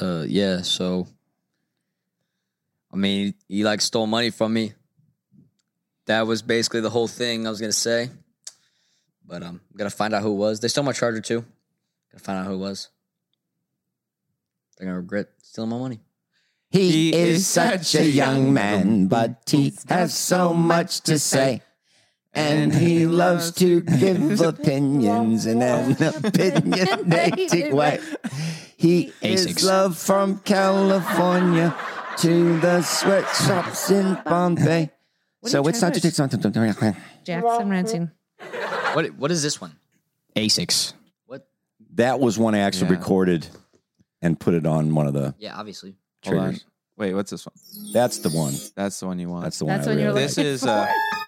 Speaker 4: uh, yeah. So, I mean, he like stole money from me. That was basically the whole thing I was gonna say. But um, I'm gonna find out who it was. They stole my charger too. Gonna find out who it was. They're gonna regret stealing my money.
Speaker 5: He is such a young man, but he has so much to say. And he loves to <laughs> give opinions in <laughs> an opinionating way. He
Speaker 4: Basics.
Speaker 5: is loved from California to the sweatshops in Bombay.
Speaker 3: What are
Speaker 5: So
Speaker 3: you
Speaker 5: it's
Speaker 3: trying
Speaker 5: not
Speaker 3: to
Speaker 5: to take something.
Speaker 3: Jackson ranting.
Speaker 4: What what is this one?
Speaker 5: Asics.
Speaker 4: What?
Speaker 1: That was one I actually
Speaker 2: Yeah.
Speaker 1: recorded and put it on one of the
Speaker 4: Yeah, obviously.
Speaker 2: Hold on.
Speaker 1: triggers.
Speaker 2: Wait, what's this one?
Speaker 1: That's the one.
Speaker 2: That's the one you want.
Speaker 1: That's the one.
Speaker 3: That's
Speaker 1: I
Speaker 3: when you're
Speaker 1: really
Speaker 3: looking
Speaker 2: This
Speaker 1: like.
Speaker 2: is,
Speaker 3: for.
Speaker 2: uh,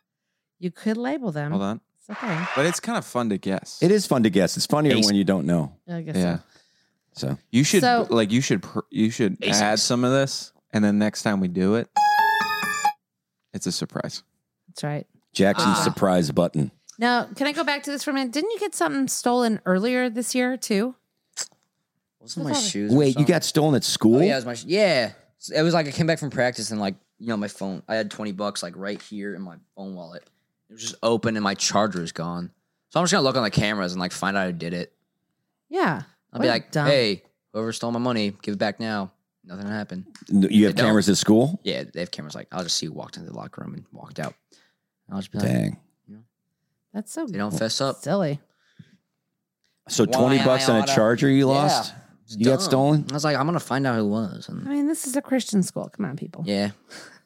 Speaker 3: you could label them.
Speaker 2: Hold on.
Speaker 3: It's okay.
Speaker 2: But it's kind of fun to guess.
Speaker 1: It is fun to guess. It's funnier
Speaker 5: Ace.
Speaker 1: when you don't know.
Speaker 3: I guess
Speaker 2: Yeah.
Speaker 3: so.
Speaker 1: So
Speaker 2: You should
Speaker 3: So-
Speaker 2: like you should pr- you should
Speaker 4: Basics.
Speaker 2: add some of this and then next time we do it it's a surprise.
Speaker 3: That's right.
Speaker 1: Jackson's
Speaker 4: Ah.
Speaker 1: surprise button.
Speaker 3: Now, can I go back to this for a minute? Didn't you get something stolen earlier this year too?
Speaker 4: Wasn't
Speaker 3: What's
Speaker 4: my
Speaker 3: that?
Speaker 4: shoes? or
Speaker 1: Wait, you
Speaker 4: something?
Speaker 1: got stolen at school?
Speaker 4: Oh, yeah, it was my sh- yeah. So It was like I came back from practice and like you know my phone. I had twenty bucks like right here in my phone wallet. It was just open and my charger is gone. So I'm just gonna look on the cameras and like find out who did it.
Speaker 3: Yeah.
Speaker 4: I'll
Speaker 3: What
Speaker 4: be
Speaker 3: a
Speaker 4: like,
Speaker 3: dumb-
Speaker 4: hey, whoever stole my money, give it back now. Nothing happened.
Speaker 1: N- You have
Speaker 4: They don't.
Speaker 1: cameras at school?
Speaker 4: Yeah, they have cameras. Like I'll just see who walked into the locker room and walked out. And I'll just be like,
Speaker 1: Dang.
Speaker 3: that's so
Speaker 4: they don't fess up.
Speaker 3: silly.
Speaker 1: So
Speaker 4: Why
Speaker 1: twenty bucks
Speaker 4: I
Speaker 1: on a
Speaker 4: oughta-
Speaker 1: charger you
Speaker 4: Yeah.
Speaker 1: lost?
Speaker 4: It's
Speaker 1: You got
Speaker 4: dumb.
Speaker 1: stolen?
Speaker 4: I was like, I'm gonna find out who it was.
Speaker 3: I
Speaker 4: And
Speaker 3: mean, this is a Christian school. Come on, people.
Speaker 1: <laughs>
Speaker 4: yeah.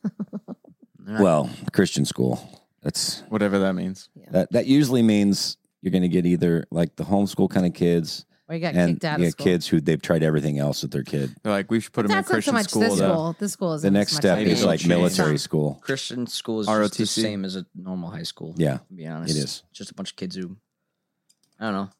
Speaker 4: They're not-
Speaker 1: Well, Christian school. That's
Speaker 2: Whatever that means.
Speaker 1: that. That usually means you're going to get either like the homeschool kind of kids
Speaker 3: Or you got
Speaker 1: and
Speaker 3: kicked out
Speaker 1: you
Speaker 3: of
Speaker 1: got
Speaker 3: school.
Speaker 1: kids who they've tried everything else with their kid.
Speaker 2: They're like we should put them in
Speaker 3: That's not so
Speaker 2: Christian
Speaker 3: much
Speaker 2: school
Speaker 3: this
Speaker 2: though.
Speaker 3: school. This school is
Speaker 1: The next step
Speaker 2: Maybe
Speaker 1: is
Speaker 2: it'll
Speaker 1: like
Speaker 2: change.
Speaker 1: military school.
Speaker 4: Christian school is just the
Speaker 2: ROTC.
Speaker 4: same as a normal high school.
Speaker 1: Yeah,
Speaker 4: to be honest.
Speaker 1: is.
Speaker 4: Just a bunch of kids who, I don't know.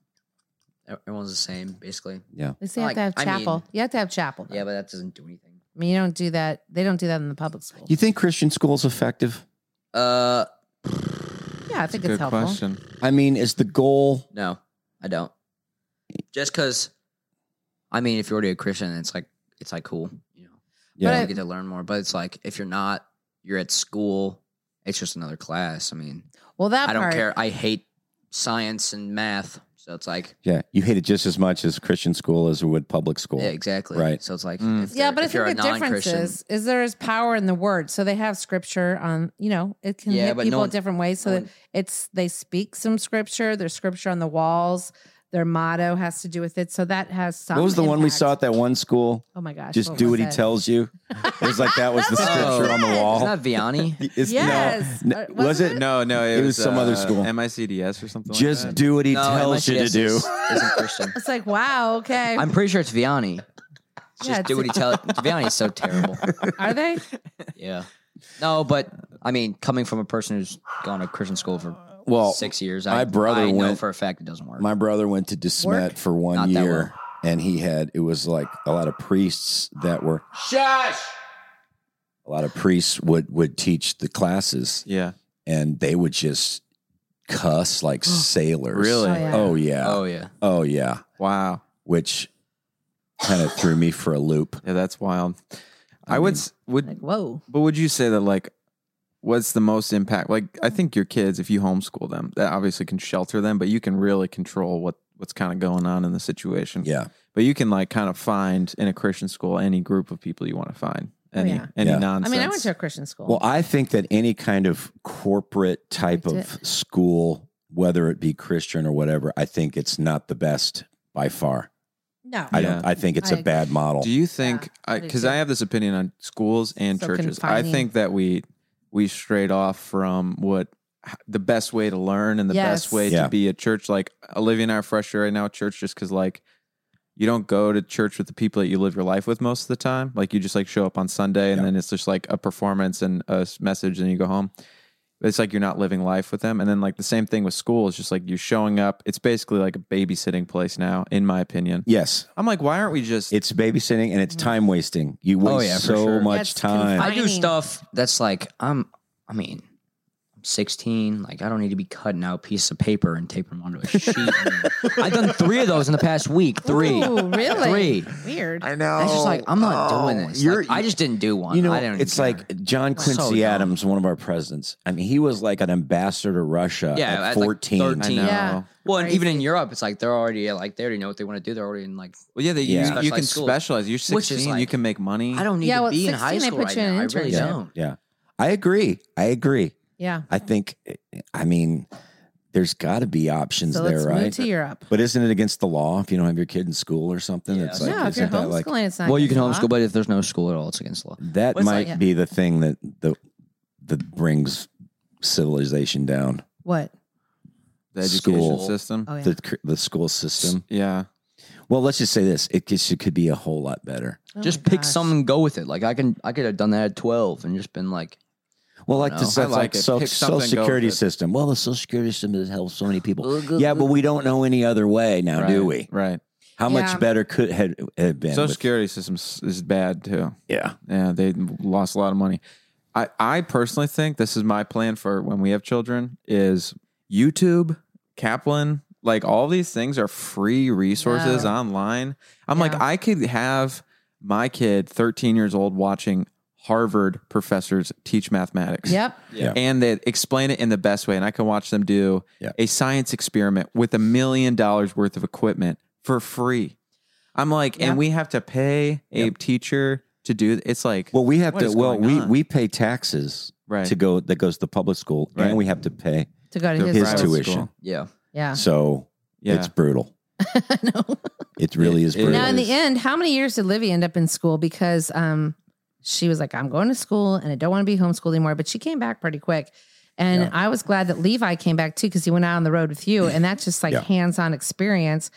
Speaker 4: Ev- Everyone's the same, basically.
Speaker 1: yeah.
Speaker 3: They say you have
Speaker 4: Like,
Speaker 3: to have
Speaker 4: I mean-
Speaker 3: chapel. you have to have chapel. though.
Speaker 4: Yeah, but that doesn't do anything.
Speaker 3: I mean, you don't do that. They don't do that in the public school.
Speaker 1: You think Christian school's effective?
Speaker 4: Uh,
Speaker 3: yeah, I think
Speaker 2: Good
Speaker 3: it's helpful.
Speaker 2: question.
Speaker 1: I mean, is the goal?
Speaker 4: no, I don't. Just because, I mean, if you're already a Christian, it's like it's like cool, you know.
Speaker 1: Yeah,
Speaker 4: You get to learn more, but it's like if you're not, you're at school. It's just another class. I mean,
Speaker 3: Well, that
Speaker 4: I don't
Speaker 3: part,
Speaker 4: care. I hate science and math. So it's like,
Speaker 1: Yeah, you hate it just as much as Christian school as would public school.
Speaker 4: yeah, exactly.
Speaker 1: Right.
Speaker 4: So it's like,
Speaker 2: Mm.
Speaker 4: if
Speaker 3: Yeah,
Speaker 4: they're-
Speaker 3: but I
Speaker 4: if you're
Speaker 3: think the
Speaker 4: a
Speaker 3: difference
Speaker 4: non-Christian,
Speaker 3: is is there is power in the word. So they have scripture on, you know, it can
Speaker 4: Yeah,
Speaker 3: hit
Speaker 4: but no
Speaker 3: people
Speaker 4: one-
Speaker 3: different ways. So
Speaker 4: no
Speaker 3: that
Speaker 4: one-
Speaker 3: it's they speak some scripture. There's scripture on the walls. Their motto has to do with it. So that has some.
Speaker 1: What was the one we
Speaker 3: impact.
Speaker 1: saw at that one school?
Speaker 3: Oh my gosh!
Speaker 1: Just do
Speaker 3: was
Speaker 1: what he
Speaker 3: it?
Speaker 1: tells you. It was like that was the
Speaker 3: <laughs> That's
Speaker 4: what
Speaker 1: scripture
Speaker 4: it
Speaker 1: on the
Speaker 3: said.
Speaker 4: oh, Isn't
Speaker 1: wall.
Speaker 4: that Vianney?
Speaker 1: It's- no,
Speaker 3: Yes.
Speaker 1: n-
Speaker 3: Uh, wasn't
Speaker 1: was it?
Speaker 2: No, no, it,
Speaker 1: It was some other
Speaker 2: uh,
Speaker 1: school.
Speaker 2: MICDS or something.
Speaker 1: Just
Speaker 2: like that.
Speaker 1: do what he
Speaker 4: No,
Speaker 1: tells you to
Speaker 4: MICDS
Speaker 1: do.
Speaker 4: is-
Speaker 1: <laughs>
Speaker 4: Isn't
Speaker 3: <laughs>
Speaker 4: Christian.
Speaker 3: It's like wow. Okay.
Speaker 4: I'm pretty sure it's Vianney. Just
Speaker 3: Yeah,
Speaker 4: do
Speaker 3: it's-
Speaker 4: what he
Speaker 3: <laughs>
Speaker 4: tells. Vianney's so terrible.
Speaker 3: Are they?
Speaker 4: Yeah. No, but I mean, coming from a person who's gone to Christian school for
Speaker 1: Well,
Speaker 4: six years,
Speaker 1: my
Speaker 4: I,
Speaker 1: brother
Speaker 4: I know
Speaker 1: went-
Speaker 4: for a fact it doesn't work.
Speaker 1: My brother went to DeSmet
Speaker 3: Work?
Speaker 1: for one
Speaker 4: Not that
Speaker 1: year, and he had it was like a lot of priests that were shush. A lot of priests would would teach the classes,
Speaker 2: Yeah.
Speaker 1: and they would just cuss
Speaker 3: <gasps>
Speaker 1: like sailors.
Speaker 2: Really?
Speaker 3: Oh, yeah.
Speaker 1: Oh yeah. Oh,
Speaker 4: oh yeah,
Speaker 1: yeah.
Speaker 2: Wow.
Speaker 1: Which kind of threw me for a loop.
Speaker 2: Yeah, that's wild. I,
Speaker 1: I
Speaker 2: would
Speaker 1: mean-
Speaker 2: s- would
Speaker 3: Like whoa.
Speaker 2: But would you say that like what's the most impact? Like I think your kids, if you homeschool them, that obviously can shelter them, but you can really control what what's kind of going on in the situation.
Speaker 1: Yeah.
Speaker 2: But you can like kind of find in a Christian school any group of people you want to find. Any
Speaker 3: yeah.
Speaker 2: any
Speaker 1: Yeah. I mean,
Speaker 3: I
Speaker 2: nonsense.
Speaker 3: mean, I went to a Christian school.
Speaker 1: Well, I think that any kind of corporate type
Speaker 3: Liked
Speaker 1: of school, whether it be Christian or whatever, I think it's not the best by far.
Speaker 3: no.
Speaker 1: I
Speaker 2: Yeah.
Speaker 1: don't. I think it's
Speaker 3: I
Speaker 1: a bad model.
Speaker 2: Do you think?
Speaker 3: I
Speaker 2: I
Speaker 3: did
Speaker 2: Because
Speaker 3: too.
Speaker 2: I, have this opinion on schools and
Speaker 3: So
Speaker 2: churches. I
Speaker 3: confining.
Speaker 2: think that we we strayed off from what the best way to learn and the
Speaker 3: Yes.
Speaker 2: best way
Speaker 1: Yeah.
Speaker 2: to be a church. Like Olivia and I are fresh right now at church, just because like you don't go to church with the people that you live your life with most of the time. Like you just like show up on Sunday and
Speaker 1: Yeah.
Speaker 2: then it's just like a performance and a s- message, and you go home. It's like you're not living life with them. And then like the same thing with school is just like you're showing up. It's basically like a babysitting place now, in my opinion.
Speaker 1: yes,
Speaker 2: I'm like, why aren't we just
Speaker 1: it's babysitting and it's time wasting. You waste
Speaker 4: Oh, yeah, for
Speaker 1: so
Speaker 4: sure.
Speaker 1: much
Speaker 3: Mm-hmm. That's
Speaker 1: time.
Speaker 3: confi-
Speaker 4: I do
Speaker 3: Finding-
Speaker 4: stuff that's like I'm. I mean, I'm 16. Like I don't need to be cutting out pieces of paper and taping them onto a sheet.
Speaker 3: <laughs>
Speaker 4: And I've done three of those in the past week. Three.
Speaker 3: Ooh, really?
Speaker 4: Three.
Speaker 3: Weird.
Speaker 1: I know.
Speaker 4: That's just like I'm not
Speaker 1: Oh,
Speaker 4: doing this.
Speaker 1: You're,
Speaker 4: Like, I just didn't do one.
Speaker 1: you know,
Speaker 4: I don't
Speaker 1: it's
Speaker 4: care.
Speaker 1: like John
Speaker 4: So
Speaker 1: Quincy
Speaker 4: dumb.
Speaker 1: Adams, one of our presidents. I mean, he was like an ambassador to Russia
Speaker 4: Yeah,
Speaker 1: at
Speaker 4: at, like,
Speaker 1: 14.
Speaker 4: 13.
Speaker 2: I know.
Speaker 3: Yeah.
Speaker 4: well, and even in
Speaker 3: crazy.
Speaker 4: Europe, it's like they're already like they already know what they want to do. They're already in like
Speaker 2: Well, yeah, they,
Speaker 1: Yeah.
Speaker 2: You, you can
Speaker 4: Specialized school.
Speaker 2: specialize. You're 16.
Speaker 4: Which is
Speaker 2: you
Speaker 4: like-
Speaker 2: can make money.
Speaker 4: I don't need
Speaker 3: Yeah,
Speaker 4: to
Speaker 3: well,
Speaker 4: be in high
Speaker 3: 16, they
Speaker 4: school
Speaker 3: put
Speaker 4: right
Speaker 3: you in
Speaker 4: now. I
Speaker 3: an
Speaker 4: really
Speaker 3: internship.
Speaker 4: don't.
Speaker 1: Yeah. I agree. I agree.
Speaker 3: Yeah.
Speaker 1: I think, I mean, there's got to be options
Speaker 3: So
Speaker 1: there,
Speaker 3: let's
Speaker 1: right?
Speaker 3: move to Europe.
Speaker 1: but isn't it against the law if you don't have your kid in school or something?
Speaker 4: Yeah.
Speaker 1: It's
Speaker 4: No,
Speaker 1: like,
Speaker 3: no, if you're
Speaker 1: isn't that
Speaker 3: homeschooling,
Speaker 1: like
Speaker 3: it's not.
Speaker 4: well, you can
Speaker 3: against the law.
Speaker 4: homeschool, but if there's no school at all, it's against the law.
Speaker 1: that
Speaker 4: Well, it's
Speaker 1: might
Speaker 4: like-
Speaker 1: be the thing that the that brings civilization down
Speaker 3: What?
Speaker 2: the education
Speaker 1: School.
Speaker 2: system.
Speaker 3: Oh yeah.
Speaker 1: the cr- the school system.
Speaker 2: Yeah.
Speaker 1: Well, let's just say this: it just it could be a whole lot better.
Speaker 3: Oh
Speaker 4: just
Speaker 3: my
Speaker 4: pick
Speaker 3: gosh.
Speaker 4: something and go with it. Like I can, I could have done that at twelve and just been like,
Speaker 1: Well, like
Speaker 4: know.
Speaker 1: the
Speaker 2: I
Speaker 1: stuff
Speaker 2: like
Speaker 1: like,
Speaker 2: it.
Speaker 1: so,
Speaker 2: Pick
Speaker 1: social
Speaker 2: something, go
Speaker 1: security
Speaker 2: with it.
Speaker 1: system. Well, the social security system has helped so many people. yeah, but we don't know any other way now,
Speaker 2: right,
Speaker 1: do we?
Speaker 2: Right.
Speaker 1: How
Speaker 3: Yeah.
Speaker 1: much better could had have been?
Speaker 2: Social
Speaker 1: with-
Speaker 2: security system s- is bad too.
Speaker 1: Yeah,
Speaker 2: Yeah, they lost a lot of money. I, I personally think this is my plan for when we have children is YouTube, Kaplan, like all these things are free resources
Speaker 3: Yeah.
Speaker 2: online. I'm like,
Speaker 3: Yeah.
Speaker 2: I could have my kid 13 years old watching Harvard professors teach mathematics.
Speaker 3: Yep.
Speaker 1: yeah,
Speaker 2: and they explain it in the best way. And I can watch them do
Speaker 1: Yeah.
Speaker 2: a science experiment with a million dollars worth of equipment for free. I'm like,
Speaker 3: Yeah.
Speaker 2: and we have to pay a
Speaker 1: Yep.
Speaker 2: teacher to do. It's like,
Speaker 1: Well, we have
Speaker 2: What
Speaker 1: to.
Speaker 2: is
Speaker 1: Well,
Speaker 2: going
Speaker 1: we
Speaker 2: on?
Speaker 1: we pay taxes
Speaker 2: right?
Speaker 1: to go that goes to public school,
Speaker 2: Right.
Speaker 1: and we have to pay.
Speaker 3: To go to
Speaker 2: The
Speaker 3: his,
Speaker 1: his
Speaker 2: private
Speaker 3: school.
Speaker 1: tuition.
Speaker 4: yeah,
Speaker 3: Ah. Yeah.
Speaker 1: So
Speaker 2: Yeah,
Speaker 1: it's brutal.
Speaker 3: <laughs> no.
Speaker 1: It really
Speaker 2: It-
Speaker 1: is
Speaker 2: it
Speaker 1: brutal.
Speaker 3: Now, in
Speaker 2: is.
Speaker 3: the end, how many years did Livy end up in school? Because um, she was like, I'm going to school and I don't want to be homeschooled anymore. But she came back pretty quick. And
Speaker 1: Yeah.
Speaker 3: I was glad that Levi came back too, because he went out on the road with you. And that's just like
Speaker 1: Yeah.
Speaker 3: hands on experience,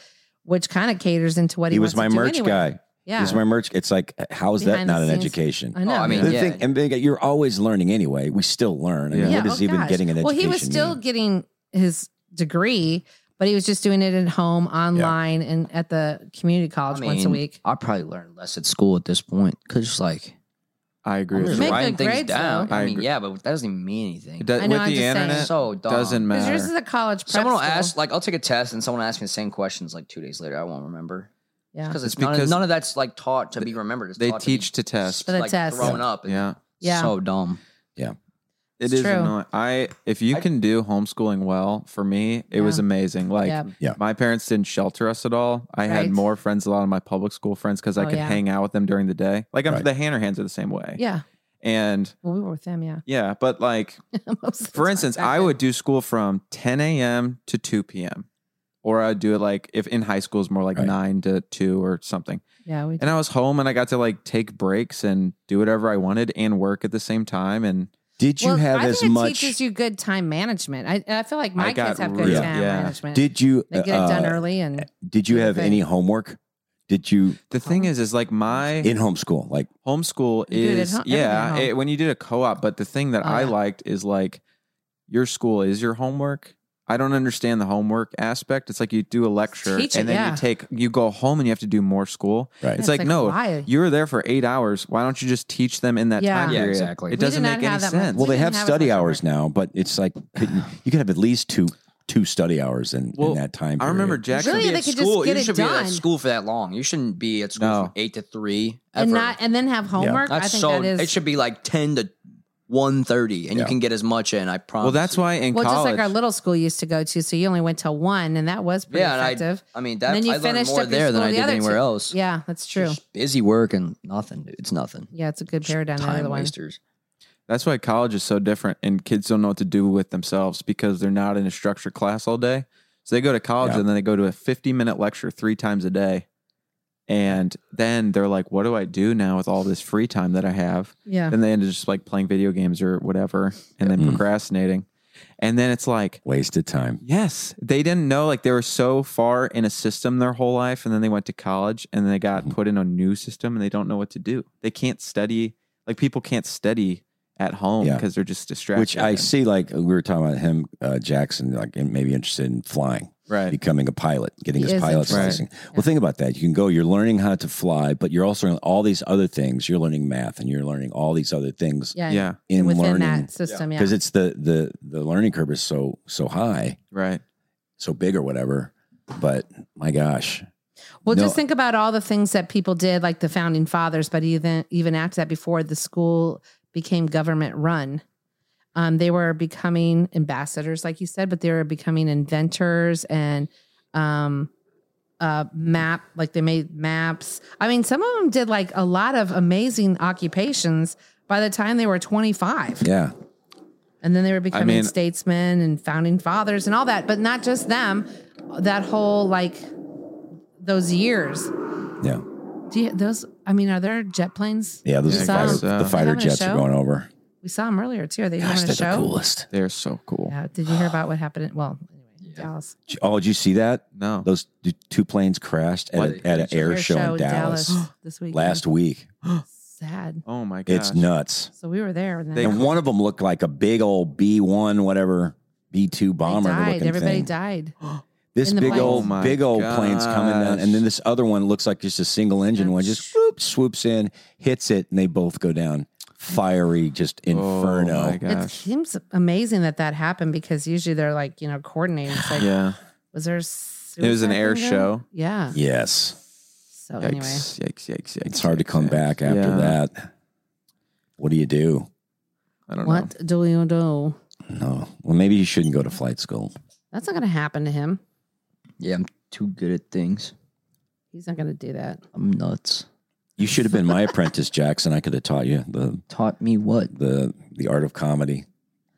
Speaker 3: which kind of caters into what he,
Speaker 1: he was
Speaker 3: wants
Speaker 1: my
Speaker 3: to do
Speaker 1: merch
Speaker 3: anyway.
Speaker 1: guy.
Speaker 3: Yeah.
Speaker 1: He's my merch. It's like, how is that
Speaker 3: Behind the
Speaker 1: not an
Speaker 3: scenes.
Speaker 1: education?
Speaker 3: I know.
Speaker 4: Oh, I mean,
Speaker 1: the
Speaker 4: yeah.
Speaker 1: thing, and being, you're always learning anyway. We still learn. I mean,
Speaker 2: Yeah.
Speaker 1: what is
Speaker 3: oh
Speaker 1: even
Speaker 3: gosh.
Speaker 1: getting an education?
Speaker 3: Well, he was still
Speaker 1: mean?
Speaker 3: getting his degree, but he was just doing it at home, online, and at the community college
Speaker 4: I
Speaker 3: once a
Speaker 4: mean,
Speaker 3: week.
Speaker 4: I probably learned less at school at this point because like
Speaker 2: I agree.
Speaker 4: I'm
Speaker 2: With
Speaker 4: just
Speaker 3: Make
Speaker 2: you.
Speaker 3: good
Speaker 4: writing things
Speaker 3: grades,
Speaker 4: down.
Speaker 3: though.
Speaker 2: I
Speaker 4: I mean,
Speaker 2: agree.
Speaker 4: yeah, but that doesn't even mean anything.
Speaker 2: It does-
Speaker 3: I know,
Speaker 2: with
Speaker 3: I'm
Speaker 2: the
Speaker 3: just saying.
Speaker 2: internet,
Speaker 4: so dumb.
Speaker 2: doesn't
Speaker 3: Because
Speaker 2: matter.
Speaker 3: yours is a college prep
Speaker 4: Someone will
Speaker 3: school.
Speaker 4: ask, like, I'll take a test and someone will ask me the same questions like two days later. I won't remember
Speaker 3: Yeah.
Speaker 4: because it's,
Speaker 2: It's
Speaker 4: none, of-
Speaker 2: because
Speaker 4: none of that's like taught to be remembered. It's
Speaker 2: they
Speaker 4: taught
Speaker 2: teach
Speaker 4: to,
Speaker 2: to test.
Speaker 3: For the
Speaker 4: like,
Speaker 3: test.
Speaker 4: thrown up.
Speaker 2: Yeah,
Speaker 3: Yeah.
Speaker 4: so dumb.
Speaker 2: It
Speaker 3: It's
Speaker 2: is
Speaker 3: true.
Speaker 2: annoying. I if you can do homeschooling well, for me, it was
Speaker 3: Yeah.
Speaker 2: amazing. Like
Speaker 3: Yep.
Speaker 1: Yeah.
Speaker 2: my parents didn't shelter us at all. I had
Speaker 3: Right.
Speaker 2: more friends, a lot of my public school friends, because I
Speaker 3: Oh,
Speaker 2: could
Speaker 3: yeah.
Speaker 2: hang out with them during the day. Like I'm
Speaker 1: Right.
Speaker 2: the Hannerhans are the same way.
Speaker 3: Yeah.
Speaker 2: And
Speaker 3: Well, we were with them. Yeah.
Speaker 2: yeah, but like
Speaker 3: <laughs> Most of the
Speaker 2: for
Speaker 3: time.
Speaker 2: instance, I would do school from 10 a.m. to 2 p.m. Or I'd do it like if in high school is more like
Speaker 1: Right.
Speaker 2: nine to two or something.
Speaker 3: Yeah. We did.
Speaker 2: And I was home and I got to like take breaks and do whatever I wanted and work at the same time. And
Speaker 1: Did you
Speaker 3: Well,
Speaker 1: have
Speaker 3: I
Speaker 1: as
Speaker 3: think
Speaker 1: much?
Speaker 3: It teaches you good time management. I, I feel like
Speaker 2: I
Speaker 3: my
Speaker 2: got
Speaker 3: kids have good
Speaker 1: real-
Speaker 3: time
Speaker 2: yeah.
Speaker 3: management.
Speaker 1: did you?
Speaker 3: they get it done
Speaker 1: uh,
Speaker 3: early and
Speaker 1: Did you
Speaker 3: Do the
Speaker 1: have
Speaker 3: thing.
Speaker 1: any homework? Did you
Speaker 2: the thing
Speaker 3: Uh-huh.
Speaker 2: is, is like my
Speaker 1: in homeschool? Like
Speaker 2: homeschool
Speaker 3: You do it at
Speaker 2: is
Speaker 3: home- everything at
Speaker 2: yeah
Speaker 3: home.
Speaker 2: it, when you did a co-op but the thing that
Speaker 3: Oh,
Speaker 2: i
Speaker 3: yeah.
Speaker 2: liked is like your school is your homework i don't understand the homework aspect it's like you do a lecture
Speaker 3: Teach it,
Speaker 2: and then
Speaker 3: yeah.
Speaker 2: you take you go home and you have to do more school
Speaker 1: right?
Speaker 2: it's like, no
Speaker 3: why?
Speaker 2: you were there for eight hours why don't you just teach them in that
Speaker 3: Yeah.
Speaker 2: time
Speaker 4: Yeah,
Speaker 2: period
Speaker 4: exactly. We
Speaker 2: it
Speaker 4: did
Speaker 2: doesn't
Speaker 3: not
Speaker 2: make any
Speaker 3: have that much.
Speaker 2: sense
Speaker 1: Well, they
Speaker 3: didn't
Speaker 1: have
Speaker 3: have as
Speaker 1: study
Speaker 3: much
Speaker 1: hours now, but it's like couldn't- you could have at least two two study hours in,
Speaker 2: Well,
Speaker 1: in that time.
Speaker 2: i remember
Speaker 1: period.
Speaker 2: jackson
Speaker 3: Really,
Speaker 4: Be
Speaker 3: they
Speaker 4: at
Speaker 3: could just
Speaker 4: school.
Speaker 3: get
Speaker 4: you
Speaker 3: it
Speaker 4: should be
Speaker 3: done.
Speaker 4: at school for that long. You shouldn't be at school
Speaker 2: No.
Speaker 4: from eight to three ever.
Speaker 3: and not and then have homework.
Speaker 4: That's
Speaker 3: I think
Speaker 4: so.
Speaker 3: that is
Speaker 4: It should be like ten to one thirty, and
Speaker 1: Yeah.
Speaker 4: you can get as much in. I promise.
Speaker 2: well that's
Speaker 4: you.
Speaker 2: why in
Speaker 3: well, just
Speaker 2: college
Speaker 3: like our little school used to go to. So you only went till one, and that was pretty
Speaker 4: Yeah, and I-
Speaker 3: effective.
Speaker 4: I mean,
Speaker 3: And
Speaker 4: that
Speaker 3: then you
Speaker 4: I learned
Speaker 3: finished
Speaker 4: more
Speaker 3: up your
Speaker 4: there than
Speaker 3: school
Speaker 4: I
Speaker 3: the
Speaker 4: did
Speaker 3: other
Speaker 4: anywhere
Speaker 3: two.
Speaker 4: else.
Speaker 3: yeah, that's true.
Speaker 4: Just busy work and nothing, dude. It's nothing.
Speaker 3: Yeah, it's a good paradigm. that
Speaker 4: Time
Speaker 3: Other one.
Speaker 4: wasters.
Speaker 2: that's why college is so different and kids don't know what to do with themselves because they're not in a structured class all day so they go to college
Speaker 1: Yeah.
Speaker 2: and then they go to a 50 minute lecture three times a day and then they're like what do i do now with all this free time that i have
Speaker 3: Yeah,
Speaker 2: then they end up just like playing video games or whatever and then
Speaker 1: Mm.
Speaker 2: procrastinating and then it's like
Speaker 1: wasted time.
Speaker 2: yes they didn't know like they were so far in a system their whole life and then they went to college and they got
Speaker 1: Mhm.
Speaker 2: put in a new system and they don't know what to do they can't study like people can't study at home
Speaker 1: Yeah.
Speaker 2: because they're just distracted
Speaker 1: Which I
Speaker 2: and-
Speaker 1: see, like we were talking about him, uh, Jackson, like and maybe interested in flying,
Speaker 2: right
Speaker 1: becoming a pilot, getting
Speaker 3: He
Speaker 1: his
Speaker 3: is
Speaker 1: pilot's
Speaker 2: interested.
Speaker 1: license.
Speaker 3: Yeah.
Speaker 1: Well, think about that. You can go. You're learning how to fly, but you're also learning all these other things. You're learning math, and you're learning all these other things
Speaker 3: yeah,
Speaker 2: yeah
Speaker 3: and
Speaker 1: in
Speaker 3: within
Speaker 1: learning
Speaker 3: that system. Yeah,
Speaker 1: because it's the the the learning curve is so so high,
Speaker 2: right
Speaker 1: so big or whatever. But my gosh,
Speaker 3: Well,
Speaker 1: No.
Speaker 3: just think about all the things that people did, like the founding fathers, but even even after that, before the school became government run, um, they were becoming ambassadors, like you said, but they were becoming inventors and um, uh, map, like they made maps. I mean, some of them did like a lot of amazing occupations by the time they were twenty five.
Speaker 1: yeah,
Speaker 3: And then they were becoming
Speaker 2: mean-
Speaker 3: statesmen and founding fathers and all that, but not just them. That whole like those years.
Speaker 1: yeah,
Speaker 3: Do you, those? I mean, are there jet planes?
Speaker 1: yeah. Those
Speaker 3: Yeah,
Speaker 1: are
Speaker 3: I
Speaker 1: fighter,
Speaker 3: guess
Speaker 2: so.
Speaker 1: the fighter
Speaker 3: having a
Speaker 1: jets
Speaker 3: show?
Speaker 1: are going over.
Speaker 3: We saw them earlier too. Are they
Speaker 1: Gosh,
Speaker 3: doing a
Speaker 1: they're the
Speaker 3: show?
Speaker 1: coolest.
Speaker 2: they're so cool
Speaker 3: Yeah. Did you hear about what happened? In, well, anyway, Dallas.
Speaker 1: Oh, did you see that?
Speaker 2: no
Speaker 1: Those d- two planes crashed at,
Speaker 4: Why
Speaker 1: a,
Speaker 4: they-
Speaker 1: at an air,
Speaker 3: Their
Speaker 1: show, in Dallas, <gasps>
Speaker 3: <gasps> this week.
Speaker 1: last week.
Speaker 3: Sad.
Speaker 2: oh my god
Speaker 1: It's nuts.
Speaker 3: So we were there. And then
Speaker 2: They-
Speaker 1: And one of them looked like a big old B one, whatever B two
Speaker 3: they
Speaker 1: bomber
Speaker 3: died.
Speaker 1: looking
Speaker 3: Everybody
Speaker 1: thing.
Speaker 3: died.
Speaker 1: <gasps> This
Speaker 3: in the
Speaker 1: big
Speaker 3: plane.
Speaker 1: old,
Speaker 2: Oh my
Speaker 1: big old plane's coming down, and then
Speaker 2: gosh.
Speaker 1: this other one looks like just a single engine
Speaker 3: Yeah.
Speaker 1: one. Just swoop, swoops in, hits it, and they both go down. Fiery, just inferno.
Speaker 2: oh my
Speaker 3: It
Speaker 2: gosh
Speaker 3: seems amazing that that happened because usually they're like you know coordinating. It's like,
Speaker 2: yeah
Speaker 3: was there?
Speaker 2: it was an
Speaker 3: suicide
Speaker 2: air
Speaker 3: thing there?
Speaker 2: show
Speaker 3: Yeah.
Speaker 1: Yes,
Speaker 3: So
Speaker 2: yikes,
Speaker 3: anyway,
Speaker 2: yikes yikes yikes
Speaker 1: it's hard to
Speaker 2: yikes,
Speaker 1: come
Speaker 2: yikes.
Speaker 1: back after
Speaker 2: Yeah.
Speaker 1: that. What do you do?
Speaker 2: i don't know
Speaker 3: what do you do?
Speaker 1: No. Well, maybe you shouldn't go to flight school.
Speaker 3: That's not going to happen to him.
Speaker 4: Yeah, I'm too good at things.
Speaker 3: He's not going to do that.
Speaker 4: I'm nuts.
Speaker 1: You should have been
Speaker 3: <laughs>
Speaker 1: my apprentice, Jackson. I could have taught you the
Speaker 4: Taught me what?
Speaker 1: the the art of comedy.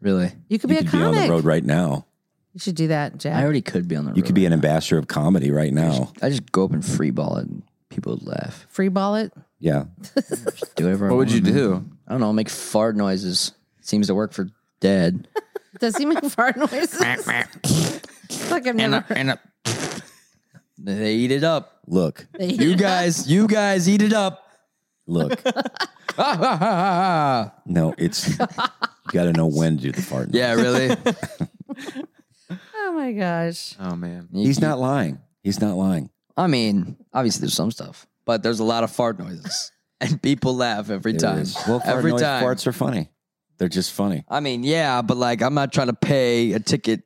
Speaker 4: Really?
Speaker 3: You could
Speaker 1: you
Speaker 3: be
Speaker 1: could
Speaker 3: a
Speaker 1: be on
Speaker 3: comic.
Speaker 1: the road right now.
Speaker 3: You should do that, Jack.
Speaker 4: I already could be on the.
Speaker 1: You could
Speaker 4: road.
Speaker 1: be an ambassador of comedy right
Speaker 4: I
Speaker 1: now.
Speaker 4: just, I just go up and freeball it, and people would laugh.
Speaker 3: Free ball it.
Speaker 1: Yeah.
Speaker 4: Just do whatever. I
Speaker 2: what would you
Speaker 4: want, man.
Speaker 2: do
Speaker 4: I don't know. Make fart noises. Seems to work for dad.
Speaker 3: Does he make <laughs> fart noises? It's like I've never.
Speaker 4: <laughs> they eat it up.
Speaker 1: Look,
Speaker 3: <laughs>
Speaker 4: You guys, you guys eat it up. <laughs>
Speaker 1: look.
Speaker 4: Ah, ah, ah, ah, ah.
Speaker 1: No, it's you got to know when to do the fart.
Speaker 4: yeah, really. <laughs>
Speaker 3: Oh my gosh.
Speaker 2: oh man
Speaker 1: He's not lying. He's not lying.
Speaker 4: I mean, obviously there's some stuff, but there's a lot of fart noises, <laughs> and people laugh every
Speaker 1: It
Speaker 4: time.
Speaker 1: is. Well, fart
Speaker 4: every
Speaker 1: noise-
Speaker 4: time.
Speaker 1: farts are funny. They're just funny.
Speaker 4: I mean, yeah, but like I'm not trying to pay a ticket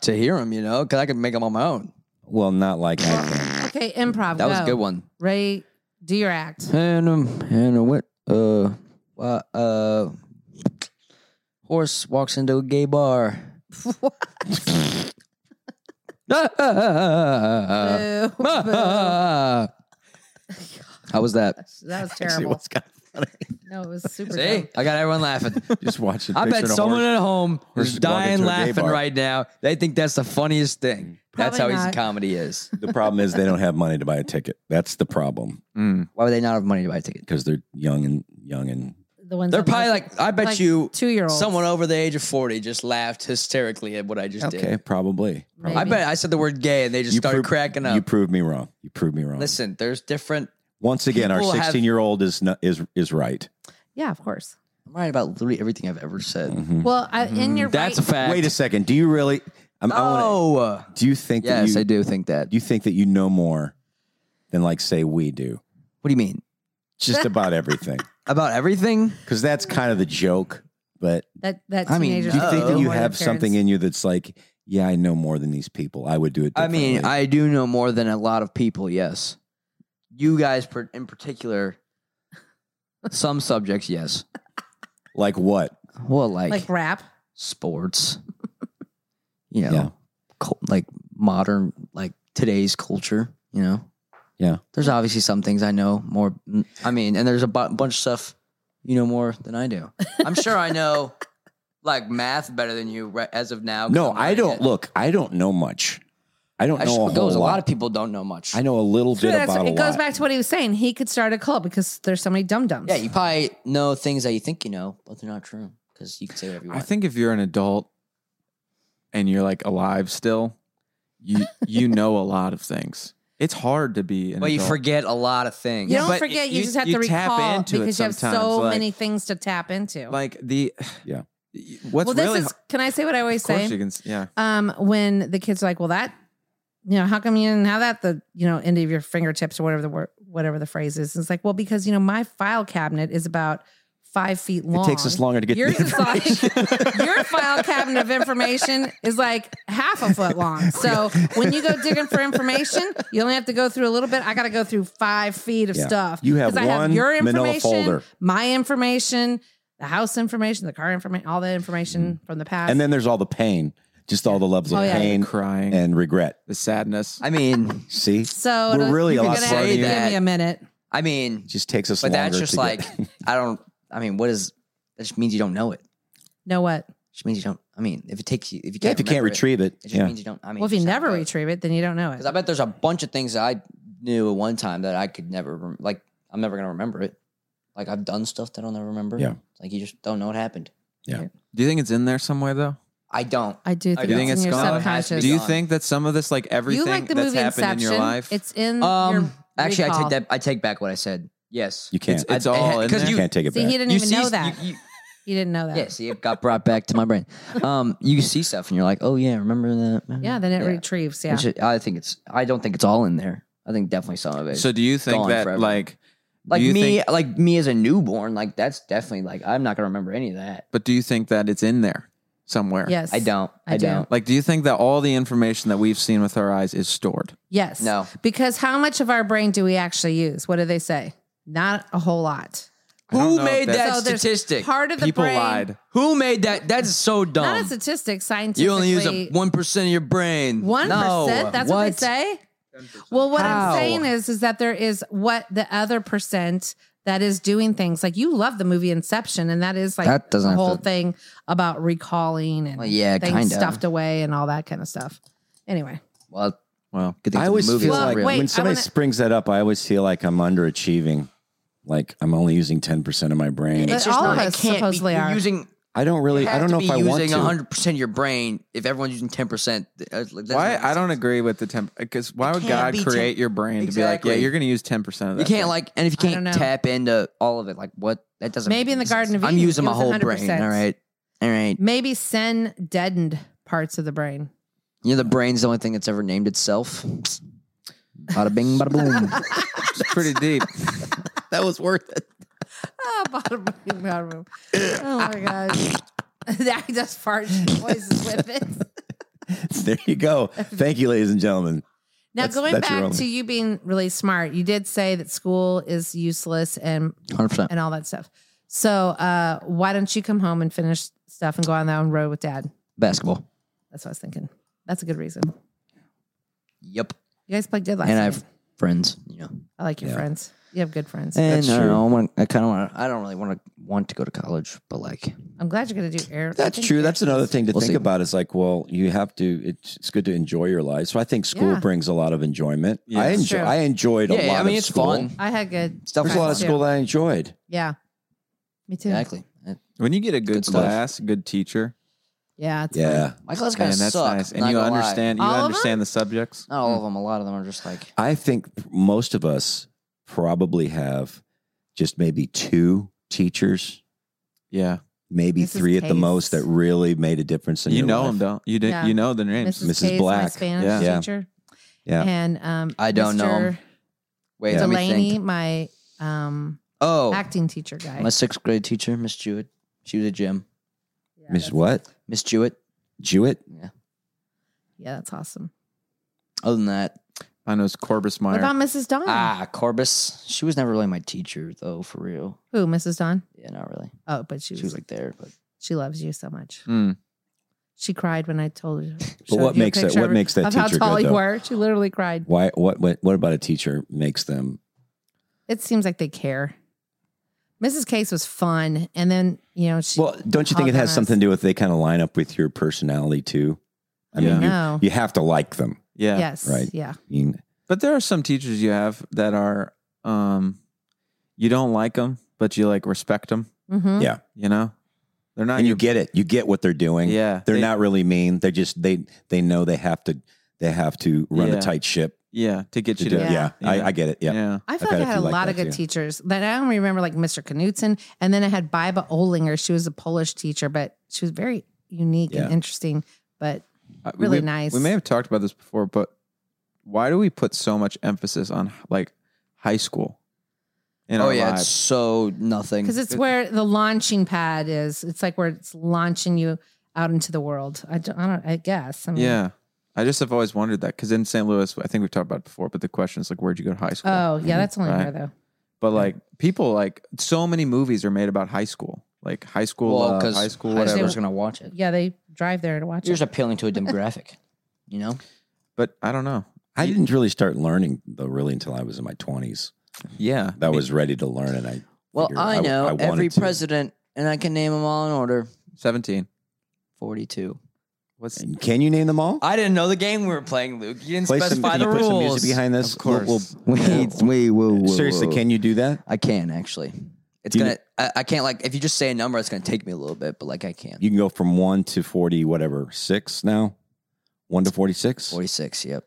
Speaker 4: to hear them, you know, because I can make them on my own.
Speaker 1: Well, not like I
Speaker 3: Okay, improv.
Speaker 4: That was a
Speaker 3: go.
Speaker 4: good one.
Speaker 3: Ray, do your
Speaker 4: <laughs>
Speaker 3: act.
Speaker 4: And um, and uh, what? Uh, what? Uh, Horse walks into a gay bar. Uh,
Speaker 3: Boo.
Speaker 4: <laughs> How was that?
Speaker 3: that was
Speaker 5: Actually,
Speaker 3: terrible.
Speaker 5: what's
Speaker 1: <laughs>
Speaker 5: kind of funny?
Speaker 3: No, it was super.
Speaker 4: See,
Speaker 3: dumb.
Speaker 4: I got everyone
Speaker 3: <laughs>
Speaker 4: laughing.
Speaker 1: Just watching.
Speaker 4: I bet someone <laughs> at home
Speaker 1: horse
Speaker 4: is
Speaker 1: walking
Speaker 4: dying
Speaker 1: to a gay
Speaker 4: laughing
Speaker 1: bar.
Speaker 4: right now. They think that's the funniest thing. that's how
Speaker 3: Probably
Speaker 4: easy
Speaker 3: not.
Speaker 4: comedy is.
Speaker 1: The problem is they don't have money to buy a ticket. That's the problem
Speaker 2: Mm.
Speaker 4: Why would they not have money to buy a ticket?
Speaker 1: because they're young and young and
Speaker 3: The ones
Speaker 4: They're
Speaker 3: that
Speaker 4: probably like, I bet
Speaker 3: like
Speaker 4: you
Speaker 3: two year olds.
Speaker 4: someone over the age of 40 just laughed hysterically at what I just
Speaker 1: okay,
Speaker 4: did.
Speaker 1: probably.
Speaker 4: I bet I said the word gay and they just started
Speaker 1: proved-
Speaker 4: cracking up.
Speaker 1: You proved me wrong. You proved me wrong.
Speaker 4: Listen, there's different.
Speaker 1: Once again, our
Speaker 4: people have-
Speaker 1: sixteen-year-old is not, is is right.
Speaker 3: Yeah, of course.
Speaker 4: I'm right about literally everything I've ever said.
Speaker 3: Well, I, and you're
Speaker 4: Mm. That's a
Speaker 3: right.
Speaker 4: fact.
Speaker 1: Mm. Mm-hmm. Wait a second. Do you really? I'm, I wanna,
Speaker 4: Oh,
Speaker 1: do you think?
Speaker 4: yes,
Speaker 1: that
Speaker 4: I
Speaker 1: you,
Speaker 4: do think that.
Speaker 1: Do you think that you know more than like say we do?
Speaker 4: What do you mean
Speaker 1: Just about
Speaker 4: <laughs>
Speaker 1: everything,
Speaker 4: about everything?
Speaker 1: because that's kind of the joke. But
Speaker 3: that that uh,
Speaker 4: I mean,
Speaker 3: teenagers
Speaker 4: do
Speaker 1: do you think
Speaker 4: Uh-oh.
Speaker 1: that you
Speaker 3: more than
Speaker 1: have
Speaker 3: parents.
Speaker 1: something in you that's like, yeah, I know more than these people. I would do it.
Speaker 4: I mean,
Speaker 1: differently."
Speaker 4: I do know more than a lot of people. Yes, you guys per-
Speaker 3: <laughs>
Speaker 4: in particular, some subjects. Yes,
Speaker 1: like what?
Speaker 4: well, like,
Speaker 3: like rap?
Speaker 4: sports. You know,
Speaker 1: Yeah.
Speaker 4: cul- like modern, like today's culture. You know,
Speaker 1: Yeah.
Speaker 4: There's obviously some things I know more. mm, I mean, and there's a bu- bunch of stuff you know more than I do. I'm sure I know like math better than you re- as of now. 'cause
Speaker 1: No,
Speaker 4: I'm
Speaker 1: I
Speaker 4: learning
Speaker 1: don't.
Speaker 4: it.
Speaker 1: Look, I don't know much. I don't
Speaker 4: I
Speaker 1: know
Speaker 4: sure
Speaker 1: a whole
Speaker 4: goes.
Speaker 1: lot.
Speaker 4: A lot of people don't know much.
Speaker 1: I know a little
Speaker 3: Sure,
Speaker 1: bit
Speaker 3: that's-
Speaker 1: about a
Speaker 3: it goes
Speaker 1: lot.
Speaker 3: back to what he was saying. He could start a club because there's so many dum dums.
Speaker 4: Yeah, you probably know things that you think you know, but they're not true because you can say whatever you
Speaker 2: I
Speaker 4: want.
Speaker 2: think if you're an adult and you're like alive still, you <laughs> you know a lot of things. It's hard to be an
Speaker 4: but you
Speaker 2: adult.
Speaker 4: forget a lot of things.
Speaker 3: You don't
Speaker 2: but
Speaker 3: forget. You,
Speaker 2: you-
Speaker 3: just have
Speaker 2: you
Speaker 3: to
Speaker 2: tap
Speaker 3: recall
Speaker 2: into it
Speaker 3: because you have so
Speaker 2: sometimes, like-
Speaker 3: many things to tap into.
Speaker 2: like the
Speaker 1: Yeah.
Speaker 2: What's
Speaker 3: well, this
Speaker 2: really
Speaker 3: is. Can I say what I always
Speaker 2: of course
Speaker 3: say?
Speaker 2: you can s- yeah.
Speaker 3: um, when the kids are like, "Well, that, you know, how come you didn't have that the you know end of your fingertips or whatever the word, whatever the phrase is?" It's like, well, because you know my file cabinet is about five feet long.
Speaker 1: It takes us longer to get
Speaker 3: Yours
Speaker 1: the
Speaker 3: is <laughs> like your file cabinet of information is like half a foot long. So when you go digging for information, you only have to go through a little bit. I got to go through five feet of
Speaker 1: Yeah.
Speaker 3: stuff.
Speaker 1: You have
Speaker 3: 'Cause I
Speaker 1: one manila folder.
Speaker 3: my information, the house information, the car information, all the information from the
Speaker 1: <laughs>
Speaker 3: past.
Speaker 1: Mm. And then there's all the pain, just all the levels of
Speaker 3: Oh, yeah.
Speaker 1: pain
Speaker 2: Crying
Speaker 1: and regret.
Speaker 2: the sadness.
Speaker 4: I mean,
Speaker 1: See,
Speaker 3: So
Speaker 1: We're
Speaker 3: it'll-
Speaker 1: really
Speaker 3: you're
Speaker 1: a lot
Speaker 3: gonna
Speaker 4: smarter
Speaker 3: have to
Speaker 4: than
Speaker 3: Give
Speaker 4: you.
Speaker 3: me a minute.
Speaker 4: I mean,
Speaker 1: it just takes us.
Speaker 4: but that's
Speaker 1: longer
Speaker 4: just
Speaker 1: to <laughs>
Speaker 4: like
Speaker 1: get-
Speaker 4: I don't. I mean, what is that? Just means you don't know it.
Speaker 3: Know what?
Speaker 4: Just means you don't. I mean, if it takes you, if you
Speaker 1: Yeah,
Speaker 4: can't,
Speaker 1: if you can't
Speaker 4: remember it,
Speaker 1: retrieve it,
Speaker 4: it, just
Speaker 1: yeah.
Speaker 4: means you don't. I mean,
Speaker 3: Well, if you never retrieve it, then you don't know
Speaker 4: because I
Speaker 3: it.
Speaker 4: bet there's a bunch of things that I knew at one time that I could never rem- like. I'm never gonna remember it. Like I've done stuff that I'll never remember.
Speaker 1: Yeah.
Speaker 4: Like you just don't know what happened.
Speaker 2: Do you think it's in there somewhere though?
Speaker 4: I don't.
Speaker 3: I do
Speaker 4: I
Speaker 3: think,
Speaker 4: do
Speaker 3: it's
Speaker 4: think
Speaker 3: in
Speaker 2: it's
Speaker 3: your
Speaker 2: gone?
Speaker 3: subconscious.
Speaker 4: It's
Speaker 2: Do you
Speaker 4: on.
Speaker 2: think that some of this like everything
Speaker 3: you like the
Speaker 2: that's
Speaker 3: movie
Speaker 2: happened
Speaker 3: Inception?
Speaker 2: in your life?
Speaker 3: It's in your
Speaker 4: Um. Actually,
Speaker 3: recall.
Speaker 4: I take that. I take back what I said. Yes.
Speaker 1: you can't.
Speaker 2: it's- it's all in
Speaker 4: because
Speaker 2: there.
Speaker 1: you
Speaker 4: you
Speaker 1: can't take it
Speaker 3: See,
Speaker 1: back.
Speaker 3: he didn't
Speaker 4: you
Speaker 3: even
Speaker 4: see-
Speaker 3: know that.
Speaker 4: you- you-
Speaker 3: He didn't know that.
Speaker 4: yeah, see, it got brought back to
Speaker 3: <laughs>
Speaker 4: my brain. Um, you see stuff and you're like, oh yeah, remember that?
Speaker 3: Yeah, then it retrieves. Yeah.
Speaker 4: Which is- I think it's. I don't think it's all in there. I think definitely some of it.
Speaker 2: so do you think
Speaker 4: gone
Speaker 2: that
Speaker 4: forever.
Speaker 2: like
Speaker 4: like
Speaker 2: do you
Speaker 4: me,
Speaker 3: uh,
Speaker 2: think-
Speaker 4: like me as a newborn, like that's definitely like I'm not gonna remember any of that.
Speaker 2: but do you think that it's in there somewhere?
Speaker 3: yes.
Speaker 4: I don't. I,
Speaker 3: I do.
Speaker 4: don't.
Speaker 2: Like do you think that all the information that we've seen with our eyes is stored?
Speaker 3: Yes.
Speaker 4: No.
Speaker 3: Because how much of our brain do we actually use? What do they say? Not a whole lot.
Speaker 2: I don't know
Speaker 4: Who
Speaker 2: if
Speaker 4: made that
Speaker 3: So there's
Speaker 4: statistic?
Speaker 3: Part of the
Speaker 2: People
Speaker 3: brain.
Speaker 2: lied.
Speaker 4: Who made that? That's so
Speaker 3: Not a
Speaker 4: dumb.
Speaker 3: statistic. Scientifically,
Speaker 4: Um, You only use up one percent of your brain.
Speaker 3: One
Speaker 4: No.
Speaker 3: That's what? they say. Well, what
Speaker 4: How?
Speaker 3: I'm saying is, is that there is what the other percent that is doing things like you love the movie Inception, and that is like
Speaker 4: That doesn't
Speaker 3: the
Speaker 4: have
Speaker 3: whole
Speaker 4: to-
Speaker 3: thing about recalling and
Speaker 4: Well, yeah,
Speaker 3: things
Speaker 4: kinda.
Speaker 3: stuffed away and all that kind of stuff. Anyway,
Speaker 4: Well,
Speaker 2: Well,
Speaker 4: good thing
Speaker 1: I
Speaker 4: the
Speaker 1: always
Speaker 4: movie
Speaker 1: feel
Speaker 4: wasn't
Speaker 1: like
Speaker 4: real.
Speaker 3: wait, I
Speaker 1: when somebody
Speaker 3: wanna-
Speaker 1: brings that up, I always feel like I'm underachieving. Like I'm only using ten percent of my brain.
Speaker 3: But all of
Speaker 4: it
Speaker 3: us
Speaker 4: can't be-
Speaker 3: supposedly
Speaker 4: you're
Speaker 3: are.
Speaker 4: using.
Speaker 1: I don't really. I don't know if I want
Speaker 4: using
Speaker 1: to.
Speaker 4: 100 percent of your brain. If everyone's using 10 percent, uh,
Speaker 2: why I don't agree with the temp because why would
Speaker 4: can't
Speaker 2: God
Speaker 4: be
Speaker 2: create
Speaker 4: ten-
Speaker 2: your brain to be
Speaker 4: Exactly.
Speaker 2: like, yeah, you're going to use ten percent of that.
Speaker 4: You can't
Speaker 2: thing."
Speaker 4: like, and if
Speaker 3: I
Speaker 4: you
Speaker 3: don't
Speaker 4: can't
Speaker 3: know.
Speaker 4: tap into all of it, like what that doesn't.
Speaker 3: Maybe
Speaker 4: make
Speaker 3: in the
Speaker 4: any
Speaker 3: Garden
Speaker 4: sense.
Speaker 3: of
Speaker 4: I'm
Speaker 3: Eden,
Speaker 4: using
Speaker 3: it
Speaker 4: my
Speaker 3: was
Speaker 4: whole
Speaker 3: 100%.
Speaker 4: brain. All right, all right.
Speaker 3: maybe Sen deadened parts of the brain.
Speaker 4: You know, the brain's the only thing that's ever named itself. Bada bing,
Speaker 3: <laughs>
Speaker 4: bada boom.
Speaker 2: It's pretty
Speaker 4: <laughs>
Speaker 2: deep.
Speaker 4: that was worth it.
Speaker 3: Oh, <laughs> bottom room, bottom room. Oh my gosh. <laughs> I just fart voices with it.
Speaker 1: <laughs> there you go. Thank you, ladies and gentlemen.
Speaker 3: Now,
Speaker 1: That's-
Speaker 3: going
Speaker 1: that's your
Speaker 3: back
Speaker 1: only-
Speaker 3: to you being really smart, you did say that school is useless and
Speaker 4: 100. percent
Speaker 3: and all that stuff. So, uh, why don't you come home and finish stuff and go on that one road with dad.
Speaker 4: Basketball.
Speaker 3: That's what I was thinking. That's a good reason.
Speaker 4: Yep.
Speaker 3: You guys played good last
Speaker 4: and I
Speaker 3: night.
Speaker 4: have friends. You know.
Speaker 3: I like your
Speaker 1: Yeah.
Speaker 3: friends. You have good friends.
Speaker 4: And
Speaker 1: That's
Speaker 4: I don't
Speaker 1: true.
Speaker 4: know. I, want, I kind of want. to. I don't really want to want to go to college, but like,
Speaker 3: I'm glad you're gonna do air. I
Speaker 1: That's
Speaker 3: think
Speaker 1: true.
Speaker 3: air-
Speaker 1: That's another thing to
Speaker 4: We'll
Speaker 1: think
Speaker 4: see.
Speaker 1: about. Is like, well, you have to. It's, it's good to enjoy your life. So I think school
Speaker 3: Yeah.
Speaker 1: brings a lot of enjoyment.
Speaker 2: Yeah.
Speaker 1: I
Speaker 3: That's
Speaker 1: enjoy.
Speaker 3: true.
Speaker 1: I enjoyed a
Speaker 4: yeah,
Speaker 1: lot.
Speaker 4: I mean,
Speaker 1: of
Speaker 4: it's
Speaker 1: school.
Speaker 4: fun.
Speaker 3: I had good.
Speaker 4: Stuff
Speaker 1: There's
Speaker 4: was
Speaker 1: a lot of
Speaker 3: Too.
Speaker 1: school that I enjoyed.
Speaker 3: Yeah. Me too.
Speaker 4: Exactly.
Speaker 2: When you get a good,
Speaker 4: Good stuff.
Speaker 2: class, good teacher,
Speaker 3: Yeah. It's
Speaker 1: yeah,
Speaker 3: fun.
Speaker 4: My class kind
Speaker 2: man,
Speaker 4: of
Speaker 2: that's
Speaker 4: suck.
Speaker 2: nice. And
Speaker 4: not
Speaker 2: you
Speaker 4: gonna lie.
Speaker 2: understand, Hmm.
Speaker 3: All of
Speaker 2: you
Speaker 3: 'em?
Speaker 2: understand the subjects.
Speaker 4: Not all of them. A lot of them are just like
Speaker 1: I think most of us probably have just maybe two teachers,
Speaker 2: Yeah,
Speaker 1: maybe
Speaker 3: Mrs.
Speaker 1: three at the
Speaker 3: Case.
Speaker 1: most, that really made a difference in
Speaker 2: you
Speaker 1: your
Speaker 2: know
Speaker 1: life.
Speaker 2: them, don't you? Did,
Speaker 3: Yeah.
Speaker 2: You know their names.
Speaker 3: Mrs.
Speaker 1: Mrs.
Speaker 3: Case, my
Speaker 1: Black.
Speaker 3: Spanish
Speaker 2: Yeah.
Speaker 1: Yeah.
Speaker 3: teacher.
Speaker 1: Yeah.
Speaker 3: And um,
Speaker 4: I don't know
Speaker 3: Mr.
Speaker 4: him. wait. let me
Speaker 3: Delaney,
Speaker 4: think.
Speaker 3: my um,
Speaker 4: Oh,
Speaker 3: acting teacher guy.
Speaker 4: my sixth grade teacher, Miss Jewett. She was a gym.
Speaker 3: Yeah,
Speaker 1: Miss
Speaker 3: that's-
Speaker 1: what?
Speaker 4: Miss Jewett.
Speaker 1: Jewett?
Speaker 3: Yeah, that's awesome.
Speaker 4: Other than that,
Speaker 2: I know it's Corbus
Speaker 3: What
Speaker 2: Meyer.
Speaker 3: about Mrs. Dawn?
Speaker 4: ah, Corbus. She was never really my teacher though, for real.
Speaker 3: Who? Mrs. Dawn?
Speaker 4: Yeah, not really.
Speaker 3: Oh, but she was,
Speaker 4: She was like there, but
Speaker 3: she loves you so much.
Speaker 2: Mm.
Speaker 3: She cried when I told her. showed
Speaker 1: But what
Speaker 3: you a
Speaker 1: makes that?
Speaker 3: picture
Speaker 1: What makes that
Speaker 3: of how
Speaker 1: teacher
Speaker 3: tall
Speaker 1: good?
Speaker 3: you
Speaker 1: Though?
Speaker 3: were? She literally cried.
Speaker 1: Why? What, what? What about a teacher makes them?
Speaker 3: It seems like they care. Mrs. Case was fun, and then you know she.
Speaker 1: Well, don't you think it has
Speaker 3: Homogenous.
Speaker 1: something to do with they kind of line up with your personality too? I
Speaker 2: Yeah.
Speaker 1: mean, you,
Speaker 3: no.
Speaker 1: you have to like them.
Speaker 2: Yeah.
Speaker 3: yes.
Speaker 1: right.
Speaker 3: Yeah.
Speaker 1: I mean,
Speaker 2: But there are some teachers you have that are, um, you don't like them, but you like respect them.
Speaker 3: Mm-hmm.
Speaker 1: Yeah.
Speaker 2: You know, they're not.
Speaker 1: and you
Speaker 2: your-
Speaker 1: get it. You get what they're doing.
Speaker 2: yeah,
Speaker 1: They're
Speaker 2: they-
Speaker 1: not really mean. They're just they they know they have to they have to run
Speaker 2: Yeah.
Speaker 1: a tight ship.
Speaker 2: Yeah, to get
Speaker 1: To
Speaker 2: you
Speaker 1: do
Speaker 2: to.
Speaker 1: it.
Speaker 3: Yeah.
Speaker 1: Yeah, I,
Speaker 2: Yeah.
Speaker 1: I get it. Yeah.
Speaker 2: yeah.
Speaker 3: I feel
Speaker 1: I've
Speaker 3: like I
Speaker 1: had a
Speaker 3: had a
Speaker 1: few like
Speaker 3: lot
Speaker 1: that
Speaker 3: of good
Speaker 1: too.
Speaker 3: teachers that I don't remember, like Mr. Knudsen, and then I had Biba Olinger. She was a Polish teacher, but she was very unique
Speaker 1: Yeah.
Speaker 3: and interesting. But
Speaker 2: Uh,
Speaker 3: Really
Speaker 2: we-
Speaker 3: nice.
Speaker 2: We may have talked about this before, but why do we put so much emphasis on like high school? In
Speaker 4: oh
Speaker 2: our
Speaker 4: yeah, it's
Speaker 2: lives?
Speaker 4: so nothing.
Speaker 3: because it's where the launching pad is, it's like where it's launching you out into the world. I don't. I, don't, I guess. I mean,
Speaker 2: yeah. I just have always wondered that because in St. Louis, I think we've talked about it before, but the question is like, where'd you go to high school?
Speaker 3: Oh, yeah. That's only
Speaker 2: Right.
Speaker 3: her though.
Speaker 2: But like people like so many movies are made about high school, like high school,
Speaker 4: well,
Speaker 2: uh,
Speaker 4: because
Speaker 2: high school,
Speaker 4: high
Speaker 2: whatever.
Speaker 4: schoolers gonna watch it.
Speaker 3: Yeah, they drive there to watch
Speaker 4: You're just
Speaker 3: it.
Speaker 4: appealing <laughs> to a demographic, you know.
Speaker 2: But I don't know.
Speaker 1: I didn't really start learning though really until I was in my twenties.
Speaker 2: Yeah,
Speaker 1: That was ready to learn, and I
Speaker 4: Well,
Speaker 1: figured
Speaker 4: I know
Speaker 1: I wanted
Speaker 4: every
Speaker 1: to.
Speaker 4: president, and I can name them all in order.
Speaker 2: seventeen.
Speaker 4: Forty-two.
Speaker 2: What's
Speaker 1: And Can you name them all?
Speaker 4: I didn't know the game we were playing, Luke. You didn't specify
Speaker 1: can you
Speaker 4: the
Speaker 1: put
Speaker 4: rules.
Speaker 1: some music behind this?
Speaker 2: Of course.
Speaker 1: We'll-
Speaker 4: <laughs> Wait, wait, whoa,
Speaker 1: we'll-
Speaker 4: whoa,
Speaker 1: seriously,
Speaker 4: whoa.
Speaker 1: can you do that?
Speaker 4: I can actually. It's
Speaker 1: You
Speaker 4: gonna. I, I can't like if you just say a number, it's gonna take me a little bit, but like I can.
Speaker 1: You can go from one to forty, whatever six now, one to forty six.
Speaker 4: Forty-six. Yep.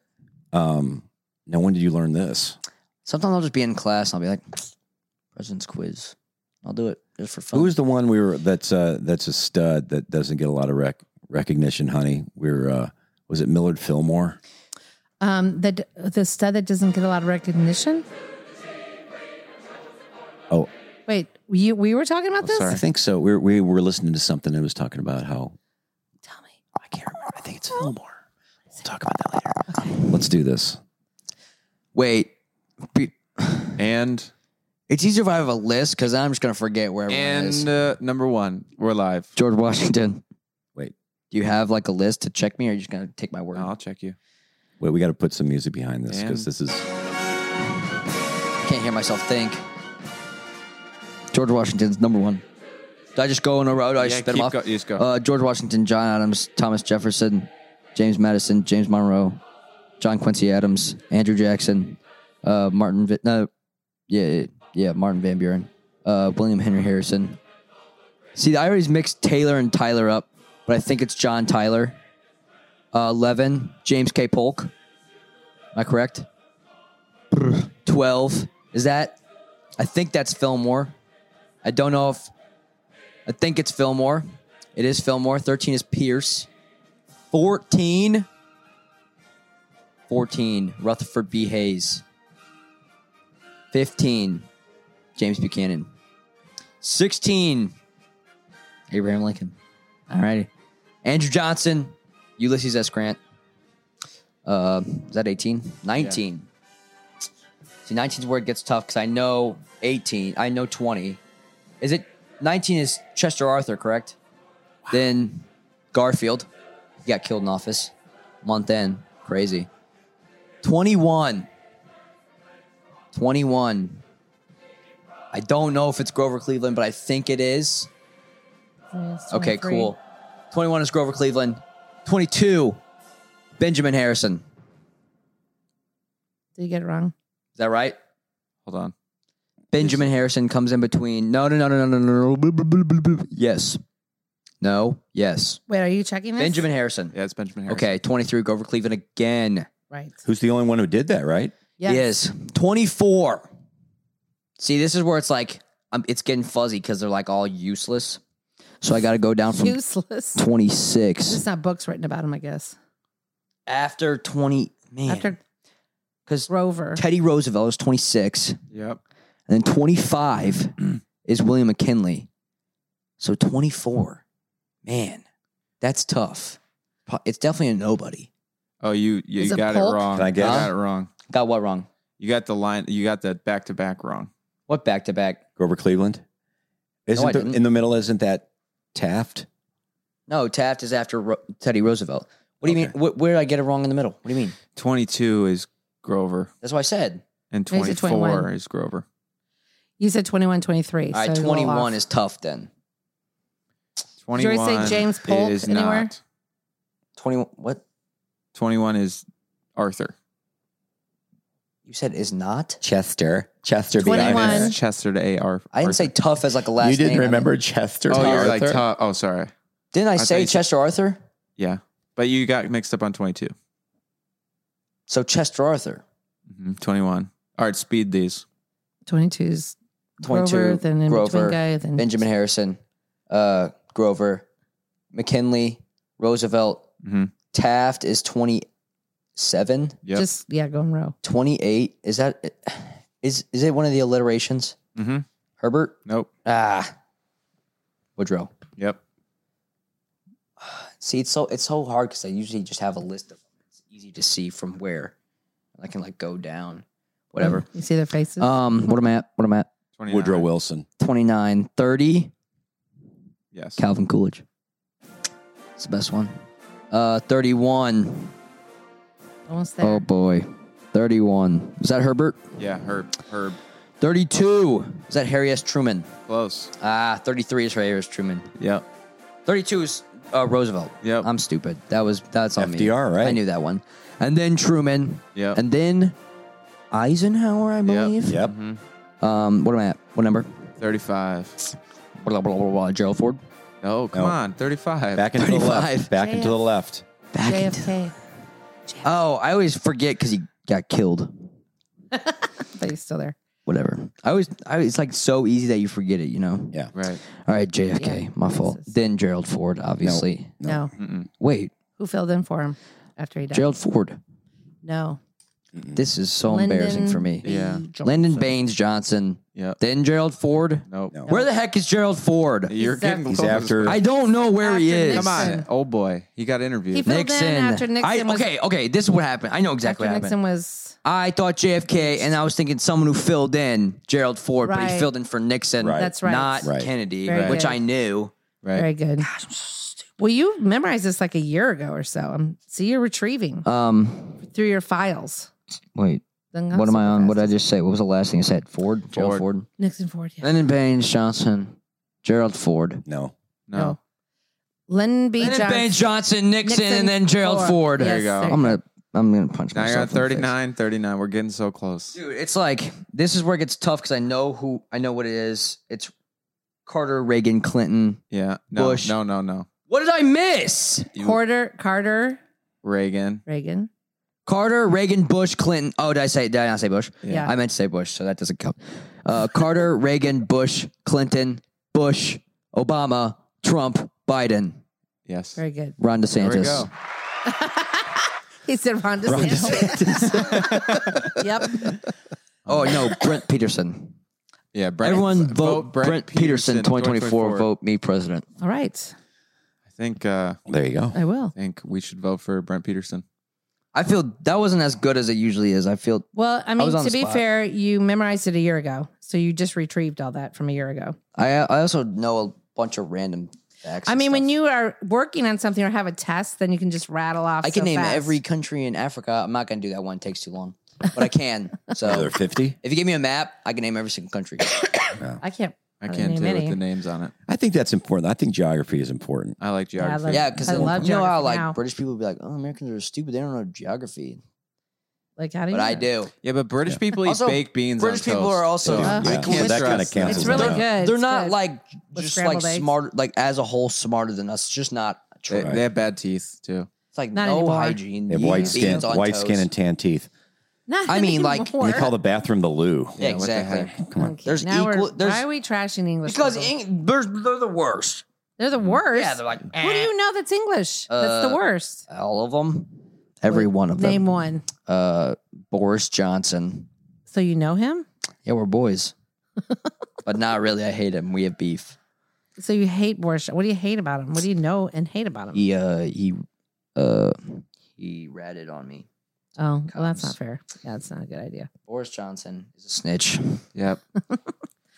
Speaker 1: Um, now when did you learn this?
Speaker 4: Sometimes I'll just be in class and I'll be like, "President's quiz." I'll do it just for fun.
Speaker 1: Who's the one we were? That's uh, that's a stud that doesn't get a lot of rec- recognition, honey. We are uh, was it Millard Fillmore?
Speaker 3: Um, the the stud that doesn't get a lot of recognition.
Speaker 1: Oh,
Speaker 3: Wait, you, we were talking about this.
Speaker 1: I think so. We were, we were listening to something that was talking about how
Speaker 3: Tell me.
Speaker 1: I can't remember. I think it's Fillmore. We'll talk about that later. Let's do this.
Speaker 4: Wait. Be-
Speaker 2: and
Speaker 4: It's easier if I have a list because I'm just gonna forget where everyone is.
Speaker 2: and uh, number one, we're live.
Speaker 4: George Washington.
Speaker 1: Wait.
Speaker 4: Do you have like a list to check me, or are you just gonna take my word?
Speaker 2: I'll check you.
Speaker 1: Wait, we got to put some music behind this because
Speaker 2: Damn.
Speaker 1: this is
Speaker 4: I can't hear myself think. George Washington's number one. Did I just go on a road? I
Speaker 2: Yeah,
Speaker 4: just spit
Speaker 2: keep
Speaker 4: them off.
Speaker 2: go- you just go.
Speaker 4: Uh, George Washington, John Adams, Thomas Jefferson, James Madison, James Monroe, John Quincy Adams, Andrew Jackson, uh, Martin. Vi- no, yeah, yeah, yeah, Martin Van Buren, uh, William Henry Harrison. See, I always mixed Taylor and Tyler up, but I think it's John Tyler. Uh, Eleven, James K. Polk. Am I correct? 12 is that i think that's fillmore i don't know if i think it's fillmore it is fillmore 13 is pierce 14 14 rutherford b hayes 15 james buchanan 16 abraham lincoln all righty andrew johnson ulysses s grant uh, is that 18 19 See, 19's where it gets tough because I know 18. I know 20. Is it 19 is Chester Arthur, correct? Then Garfield he got killed in office. Month end, crazy. 21. 21. I don't know if it's Grover Cleveland, but I think it is.
Speaker 3: It's
Speaker 4: Okay,
Speaker 3: 23.
Speaker 4: cool. 21 is Grover Cleveland. 22, Benjamin Harrison.
Speaker 3: Did you get it wrong?
Speaker 4: Is that right?
Speaker 2: Hold on.
Speaker 4: Benjamin Harrison comes in between. No, no, no, no, no, no, no, no. Blah, blah, blah, blah, blah. Yes. No. Yes.
Speaker 3: Wait, are you checking this?
Speaker 4: Benjamin Harrison.
Speaker 2: Yeah, it's Benjamin Harrison.
Speaker 4: Okay, 23, Grover Cleveland again.
Speaker 3: Right.
Speaker 1: Who's the only one who did that, right?
Speaker 3: Yes.
Speaker 4: Yes. 24. See, this is where it's like, um, it's getting fuzzy because they're like all useless. So I got to go down
Speaker 3: <laughs>
Speaker 4: from
Speaker 3: Useless. There's
Speaker 4: 26.
Speaker 3: not books written about him, I guess.
Speaker 4: After 20, man.
Speaker 3: After
Speaker 4: Because
Speaker 3: Grover.
Speaker 4: Teddy Roosevelt is 26.
Speaker 2: Yep.
Speaker 4: And then 25 is William McKinley. So 24. Man, that's tough. Po- It's definitely a nobody.
Speaker 2: Oh, you you,
Speaker 3: Is it
Speaker 2: got
Speaker 3: Polk?
Speaker 2: it wrong.
Speaker 1: Can I
Speaker 2: You
Speaker 1: guess?
Speaker 2: got it wrong.
Speaker 4: Got what wrong?
Speaker 2: You got the line. You got the back to back wrong.
Speaker 4: What back to back?
Speaker 1: Grover Cleveland. Isn't
Speaker 4: I
Speaker 1: the-
Speaker 4: didn't.
Speaker 1: in the middle? Isn't that Taft?
Speaker 4: No, Taft is after Ro- Teddy Roosevelt. What do you
Speaker 2: Okay.
Speaker 4: mean? Wh- where did I get it wrong in the middle? What do you mean?
Speaker 2: Twenty two is Grover,
Speaker 4: That's what I said.
Speaker 2: and
Speaker 3: Or is
Speaker 2: twenty
Speaker 3: it
Speaker 2: four
Speaker 3: 21?
Speaker 2: is Grover.
Speaker 3: You said 21, 23.
Speaker 4: All right,
Speaker 3: so you're a little
Speaker 4: 21
Speaker 3: off.
Speaker 4: is tough then.
Speaker 2: Twenty
Speaker 3: you
Speaker 2: one.
Speaker 3: already say James Polk
Speaker 2: is
Speaker 3: anywhere?
Speaker 2: not.
Speaker 4: 21, what?
Speaker 2: Twenty one is Arthur.
Speaker 4: You said is not?
Speaker 1: Chester. Chester. B.
Speaker 3: 21.
Speaker 1: Arthur.
Speaker 2: It's Chester to A R.
Speaker 4: I didn't say tough as like a last
Speaker 1: You didn't
Speaker 4: name. I meant-
Speaker 1: remember Chester.
Speaker 2: Oh,
Speaker 1: B.
Speaker 2: you're like
Speaker 1: Arthur?
Speaker 2: tough. Oh, sorry.
Speaker 4: didn't I,
Speaker 2: I thought
Speaker 4: say
Speaker 2: you said-
Speaker 4: Chester Arthur?
Speaker 2: Yeah, but you got mixed up on twenty two.
Speaker 4: So Chester Arthur.
Speaker 2: Twenty one. Mm-hmm, All right, speed these.
Speaker 3: 22 is
Speaker 4: 22,
Speaker 3: Grover, then in
Speaker 4: Grover,
Speaker 3: between guy, then
Speaker 4: Benjamin Harrison, uh, Grover, McKinley, Roosevelt.
Speaker 2: Mhm.
Speaker 4: Taft is 27,
Speaker 2: Yep.
Speaker 3: Just, yeah, go in row.
Speaker 4: 28. Is that is is it one of the alliterations?
Speaker 2: mm-hmm.
Speaker 4: Herbert?
Speaker 2: Nope.
Speaker 4: Ah. Woodrow.
Speaker 2: Yep.
Speaker 4: See, it's so it's so hard because I usually just have a list of them. It's easy to see from where. I can like go down, whatever.
Speaker 3: <laughs> You see their faces?
Speaker 4: Um, what am I at? What am I at?
Speaker 2: 29.
Speaker 1: Woodrow Wilson.
Speaker 4: 29, 30,
Speaker 2: Yes.
Speaker 4: Calvin Coolidge. It's the best one. Uh, 31.
Speaker 3: Almost there.
Speaker 4: Oh boy. 31. Is that Herbert?
Speaker 2: yeah. Herb. Herb.
Speaker 4: 32. Is that Harry S. Truman?
Speaker 2: Close.
Speaker 4: Ah, 33 is Harry S. Truman.
Speaker 2: Yep.
Speaker 4: 32 is uh, Roosevelt.
Speaker 2: Yep.
Speaker 4: I'm stupid. That was that's on
Speaker 1: FDR,
Speaker 4: me.
Speaker 1: right?
Speaker 4: I knew that one. And then Truman.
Speaker 2: Yep.
Speaker 4: And then Eisenhower, I believe.
Speaker 1: Yep.
Speaker 4: Um, what am I at? What number?
Speaker 2: Thirty five.
Speaker 4: Blah, blah, blah, blah, Gerald Ford.
Speaker 2: Oh, come
Speaker 1: No.
Speaker 2: on. Thirty five.
Speaker 1: Back into the
Speaker 4: 35.
Speaker 1: left. Back into the left.
Speaker 4: Back into-
Speaker 3: JFK.
Speaker 4: oh, I always forget because he got killed.
Speaker 3: But he's still there.
Speaker 4: Whatever. I always, I, it's like so easy that you forget it, you know?
Speaker 1: Yeah.
Speaker 2: Right.
Speaker 4: All right, JFK,
Speaker 3: Yeah.
Speaker 4: my fault.
Speaker 3: This is-
Speaker 4: Then Gerald Ford, obviously.
Speaker 3: No.
Speaker 2: Mm-mm.
Speaker 4: Wait,
Speaker 3: Who filled in for him after he died?
Speaker 4: Gerald Ford.
Speaker 3: No.
Speaker 4: This is so embarrassing for me.
Speaker 3: B.
Speaker 2: Yeah.
Speaker 3: Johnson.
Speaker 4: Lyndon Baines Johnson,
Speaker 2: Yep.
Speaker 4: then Gerald Ford.
Speaker 2: Nope.
Speaker 1: No.
Speaker 4: Where the heck is Gerald Ford?
Speaker 2: You're
Speaker 3: He's
Speaker 2: getting
Speaker 3: after- He's
Speaker 2: close.
Speaker 1: after-
Speaker 4: I don't know where he
Speaker 3: After
Speaker 4: is.
Speaker 2: Come on,
Speaker 3: Nixon.
Speaker 2: oh boy, he got interviewed.
Speaker 3: He filled
Speaker 4: Nixon.
Speaker 3: in after Nixon.
Speaker 4: I,
Speaker 3: was,
Speaker 4: okay, okay. This is what happened. I know exactly
Speaker 3: After
Speaker 4: what happened.
Speaker 3: Nixon was.
Speaker 4: I thought JFK, and I was thinking someone who filled in Gerald Ford, but he
Speaker 3: Right.
Speaker 4: filled in for Nixon,
Speaker 1: Right.
Speaker 3: That's right.
Speaker 4: not
Speaker 1: Right.
Speaker 4: Kennedy,
Speaker 3: Very
Speaker 4: which
Speaker 3: good.
Speaker 4: I knew.
Speaker 2: right?
Speaker 3: Very good. Well, you memorized this like a year ago or so. Um, see, you're retrieving
Speaker 4: Um,
Speaker 3: through your files.
Speaker 4: wait,
Speaker 3: Then
Speaker 4: what am I on? What did I
Speaker 3: I
Speaker 4: just say? What was the last thing I said? Ford, Gerald
Speaker 2: Ford.
Speaker 4: Ford,
Speaker 3: Nixon Ford. Yeah.
Speaker 4: Lyndon Baines Johnson, Gerald Ford,
Speaker 1: No.
Speaker 2: No.
Speaker 3: Lyndon B.
Speaker 4: Lyndon
Speaker 3: Johnson.
Speaker 4: Baines Johnson, Nixon,
Speaker 3: Nixon,
Speaker 4: and then Gerald
Speaker 3: Ford.
Speaker 4: Ford.
Speaker 3: Yes,
Speaker 4: There you go.
Speaker 3: there you
Speaker 4: I'm gonna, I'm gonna punch
Speaker 2: Now
Speaker 4: myself.
Speaker 2: you're on
Speaker 4: in
Speaker 2: 39,
Speaker 4: the face.
Speaker 2: 39. We're getting so close.
Speaker 4: dude. It's like this is where it gets tough because I know who, I know what it is. It's Carter, Reagan, Clinton.
Speaker 2: Yeah. No,
Speaker 4: Bush.
Speaker 2: no, no, no.
Speaker 4: What did I miss?
Speaker 2: You-
Speaker 3: Carter, Carter,
Speaker 2: Reagan.
Speaker 3: Reagan.
Speaker 4: Carter, Reagan, Bush, Clinton. Oh, did I say? Did I not say Bush?
Speaker 3: Yeah.
Speaker 4: I meant to say Bush, so that doesn't count. Uh, Carter, <laughs> Reagan, Bush, Clinton, Bush, Obama, Trump, Biden,
Speaker 2: Yes.
Speaker 3: Very good.
Speaker 4: Ron
Speaker 2: There we
Speaker 4: DeSantis.
Speaker 2: go.
Speaker 3: He said Ron
Speaker 1: Ron
Speaker 3: DeSantis. <laughs> yep.
Speaker 4: Oh no, Brent Peterson.
Speaker 2: Yeah. Brent,
Speaker 4: Everyone vote, Brent, Peterson, 2024,
Speaker 2: 2024.
Speaker 4: Vote me president.
Speaker 3: All right.
Speaker 2: I think uh,
Speaker 1: <laughs> There you go.
Speaker 3: I will.
Speaker 2: I think we should vote for Brent Peterson.
Speaker 4: I feel that wasn't as good as it usually is. I feel
Speaker 3: Well, I
Speaker 4: I
Speaker 3: mean,
Speaker 4: was on
Speaker 3: to
Speaker 4: the
Speaker 3: be
Speaker 4: spot.
Speaker 3: fair, you memorized it a year ago. So you just retrieved all that from a year ago.
Speaker 4: I I also know a bunch of random Facts
Speaker 3: I
Speaker 4: and
Speaker 3: mean, when
Speaker 4: stuff.
Speaker 3: you are working on something or have a test, then you can just rattle off.
Speaker 4: I can
Speaker 3: so
Speaker 4: name
Speaker 3: fast.
Speaker 4: every country in Africa. I'm not gonna do that one; it takes too long. But I
Speaker 1: <laughs>
Speaker 4: can. So
Speaker 1: Another 50?
Speaker 4: if you give me a map, I can name every single country.
Speaker 3: I can't.
Speaker 2: I
Speaker 3: Or
Speaker 2: can't
Speaker 3: name
Speaker 2: tell you
Speaker 3: any.
Speaker 2: with the names on it.
Speaker 1: I think that's important. I think geography is important.
Speaker 2: I like
Speaker 3: Yeah, I
Speaker 2: geography.
Speaker 3: love-
Speaker 4: yeah, because
Speaker 3: I
Speaker 4: you
Speaker 3: love
Speaker 4: know how
Speaker 3: geography
Speaker 4: like
Speaker 3: now.
Speaker 4: British people be like, "Oh, Americans are stupid; they don't know geography."
Speaker 3: Like, how do you?
Speaker 4: But I
Speaker 3: know?
Speaker 4: do.
Speaker 2: Yeah, but British
Speaker 1: Yeah.
Speaker 2: people eat
Speaker 4: Also,
Speaker 2: baked beans.
Speaker 4: British
Speaker 2: on
Speaker 4: people
Speaker 2: toast.
Speaker 4: are also
Speaker 1: Yeah.
Speaker 3: Uh,
Speaker 2: I
Speaker 3: Yeah.
Speaker 2: can't
Speaker 1: that
Speaker 2: trust
Speaker 1: kinda
Speaker 2: them.
Speaker 1: cancels
Speaker 3: It's really
Speaker 1: out.
Speaker 3: good.
Speaker 4: They're
Speaker 3: It's
Speaker 4: not
Speaker 3: good.
Speaker 4: like
Speaker 3: With
Speaker 4: just like
Speaker 3: scrambled eggs.
Speaker 4: smarter, like as a whole smarter than us. It's just not true.
Speaker 2: They, they have bad teeth too.
Speaker 4: It's like
Speaker 3: Not
Speaker 4: no
Speaker 3: anymore.
Speaker 4: hygiene.
Speaker 1: They have
Speaker 4: you
Speaker 1: white
Speaker 4: eat
Speaker 1: skin,
Speaker 4: beans on
Speaker 1: white
Speaker 4: toast.
Speaker 1: skin and tan teeth.
Speaker 3: Not
Speaker 4: I mean, like,
Speaker 1: And
Speaker 3: anymore.
Speaker 1: they call the bathroom the loo.
Speaker 4: yeah,
Speaker 2: Yeah, what the
Speaker 4: exactly.
Speaker 1: Come on.
Speaker 3: Okay,
Speaker 4: There's
Speaker 3: now we're-
Speaker 4: equal- there's-
Speaker 3: why are we trashing English?
Speaker 4: Because
Speaker 3: people?
Speaker 4: Eng- they're, they're the worst.
Speaker 3: they're the worst.
Speaker 4: Yeah, they're like eh.
Speaker 3: Who do you know that's English? that's the
Speaker 4: Uh,
Speaker 3: worst.
Speaker 4: all of them, every
Speaker 3: Wait,
Speaker 4: one of them.
Speaker 3: Name one.
Speaker 4: Uh, Boris Johnson.
Speaker 3: So you know him?
Speaker 4: Yeah,
Speaker 3: <laughs>
Speaker 4: we're boys, but not really. I hate him. We have beef.
Speaker 3: So you hate Boris? What do you hate about him? What do you know and hate about him?
Speaker 4: He uh he uh he ratted on me.
Speaker 3: oh, well, that's
Speaker 4: Cons.
Speaker 3: not fair. Yeah, that's not a good idea.
Speaker 4: Boris Johnson is a snitch.
Speaker 2: Yep.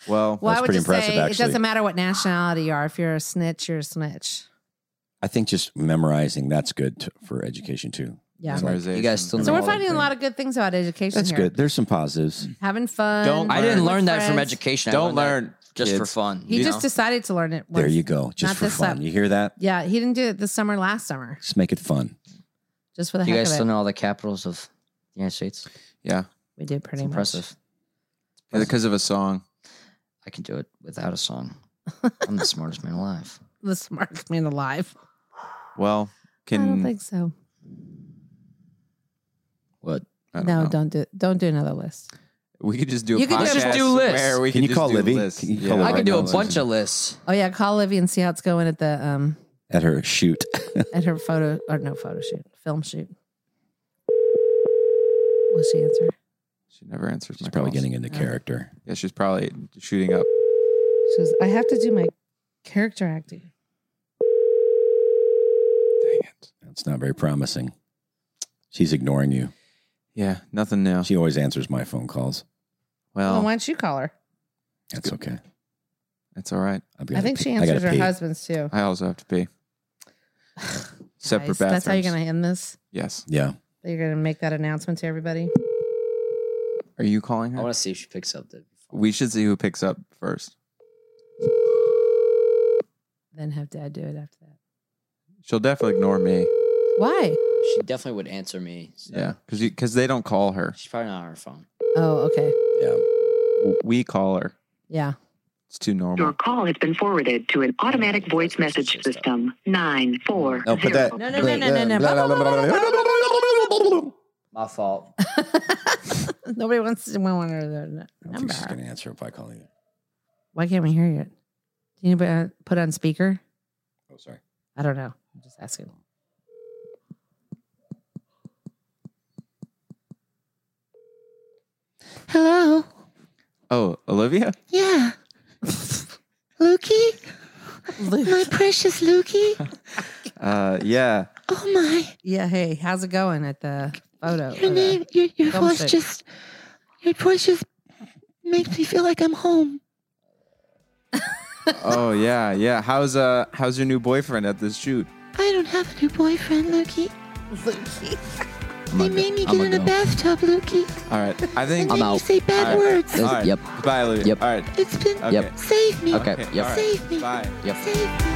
Speaker 2: well,
Speaker 3: Well, I would
Speaker 1: pretty
Speaker 3: just
Speaker 1: impressive,
Speaker 3: say
Speaker 1: actually.
Speaker 3: it doesn't matter what nationality you are. If you're a snitch, you're a snitch.
Speaker 1: I think just memorizing that's good t- for education too.
Speaker 3: <laughs> Yeah.
Speaker 1: So
Speaker 4: You guys still
Speaker 3: So
Speaker 4: know
Speaker 3: we're
Speaker 4: all that
Speaker 3: finding a
Speaker 4: thing.
Speaker 3: lot of good things about education.
Speaker 1: That's
Speaker 3: here.
Speaker 1: good. There's some positives.
Speaker 4: Mm.
Speaker 3: Having fun.
Speaker 2: Don't
Speaker 4: I didn't
Speaker 2: Learn
Speaker 4: learn
Speaker 3: with
Speaker 4: that from
Speaker 3: friends.
Speaker 4: education. I
Speaker 2: don't
Speaker 4: learned that
Speaker 2: learn
Speaker 4: just for
Speaker 2: kids.
Speaker 4: fun.
Speaker 3: He
Speaker 4: you
Speaker 3: just
Speaker 4: know?
Speaker 3: decided to learn it. Once.
Speaker 1: There you go. Just
Speaker 3: Not
Speaker 1: for
Speaker 3: this
Speaker 1: fun.
Speaker 3: up.
Speaker 1: You hear that?
Speaker 3: Yeah, he didn't do it this summer. Last summer,
Speaker 1: Just make it fun.
Speaker 3: just for the
Speaker 4: Do you
Speaker 3: heck
Speaker 4: guys
Speaker 3: of it,
Speaker 4: still know all the capitals of the United States. It's
Speaker 2: yeah,
Speaker 3: we did pretty
Speaker 4: impressive.
Speaker 2: because of a song.
Speaker 4: I can do it without
Speaker 3: <laughs>
Speaker 4: a song. I'm the smartest man alive.
Speaker 3: much. The smartest <laughs> man alive.
Speaker 2: Well, can
Speaker 3: I don't think so.
Speaker 4: What?
Speaker 2: I don't
Speaker 3: no,
Speaker 2: know.
Speaker 3: don't do don't do another list.
Speaker 2: We could just do a
Speaker 3: You could
Speaker 2: podcast
Speaker 3: just
Speaker 4: do lists.
Speaker 2: where we
Speaker 1: Can you
Speaker 2: just
Speaker 1: call
Speaker 2: do
Speaker 1: Livy?
Speaker 2: lists.
Speaker 1: Can you call Livy?
Speaker 4: I
Speaker 1: Right
Speaker 4: can do
Speaker 1: now,
Speaker 4: a bunch of lists.
Speaker 3: Oh yeah, call Livy and see how it's going at the um
Speaker 1: At her shoot.
Speaker 3: <laughs> at her photo or no photo shoot, film shoot. Will she answer?
Speaker 2: She never
Speaker 1: <laughs>
Speaker 2: answers my
Speaker 1: She's probably
Speaker 2: calls.
Speaker 1: getting into character.
Speaker 2: Yeah, she's probably shooting up.
Speaker 3: She goes, I have to do my character acting.
Speaker 2: Dang it.
Speaker 1: It's not very promising. She's ignoring you.
Speaker 2: Yeah, nothing new.
Speaker 1: She always answers my phone calls.
Speaker 3: Well, Oh, why
Speaker 2: Well,
Speaker 3: don't you call her?
Speaker 1: That's okay.
Speaker 2: it's all right.
Speaker 1: I've
Speaker 3: I
Speaker 1: gotta
Speaker 3: think
Speaker 1: pee-
Speaker 3: she
Speaker 1: I gotta
Speaker 3: answers her
Speaker 1: pee.
Speaker 3: husband's too.
Speaker 2: I also have to pee. Separate bathrooms.
Speaker 3: Nice. That's how you're gonna end this.
Speaker 2: Yes.
Speaker 1: Yeah.
Speaker 3: That You're gonna make that announcement to everybody.
Speaker 2: Are you calling
Speaker 4: I
Speaker 2: her?
Speaker 4: want to see if she picks up the.
Speaker 2: we should see who picks up first.
Speaker 3: Then have dad do it after that.
Speaker 2: She'll definitely ignore me.
Speaker 3: Why?
Speaker 4: She definitely would answer me. so-
Speaker 2: Yeah, because because they don't call her.
Speaker 4: She's probably not on her phone.
Speaker 3: Oh, okay.
Speaker 1: Yeah.
Speaker 2: W- We call her.
Speaker 3: Yeah.
Speaker 2: It's too
Speaker 6: Your
Speaker 2: normal.
Speaker 6: call has been forwarded to an automatic voice message system. Nine four.
Speaker 1: No, but that.
Speaker 3: No, no, no, no, no, no. Blah, blah, blah, blah, blah,
Speaker 4: My fault.
Speaker 3: <laughs> Nobody wants to want her their n-
Speaker 1: I don't think she's
Speaker 3: number.
Speaker 1: gonna answer if I call you.
Speaker 3: Why can't we hear you? Do you put- put on speaker?
Speaker 1: Oh, sorry.
Speaker 3: I don't know. I'm just <laughs> asking.
Speaker 5: Hello.
Speaker 2: Oh, Olivia.
Speaker 5: Yeah. Lukey, my precious Lukey.
Speaker 2: Uh, yeah.
Speaker 5: Oh my,
Speaker 3: yeah. Hey, how's it going at the photo? or the-
Speaker 5: your name, your, your
Speaker 3: Don't
Speaker 5: voice
Speaker 3: say-
Speaker 5: just, your voice just makes me feel like I'm home.
Speaker 2: Oh, yeah, yeah. How's uh how's your new boyfriend at this shoot?
Speaker 5: I don't have a new boyfriend, Lukey.
Speaker 4: I'm
Speaker 5: They
Speaker 4: gonna
Speaker 5: made me
Speaker 4: I'm
Speaker 5: get in
Speaker 4: gonna
Speaker 5: a
Speaker 4: go.
Speaker 5: bathtub, Lukey.
Speaker 2: All right. I think.
Speaker 5: and
Speaker 4: I'm
Speaker 5: then you
Speaker 4: out.
Speaker 5: say bad
Speaker 2: Alright.
Speaker 5: words.
Speaker 2: All right.
Speaker 4: Yep.
Speaker 2: Bye, Olivia.
Speaker 4: Yep.
Speaker 2: All right.
Speaker 5: It's been,
Speaker 2: Okay.
Speaker 5: save me,
Speaker 4: Okay. Yep.
Speaker 2: all right.
Speaker 5: save me,
Speaker 2: Bye.
Speaker 4: Yep.
Speaker 5: save me.